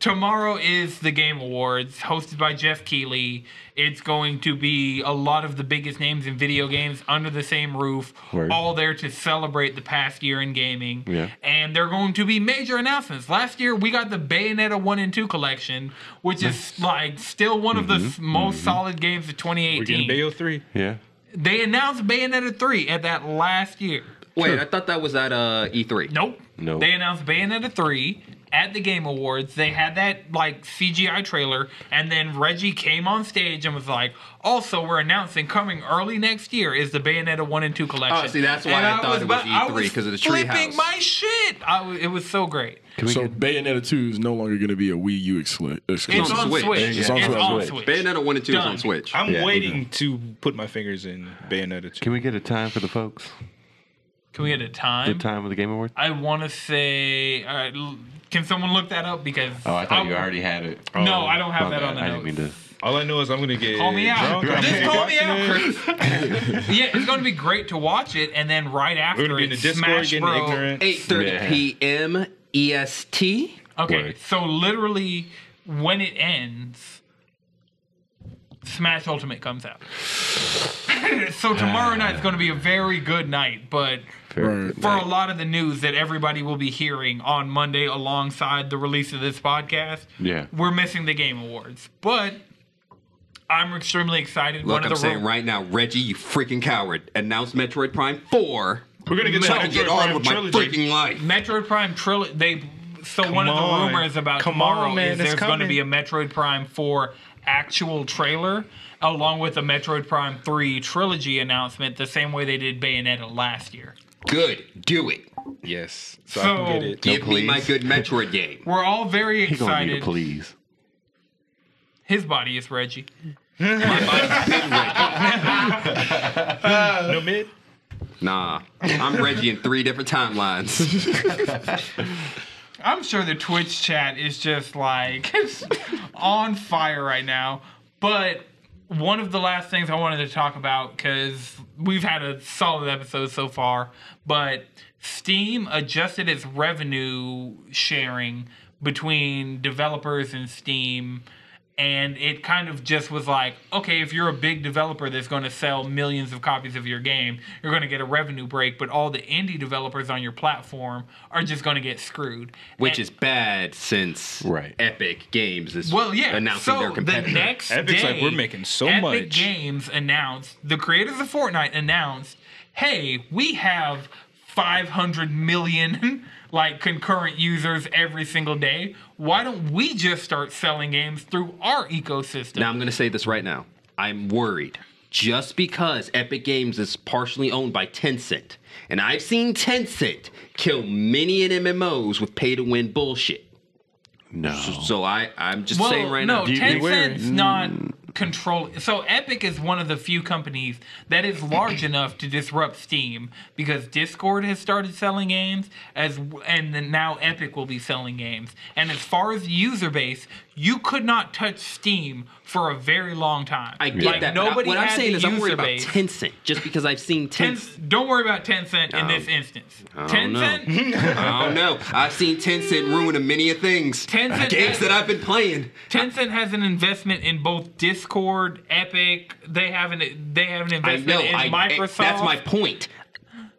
[SPEAKER 1] tomorrow is the game awards hosted by jeff keeley it's going to be a lot of the biggest names in video games under the same roof
[SPEAKER 6] Word.
[SPEAKER 1] all there to celebrate the past year in gaming
[SPEAKER 6] Yeah.
[SPEAKER 1] and they're going to be major announcements last year we got the bayonetta 1 and 2 collection which is like still one of the s- most solid games of
[SPEAKER 5] We're getting
[SPEAKER 1] 2018
[SPEAKER 5] Bayo 3.
[SPEAKER 6] yeah.
[SPEAKER 1] they announced bayonetta 3 at that last year
[SPEAKER 4] Wait, I thought that was at uh, E3.
[SPEAKER 1] Nope.
[SPEAKER 6] Nope.
[SPEAKER 1] They announced Bayonetta 3 at the Game Awards. They had that like CGI trailer, and then Reggie came on stage and was like, "Also, we're announcing coming early next year is the Bayonetta 1 and 2 collection."
[SPEAKER 4] Oh, see, that's why
[SPEAKER 1] And
[SPEAKER 4] I thought it was
[SPEAKER 1] about- I
[SPEAKER 4] E3 'cause of the
[SPEAKER 1] Flipping
[SPEAKER 4] treehouse.
[SPEAKER 1] my shit. I was, it was so great.
[SPEAKER 3] So Bayonetta 2 is no longer going to be a Wii U exclu- exclusive.
[SPEAKER 1] It's on
[SPEAKER 4] Switch.
[SPEAKER 1] Switch.
[SPEAKER 6] It's
[SPEAKER 1] It's
[SPEAKER 3] on
[SPEAKER 1] on
[SPEAKER 6] Switch.
[SPEAKER 1] Switch.
[SPEAKER 4] Bayonetta 1 and 2 is
[SPEAKER 1] Done.
[SPEAKER 4] on Switch.
[SPEAKER 5] I'm
[SPEAKER 6] Yeah,
[SPEAKER 5] waiting to put my fingers in Bayonetta 2.
[SPEAKER 6] Can we get a time for the folks?
[SPEAKER 1] Can we get a
[SPEAKER 6] The
[SPEAKER 1] time?
[SPEAKER 6] time of the Game Award?
[SPEAKER 1] I want to say. all right, l- can someone look that up? Because
[SPEAKER 6] Oh, I thought you
[SPEAKER 1] w-
[SPEAKER 6] already had it. Oh,
[SPEAKER 1] No, I don't have
[SPEAKER 6] My
[SPEAKER 1] that
[SPEAKER 6] bad.
[SPEAKER 1] on the
[SPEAKER 6] I didn't mean
[SPEAKER 1] notes.
[SPEAKER 6] to
[SPEAKER 5] All I know is I'm gonna get
[SPEAKER 1] Call me out.
[SPEAKER 5] drunk, I'm
[SPEAKER 1] Just
[SPEAKER 5] gonna
[SPEAKER 1] call
[SPEAKER 5] watch
[SPEAKER 1] me out,
[SPEAKER 5] it.
[SPEAKER 1] Chris. yeah, it's going to be great to watch it, and then right after
[SPEAKER 5] We're gonna be in the
[SPEAKER 1] it's
[SPEAKER 5] Discord
[SPEAKER 1] Smash
[SPEAKER 5] getting
[SPEAKER 1] Bro.
[SPEAKER 5] ignorant.
[SPEAKER 4] 8:30
[SPEAKER 6] Yeah.
[SPEAKER 4] p.m. EST.
[SPEAKER 1] Okay,
[SPEAKER 6] Word.
[SPEAKER 1] so literally when it ends, Smash Ultimate comes out. so tomorrow night's going to be a very good night, but
[SPEAKER 3] Right.
[SPEAKER 1] for a lot of the news that everybody will be hearing on Monday alongside the release of this podcast,
[SPEAKER 6] Yeah.
[SPEAKER 1] we're missing the Game Awards. But I'm extremely excited.
[SPEAKER 4] Look, I'm
[SPEAKER 1] the
[SPEAKER 4] saying
[SPEAKER 1] ro-
[SPEAKER 4] right now, Reggie, you freaking coward. Announce Metroid Prime 4.
[SPEAKER 5] We're gonna get
[SPEAKER 4] So I can
[SPEAKER 5] Metroid
[SPEAKER 4] get on
[SPEAKER 5] Prime
[SPEAKER 4] with my
[SPEAKER 5] trilogy.
[SPEAKER 4] freaking life.
[SPEAKER 1] Metroid Prime trilogy. They so one of the
[SPEAKER 5] on.
[SPEAKER 1] rumors about
[SPEAKER 5] Come
[SPEAKER 1] tomorrow
[SPEAKER 5] on, man,
[SPEAKER 1] is
[SPEAKER 5] it's
[SPEAKER 1] there's going to
[SPEAKER 5] coming.
[SPEAKER 1] be a Metroid Prime Four actual trailer along with a Metroid Prime Three trilogy announcement, the same way they did Bayonetta last year.
[SPEAKER 4] Good. Do it.
[SPEAKER 5] Yes, so, I
[SPEAKER 1] So-
[SPEAKER 5] can get it.
[SPEAKER 4] Give me
[SPEAKER 6] please.
[SPEAKER 4] my good Metroid game.
[SPEAKER 1] We're all very
[SPEAKER 6] He gonna need a
[SPEAKER 1] excited.
[SPEAKER 6] please.
[SPEAKER 1] His body is Reggie.
[SPEAKER 4] My body's been Reggie.
[SPEAKER 5] No mid.
[SPEAKER 4] Nah. I'm Reggie in three different timelines.
[SPEAKER 1] I'm sure the Twitch chat is just like on fire right now. But one of the last things I wanted to talk about because we've had a solid episode so far, but Steam adjusted its revenue sharing between developers and Steam. And it kind of just was like, okay, if you're a big developer that's going to sell millions of copies of your game, you're going to get a revenue break, but all the indie developers on your platform are just going to get screwed. And-
[SPEAKER 4] Which is bad since
[SPEAKER 6] Right.
[SPEAKER 4] Epic Games is
[SPEAKER 1] well, yeah.
[SPEAKER 4] announcing
[SPEAKER 1] so
[SPEAKER 4] their competitor.
[SPEAKER 1] The next
[SPEAKER 5] Epic's
[SPEAKER 1] day,
[SPEAKER 5] like, "We're making so
[SPEAKER 1] Epic
[SPEAKER 5] much."
[SPEAKER 1] Games announced, the creators of Fortnite announced, hey, we have 500 million like concurrent users every single day. Why don't we just start selling games through our ecosystem?
[SPEAKER 4] Now I'm going to say this right now. I'm worried. Just because Epic Games is partially owned by Tencent, and I've seen Tencent kill many in MMOs with pay to win bullshit.
[SPEAKER 6] No.
[SPEAKER 4] So I, I'm just
[SPEAKER 1] well,
[SPEAKER 4] saying right
[SPEAKER 1] no,
[SPEAKER 4] now.
[SPEAKER 1] Tencent's not control. So Epic is one of the few companies that is large enough to disrupt Steam because Discord has started selling games, as and then now Epic will be selling games. And as far as user base, you could not touch Steam for a very long time.
[SPEAKER 4] I get
[SPEAKER 1] Like,
[SPEAKER 4] that. but I-
[SPEAKER 1] Nobody
[SPEAKER 4] what I'm
[SPEAKER 1] had
[SPEAKER 4] saying
[SPEAKER 1] the
[SPEAKER 4] is I'm worried
[SPEAKER 1] user
[SPEAKER 4] about
[SPEAKER 1] base.
[SPEAKER 4] Tencent, just because I've seen Tencent.
[SPEAKER 1] Ten- don't worry about Tencent in this instance.
[SPEAKER 4] Um, don't know.
[SPEAKER 1] Tencent
[SPEAKER 4] I don't know. I've seen Tencent ruin a many of things.
[SPEAKER 1] Tencent-
[SPEAKER 4] games that I've been playing.
[SPEAKER 1] Tencent has an investment in both Discord, Epic. They have an they have an
[SPEAKER 4] I know.
[SPEAKER 1] investment in
[SPEAKER 4] I, eh,
[SPEAKER 1] Microsoft.
[SPEAKER 4] That's my point.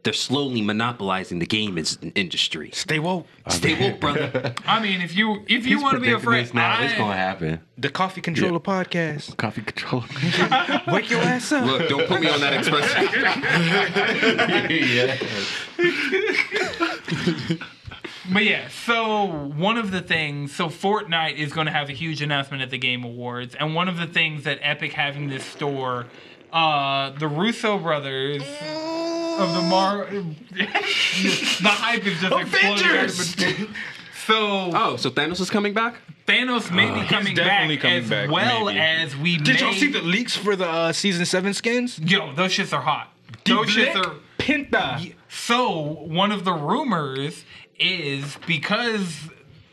[SPEAKER 4] They're slowly monopolizing the game is- industry.
[SPEAKER 5] Stay woke.
[SPEAKER 4] Stay woke, brother.
[SPEAKER 1] I mean, if you if you
[SPEAKER 6] He's
[SPEAKER 1] want to be a
[SPEAKER 6] predicting
[SPEAKER 1] friend,
[SPEAKER 6] this now.
[SPEAKER 1] I,
[SPEAKER 6] It's gonna happen.
[SPEAKER 5] The coffee controller podcast.
[SPEAKER 6] Coffee controller.
[SPEAKER 5] Wake your ass up.
[SPEAKER 4] Look, don't put me on that express.
[SPEAKER 6] yeah.
[SPEAKER 1] But yeah, so one of the things, so Fortnite is going to have a huge announcement at the Game Awards, and one of the things that Epic having this store, uh, the Russo brothers of the Mar, the hype is just Avengers. So
[SPEAKER 4] Oh, so Thanos is coming back?
[SPEAKER 1] Thanos may be coming
[SPEAKER 5] definitely
[SPEAKER 1] back
[SPEAKER 5] coming
[SPEAKER 1] as
[SPEAKER 5] back,
[SPEAKER 1] well
[SPEAKER 5] maybe.
[SPEAKER 1] as we.
[SPEAKER 5] Did
[SPEAKER 1] may,
[SPEAKER 5] y'all see the leaks for the uh, season seven skins?
[SPEAKER 1] Yo, those shits are hot. Those shits
[SPEAKER 5] Black
[SPEAKER 1] are.
[SPEAKER 5] Pinta.
[SPEAKER 1] So one of the rumors is because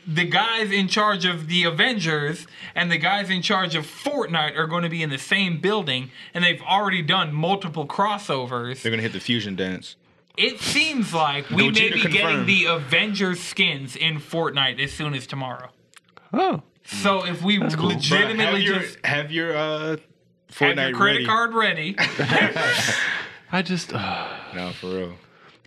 [SPEAKER 1] the guys in charge of the Avengers and the guys in charge of Fortnite are going to be in the same building, and they've already done multiple crossovers.
[SPEAKER 5] They're gonna hit the fusion dance.
[SPEAKER 1] It seems like we may
[SPEAKER 5] Gogeta
[SPEAKER 1] be getting
[SPEAKER 5] confirmed.
[SPEAKER 1] the Avengers skins in Fortnite as soon as tomorrow.
[SPEAKER 6] Oh.
[SPEAKER 1] So
[SPEAKER 4] Mm.
[SPEAKER 1] if we
[SPEAKER 6] cool.
[SPEAKER 5] Bruh, have
[SPEAKER 1] legitimately
[SPEAKER 5] your,
[SPEAKER 1] just
[SPEAKER 5] have your uh, Fortnite
[SPEAKER 1] have your credit
[SPEAKER 5] ready.
[SPEAKER 1] card ready,
[SPEAKER 6] I just. Uh,
[SPEAKER 5] No, for real.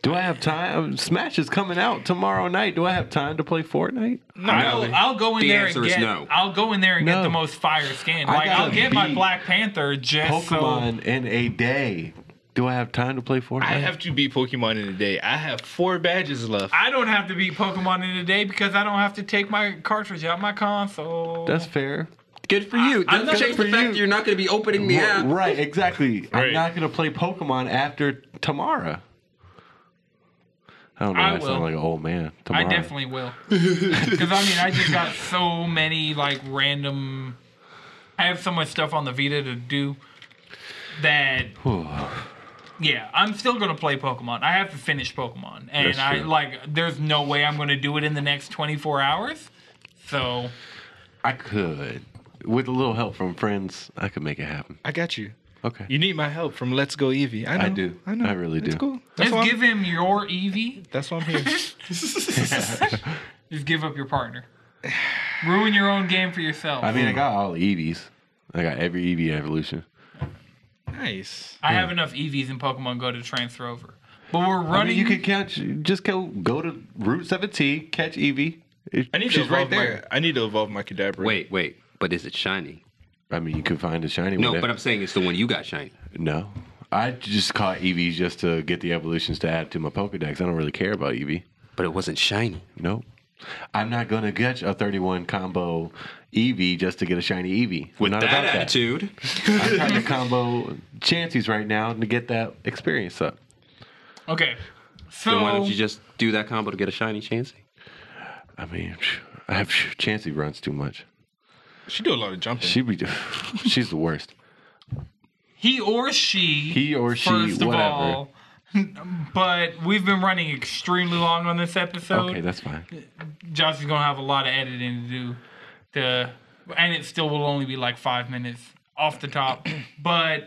[SPEAKER 6] do I have time? Um, Smash is coming out tomorrow night. Do I have time to play Fortnite?
[SPEAKER 1] I'll, I'll go in
[SPEAKER 4] The
[SPEAKER 1] there
[SPEAKER 4] answer
[SPEAKER 1] and
[SPEAKER 4] is
[SPEAKER 1] get.
[SPEAKER 4] no.
[SPEAKER 1] I'll go in there and get
[SPEAKER 6] No.
[SPEAKER 1] the most fire skin.
[SPEAKER 6] I
[SPEAKER 1] Like I'll
[SPEAKER 6] gotta
[SPEAKER 1] get my
[SPEAKER 6] beat
[SPEAKER 1] Black Panther just so.
[SPEAKER 6] Pokemon in a day. Do I have time to play Fortnite?
[SPEAKER 5] I have to beat Pokemon in a day. I have four badges left.
[SPEAKER 1] I don't have to beat Pokemon in a day because I don't have to take my cartridge out my console.
[SPEAKER 6] That's fair.
[SPEAKER 4] Good for you.
[SPEAKER 1] I'm
[SPEAKER 4] Doesn't
[SPEAKER 1] not-
[SPEAKER 4] change the
[SPEAKER 6] for
[SPEAKER 4] fact
[SPEAKER 6] you.
[SPEAKER 4] you're not going to be opening the app.
[SPEAKER 6] Well, right, exactly. I'm
[SPEAKER 5] Right.
[SPEAKER 6] not gonna play Pokemon after tomorrow. I don't know.
[SPEAKER 1] I
[SPEAKER 6] I, sound
[SPEAKER 1] will.
[SPEAKER 6] like an old man.
[SPEAKER 1] I
[SPEAKER 6] Tomorrow.
[SPEAKER 1] definitely will. Because I mean, I just got so many like random. I have so much stuff on the Vita to do that. yeah, I'm still gonna play Pokemon. I have to finish Pokemon, and
[SPEAKER 6] That's
[SPEAKER 1] I
[SPEAKER 6] true.
[SPEAKER 1] like. There's no way I'm gonna do it in the next 24 hours. So
[SPEAKER 6] I could. with a little help from friends, I could make it happen.
[SPEAKER 5] I got you.
[SPEAKER 6] Okay.
[SPEAKER 5] You need my help from Let's Go Evie. I, know,
[SPEAKER 6] I do.
[SPEAKER 5] I know.
[SPEAKER 6] I really
[SPEAKER 5] It's
[SPEAKER 6] do.
[SPEAKER 5] cool. That's why,
[SPEAKER 1] Just
[SPEAKER 5] I'm,
[SPEAKER 1] give him your Eevee.
[SPEAKER 5] that's why I'm here.
[SPEAKER 1] Just give up your partner. Ruin your own game for yourself.
[SPEAKER 6] I mean, I got all Eevees. I got every Eevee evolution.
[SPEAKER 5] nice.
[SPEAKER 1] I have enough EVs in Pokemon Go to transfer over. But we're running.
[SPEAKER 6] Hmm. I mean, you could catch, just go go to Route 17, catch Eevee. It-
[SPEAKER 5] I need
[SPEAKER 6] she's
[SPEAKER 5] to evolve
[SPEAKER 6] right there.
[SPEAKER 5] my. I need to evolve my Kadabra.
[SPEAKER 4] Wait, wait. But is it shiny?
[SPEAKER 6] I mean, you could find a shiny
[SPEAKER 4] No,
[SPEAKER 6] one.
[SPEAKER 4] but I'm saying it's the one you got shiny.
[SPEAKER 6] No. I just caught Eevees just to get the evolutions to add to my Pokedex. I don't really care about Eevee.
[SPEAKER 4] But it wasn't shiny.
[SPEAKER 6] Nope. I'm not going to catch a 31 combo Eevee just to get a shiny Eevee. With not about that.
[SPEAKER 4] attitude.
[SPEAKER 6] I'm trying to combo Chanseys right now to get that experience up.
[SPEAKER 1] okay. So,
[SPEAKER 4] Then why don't you just do that combo to get a shiny Chansey?
[SPEAKER 6] I mean, I have Chansey runs too much.
[SPEAKER 5] She do a lot of jumping.
[SPEAKER 6] She be, she's the worst.
[SPEAKER 1] he or she.
[SPEAKER 6] He or she,
[SPEAKER 1] First of
[SPEAKER 6] whatever.
[SPEAKER 1] all. But we've been running extremely long on this episode.
[SPEAKER 6] Okay, that's fine.
[SPEAKER 1] Josh is gonna have a lot of editing to do. To, and it still will only be like five minutes off the top. But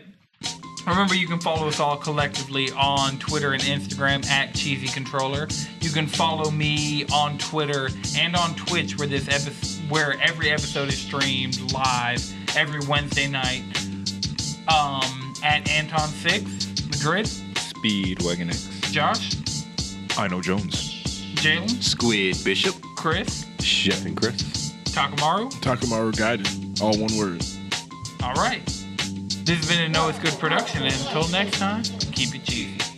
[SPEAKER 1] remember, you can follow us all collectively on Twitter and Instagram at Cheesy Controller. You can follow me on Twitter and on Twitch, where this episode, where every episode is streamed live every Wednesday night. Um, at Anton Six, Madrid,
[SPEAKER 5] Speedwagon X.
[SPEAKER 1] Josh,
[SPEAKER 2] I know Jones.
[SPEAKER 1] Jalen,
[SPEAKER 4] Squid Bishop.
[SPEAKER 1] Chris,
[SPEAKER 6] Chef and Chris.
[SPEAKER 1] Takamaru.
[SPEAKER 3] Takamaru Gaiden, all one word.
[SPEAKER 1] All right. This has been a No It's Good production. And until next time, keep it cheesy.